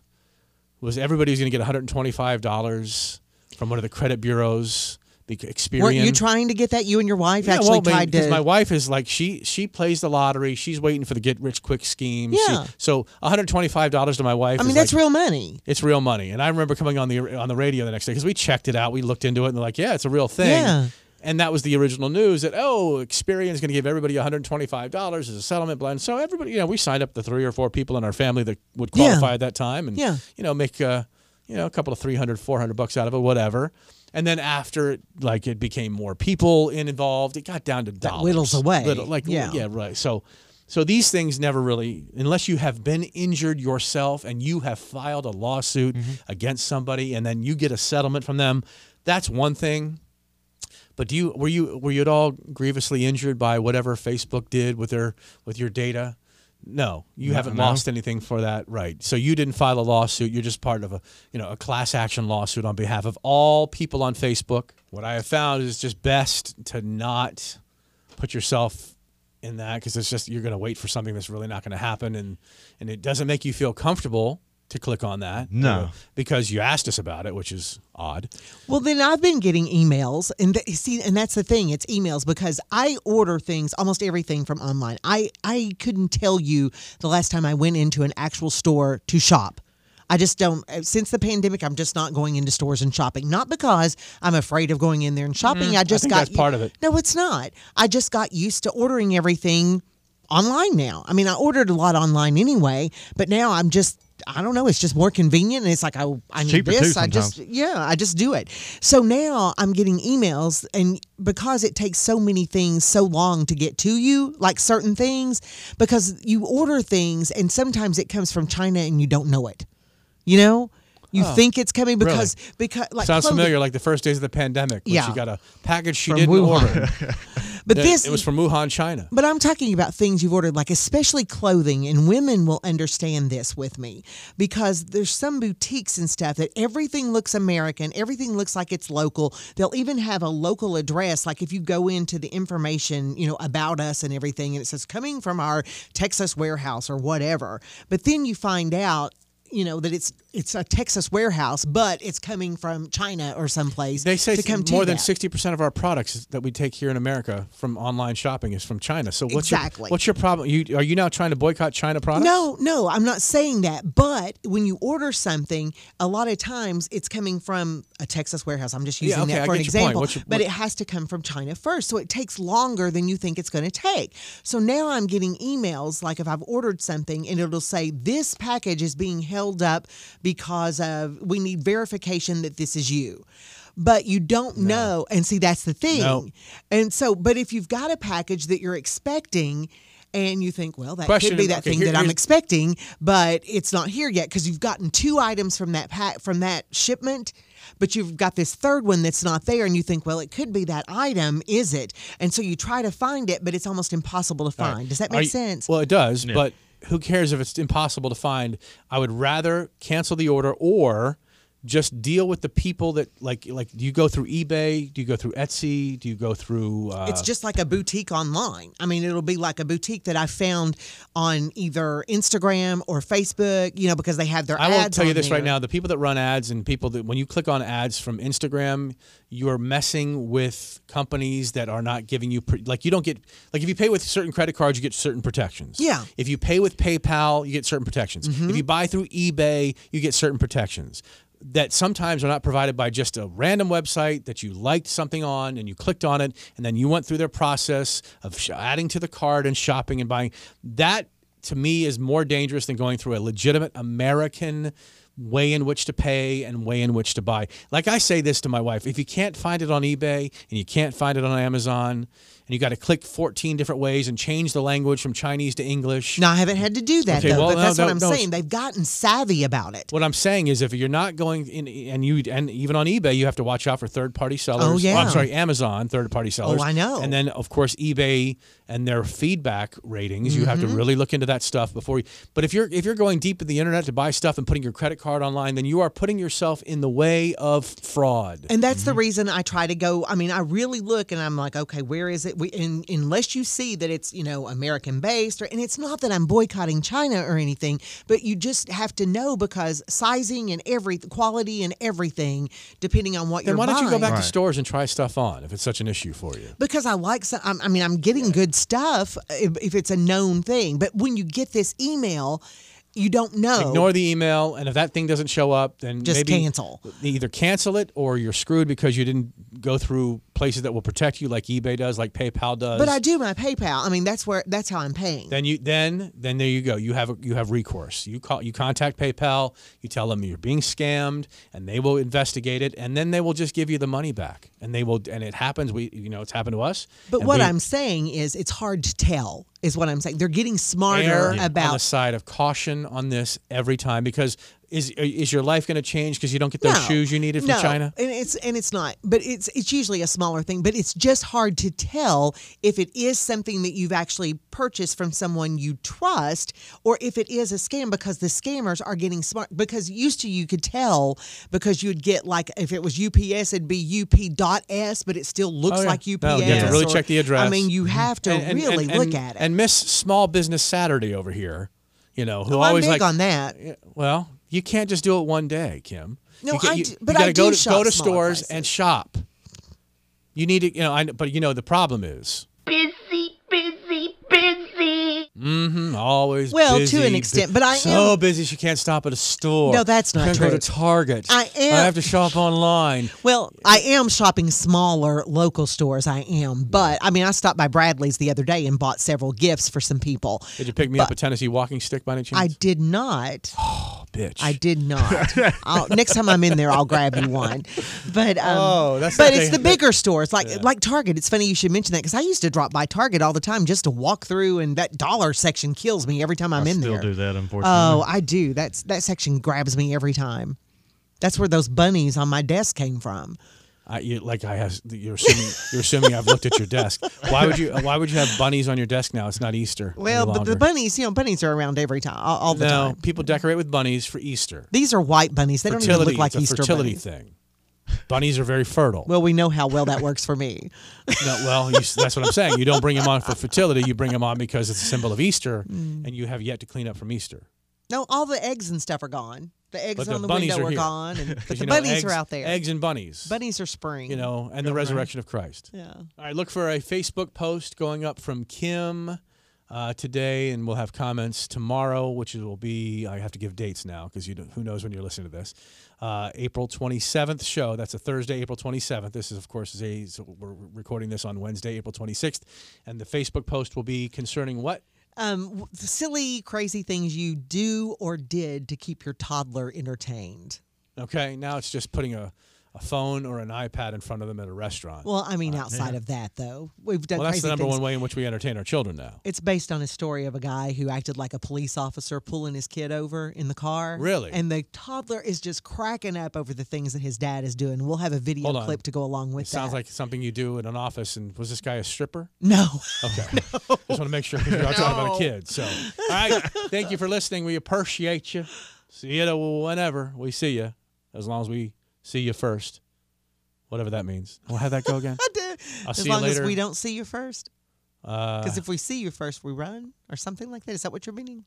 Speaker 1: Was everybody was going to get one hundred and twenty five dollars from one of the credit bureaus? The Experian.
Speaker 2: Weren't you trying to get that? You and your wife
Speaker 1: Yeah,
Speaker 2: actually
Speaker 1: well, I mean,
Speaker 2: tried
Speaker 1: because
Speaker 2: to.
Speaker 1: my wife is like she she plays the lottery. She's waiting for the get rich quick scheme. She-
Speaker 2: Yeah.
Speaker 1: so one hundred twenty five dollars to my wife.
Speaker 2: I mean,
Speaker 1: is
Speaker 2: that's
Speaker 1: like-
Speaker 2: real money.
Speaker 1: It's real money. And I remember coming on the on the radio the next day because we checked it out. We looked into it and they're like, yeah, it's a real thing.
Speaker 2: Yeah.
Speaker 1: And that was the original news that oh, Experian is going to give everybody one hundred twenty five dollars as a settlement blend. So everybody, you know, we signed up the three or four people in our family that would
Speaker 2: Yeah.
Speaker 1: qualify at that time, and
Speaker 2: Yeah.
Speaker 1: you know, make uh, you know a couple of 300, 400 bucks out of it, whatever. And then after, like, it became more people in- involved. It got down to dollars.
Speaker 2: whittles away.
Speaker 1: Little, like,
Speaker 2: Yeah.
Speaker 1: yeah. right. So, so these things never really, unless you have been injured yourself and you have filed a lawsuit
Speaker 2: Mm-hmm.
Speaker 1: against somebody, and then you get a settlement from them. That's one thing. But do you were you were you at all grievously injured by whatever Facebook did with their with your data? No, you
Speaker 8: No,
Speaker 1: haven't
Speaker 8: no.
Speaker 1: lost anything for that, right? So you didn't file a lawsuit. You're just part of a you know a class action lawsuit on behalf of all people on Facebook. What I have found is it's just best to not put yourself in that because it's just you're going to wait for something that's really not going to happen, and and it doesn't make you feel comfortable to click on that. you
Speaker 8: No.
Speaker 1: know, because you asked us about it, which is odd.
Speaker 2: Well, then I've been getting emails, and th- see, and that's the thing. It's emails because I order things, almost everything from online. I I couldn't tell you the last time I went into an actual store to shop. I just don't. uh, Since the pandemic, I'm just not going into stores and shopping. Not because I'm afraid of going in there and shopping.
Speaker 1: Mm,
Speaker 2: I
Speaker 1: I
Speaker 2: just
Speaker 1: think
Speaker 2: got
Speaker 1: that's part of it.
Speaker 2: No, it's not. I just got used to ordering everything online now. I mean, I ordered a lot online anyway, but now I'm just. I don't know. It's just more convenient. And it's like I, I need
Speaker 8: Cheaper too
Speaker 2: this. I just
Speaker 8: sometimes.
Speaker 2: yeah, I just do it. So now I'm getting emails, and because it takes so many things so long to get to you, like certain things, because you order things and sometimes it comes from China and you don't know it. You know, you
Speaker 1: Oh,
Speaker 2: think it's coming
Speaker 1: really?
Speaker 2: because because like
Speaker 1: Sounds
Speaker 2: clothing.
Speaker 1: familiar, like the first days of the pandemic, when
Speaker 2: Yeah.
Speaker 1: she got a package she
Speaker 2: From
Speaker 1: didn't
Speaker 2: Wuhan.
Speaker 1: order.
Speaker 2: But
Speaker 1: It-
Speaker 2: this-
Speaker 1: it was from Wuhan, China.
Speaker 2: But I'm talking about things you've ordered, like especially clothing, and women will understand this with me because there's some boutiques and stuff that everything looks American, everything looks like it's local. They'll even have a local address. Like if you go into the information, you know, about us and everything, and it says coming from our Texas warehouse or whatever. But then you find out you know that it's it's a Texas warehouse, but it's coming from China or someplace.
Speaker 1: They say
Speaker 2: to come to
Speaker 1: more than
Speaker 2: that.
Speaker 1: sixty percent of our products that we take here in America from online shopping is from China. So what's
Speaker 2: Exactly.
Speaker 1: your what's your problem? You are you now trying to boycott China products?
Speaker 2: No, no, I'm not saying that. But when you order something, a lot of times it's coming from a Texas warehouse. I'm just
Speaker 1: Yeah,
Speaker 2: using
Speaker 1: okay,
Speaker 2: that
Speaker 1: I
Speaker 2: for an
Speaker 1: get your point.
Speaker 2: example.
Speaker 1: What's your-
Speaker 2: but
Speaker 1: what-
Speaker 2: it has to come from China first. So it takes longer than you think it's going to take. So now I'm getting emails like if I've ordered something and it'll say this package is being held up because of we need verification that this is you. But you don't know. And see, that's the thing.
Speaker 1: No.
Speaker 2: And so, but if you've got a package that you're expecting and you think, well, that
Speaker 1: Question-
Speaker 2: could be that
Speaker 1: okay,
Speaker 2: thing
Speaker 1: here-
Speaker 2: that I'm
Speaker 1: here's-
Speaker 2: expecting, but it's not here yet because you've gotten two items from that pack from that shipment, but you've got this third one that's not there, and you think, well, it could be that item, is it? And so you try to find it, but it's almost impossible to
Speaker 1: All right.
Speaker 2: find. Does that
Speaker 1: Are
Speaker 2: make
Speaker 1: you-
Speaker 2: sense?
Speaker 1: Well, it does,
Speaker 2: Yeah.
Speaker 1: but who cares if it's impossible to find? I would rather cancel the order or just deal with the people that like like do you go through eBay? Do you go through Etsy? Do you go through uh,
Speaker 2: it's just like a boutique online. I mean, it'll be like a boutique that I found on either Instagram or Facebook, you know, because they have their
Speaker 1: I
Speaker 2: ads.
Speaker 1: will tell you
Speaker 2: on
Speaker 1: this right
Speaker 2: there.
Speaker 1: now: the people that run ads and people that when you click on ads from Instagram, you are messing with companies that are not giving you pr- like you don't get like if you pay with certain credit cards, you get certain protections.
Speaker 2: Yeah. Mm-hmm.
Speaker 1: If you pay with PayPal, you get certain protections. If you buy through eBay, you get certain protections that sometimes are not provided by just a random website that you liked something on and you clicked on it and then you went through their process of sh- adding to the card and shopping and buying. That to me is more dangerous than going through a legitimate American way in which to pay and way in which to buy. Like I say this to my wife, if you can't find it on eBay and you can't find it on Amazon and you got to click 14 different ways and change the language from Chinese to English.
Speaker 2: No, I haven't had to do that
Speaker 1: Okay,
Speaker 2: though.
Speaker 1: well,
Speaker 2: but
Speaker 1: no,
Speaker 2: that's
Speaker 1: no,
Speaker 2: what I'm
Speaker 1: no,
Speaker 2: saying. They've gotten savvy about it.
Speaker 1: What I'm saying is, if you're not going in, and you and even on eBay, you have to watch out for third party sellers.
Speaker 2: Oh, yeah. Oh,
Speaker 1: I'm sorry, Amazon third party sellers.
Speaker 2: I know.
Speaker 1: And then of course eBay and their feedback ratings. You have to
Speaker 2: Mhm.
Speaker 1: really look into that stuff before. you But if you're if you're going deep in the internet to buy stuff and putting your credit card online, then you are putting yourself in the way of fraud.
Speaker 2: And that's the reason I try to go. I mean, I really look and I'm like, okay, where is it? We, and unless you see that it's, you know, American based, or, and it's not that I'm boycotting China or anything, but you just have to know because sizing and every quality and everything, depending on what
Speaker 1: Then
Speaker 2: you're
Speaker 1: why don't you go
Speaker 2: buying.
Speaker 1: back to stores and try stuff on if it's such an issue for you?
Speaker 2: Because I like, some, I'm- I mean, I'm getting good stuff if, if it's a known thing. But when you get this email, you don't know.
Speaker 1: Ignore the email, and if that thing doesn't show up, then
Speaker 2: Oh. Just
Speaker 1: maybe
Speaker 2: cancel.
Speaker 1: Either cancel it, or you're screwed because you didn't go through places that will protect you, like eBay does, like PayPal does.
Speaker 2: But I do my PayPal. I mean, that's where that's how I'm paying.
Speaker 1: then you then then there you go. You have a, you have recourse. You call you contact PayPal. You tell them you're being scammed, and they will investigate it, and then they will just give you the money back. And they will and it happens. We you know it's happened to us.
Speaker 2: But
Speaker 1: and
Speaker 2: what
Speaker 1: we-
Speaker 2: I'm saying is, it's hard to tell. Is what I'm saying. They're getting
Speaker 1: err
Speaker 2: smarter
Speaker 1: on the
Speaker 2: about.
Speaker 1: side of caution on this every time because is is your life going to change because you don't get those
Speaker 2: No.
Speaker 1: shoes you needed from
Speaker 2: no,
Speaker 1: China?
Speaker 2: and it's and it's not. But it's it's usually a smaller thing. But it's just hard to tell if it is something that you've actually purchased from someone you trust, or if it is a scam because the scammers are getting smart. Because used to you could tell because you'd get like if it was UPS, it'd be UP.S, but it still looks
Speaker 1: Oh, yeah.
Speaker 2: like UPS.
Speaker 1: No, you have to really
Speaker 2: or-
Speaker 1: check the address. Mm-hmm.
Speaker 2: I mean, you have to
Speaker 1: And- and-
Speaker 2: really
Speaker 1: and-
Speaker 2: look
Speaker 1: and-
Speaker 2: at it.
Speaker 1: And Miss Small Business Saturday over here, you know, who
Speaker 2: Oh, I'm
Speaker 1: always
Speaker 2: big
Speaker 1: like
Speaker 2: on that.
Speaker 1: Well, you can't just do it one day, Kim.
Speaker 2: No,
Speaker 1: you
Speaker 2: I
Speaker 1: you,
Speaker 2: do-
Speaker 1: you
Speaker 2: but
Speaker 1: gotta
Speaker 2: I
Speaker 1: go
Speaker 2: do
Speaker 1: to
Speaker 2: shop
Speaker 1: go to
Speaker 2: smaller
Speaker 1: stores and shop. You need to, you know, I, but you know the problem is,
Speaker 13: Busy, busy, busy.
Speaker 1: mm-hmm, always
Speaker 2: Well, to
Speaker 1: busy,
Speaker 2: an
Speaker 1: bu-
Speaker 2: extent, but I
Speaker 1: so
Speaker 2: am-
Speaker 1: busy she can't stop at a store.
Speaker 2: No, that's not
Speaker 1: can't Go
Speaker 2: true.
Speaker 1: to Target.
Speaker 2: I am-
Speaker 1: I have to shop online.
Speaker 2: Well, I am shopping smaller local stores. I am, but I mean, I stopped by Bradley's the other day and bought several gifts for some people.
Speaker 1: Did you pick me up a Tennessee walking stick by any chance?
Speaker 2: I did not.
Speaker 1: bitch.
Speaker 2: I did not. I'll, next time I'm in there, I'll grab you one. But um,
Speaker 1: Oh, that's
Speaker 2: but
Speaker 1: the
Speaker 2: it's
Speaker 1: thing.
Speaker 2: the bigger stores like like Target. It's funny you should mention that because I used to drop by Target all the time just to walk through, and that dollar section kills me every time I'm
Speaker 8: I
Speaker 2: in
Speaker 8: still
Speaker 2: there.
Speaker 8: do that, Mm-hmm. unfortunately.
Speaker 2: Oh, I do. That's that section grabs me every time. That's where those bunnies on my desk came from.
Speaker 1: I, you, like I has, you're assuming you're assuming I've looked at your desk. Why would you Why would you have bunnies on your desk now? It's not Easter. any
Speaker 2: Well, but the
Speaker 1: longer.
Speaker 2: bunnies, you know, bunnies are around every time, all, all the
Speaker 1: no,
Speaker 2: time.
Speaker 1: people decorate with bunnies for Easter.
Speaker 2: These are white bunnies. They don't even
Speaker 1: fertility,
Speaker 2: look like
Speaker 1: it's a
Speaker 2: Easter
Speaker 1: fertility
Speaker 2: bunnies.
Speaker 1: thing. Bunnies are very fertile.
Speaker 2: Well, we know how well that works for me.
Speaker 1: No, well, you, that's what I'm saying.
Speaker 2: Mm.
Speaker 1: You don't bring them on for fertility. You bring them on because it's a symbol of Easter, and you have yet to clean up from Easter.
Speaker 2: No, all the eggs and stuff are gone. The eggs
Speaker 1: But the
Speaker 2: on the
Speaker 1: bunnies
Speaker 2: window
Speaker 1: are
Speaker 2: are,
Speaker 1: here.
Speaker 2: gone, and, but
Speaker 1: 'Cause,
Speaker 2: the
Speaker 1: you know,
Speaker 2: bunnies
Speaker 1: eggs-
Speaker 2: are out there.
Speaker 1: Eggs and bunnies.
Speaker 2: Bunnies are spring.
Speaker 1: You know, and the resurrection of Christ.
Speaker 2: Yeah.
Speaker 1: All right, look for a Facebook post going up from Kim uh, today, and we'll have comments tomorrow, which will be I have to give dates now because you don't, who knows when you're listening to this. Uh, April 27th show. That's a Thursday, April 27th. This is of course a so we're recording this on Wednesday, April 26th, and the Facebook post will be concerning what
Speaker 2: Um, w- silly, crazy things you do or did to keep your toddler entertained.
Speaker 1: Okay, now it's just putting a, a phone or an iPad in front of them at a restaurant.
Speaker 2: Well, I mean,
Speaker 1: Uh,
Speaker 2: outside
Speaker 1: yeah.
Speaker 2: of that, though, we've done
Speaker 1: well, that's
Speaker 2: crazy
Speaker 1: the number
Speaker 2: things.
Speaker 1: one way in which we entertain our children now.
Speaker 2: It's based on a story of a guy who acted like a police officer pulling his kid over in the car.
Speaker 1: Really?
Speaker 2: And the toddler is just cracking up over the things that his dad is doing. We'll have a video
Speaker 1: Hold on.
Speaker 2: clip to go along with
Speaker 1: It sounds
Speaker 2: that.
Speaker 1: like something you do in an office. And was this guy a stripper?
Speaker 2: No.
Speaker 1: Okay. Just want to make sure you're not talking about a
Speaker 2: No.
Speaker 1: kid. So, all right. Thank you for listening. We appreciate you. See you whenever we see you, as long as we see you first, whatever that means. We'll have that go again. I
Speaker 2: do.
Speaker 1: I'll
Speaker 2: as
Speaker 1: see
Speaker 2: long
Speaker 1: you later.
Speaker 2: as we don't see you first. Because
Speaker 1: Uh,
Speaker 2: if we see you first, we run or something like that. Is that what you're meaning?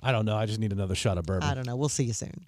Speaker 1: I don't know. I just need another shot of bourbon.
Speaker 2: I don't know. We'll see you soon.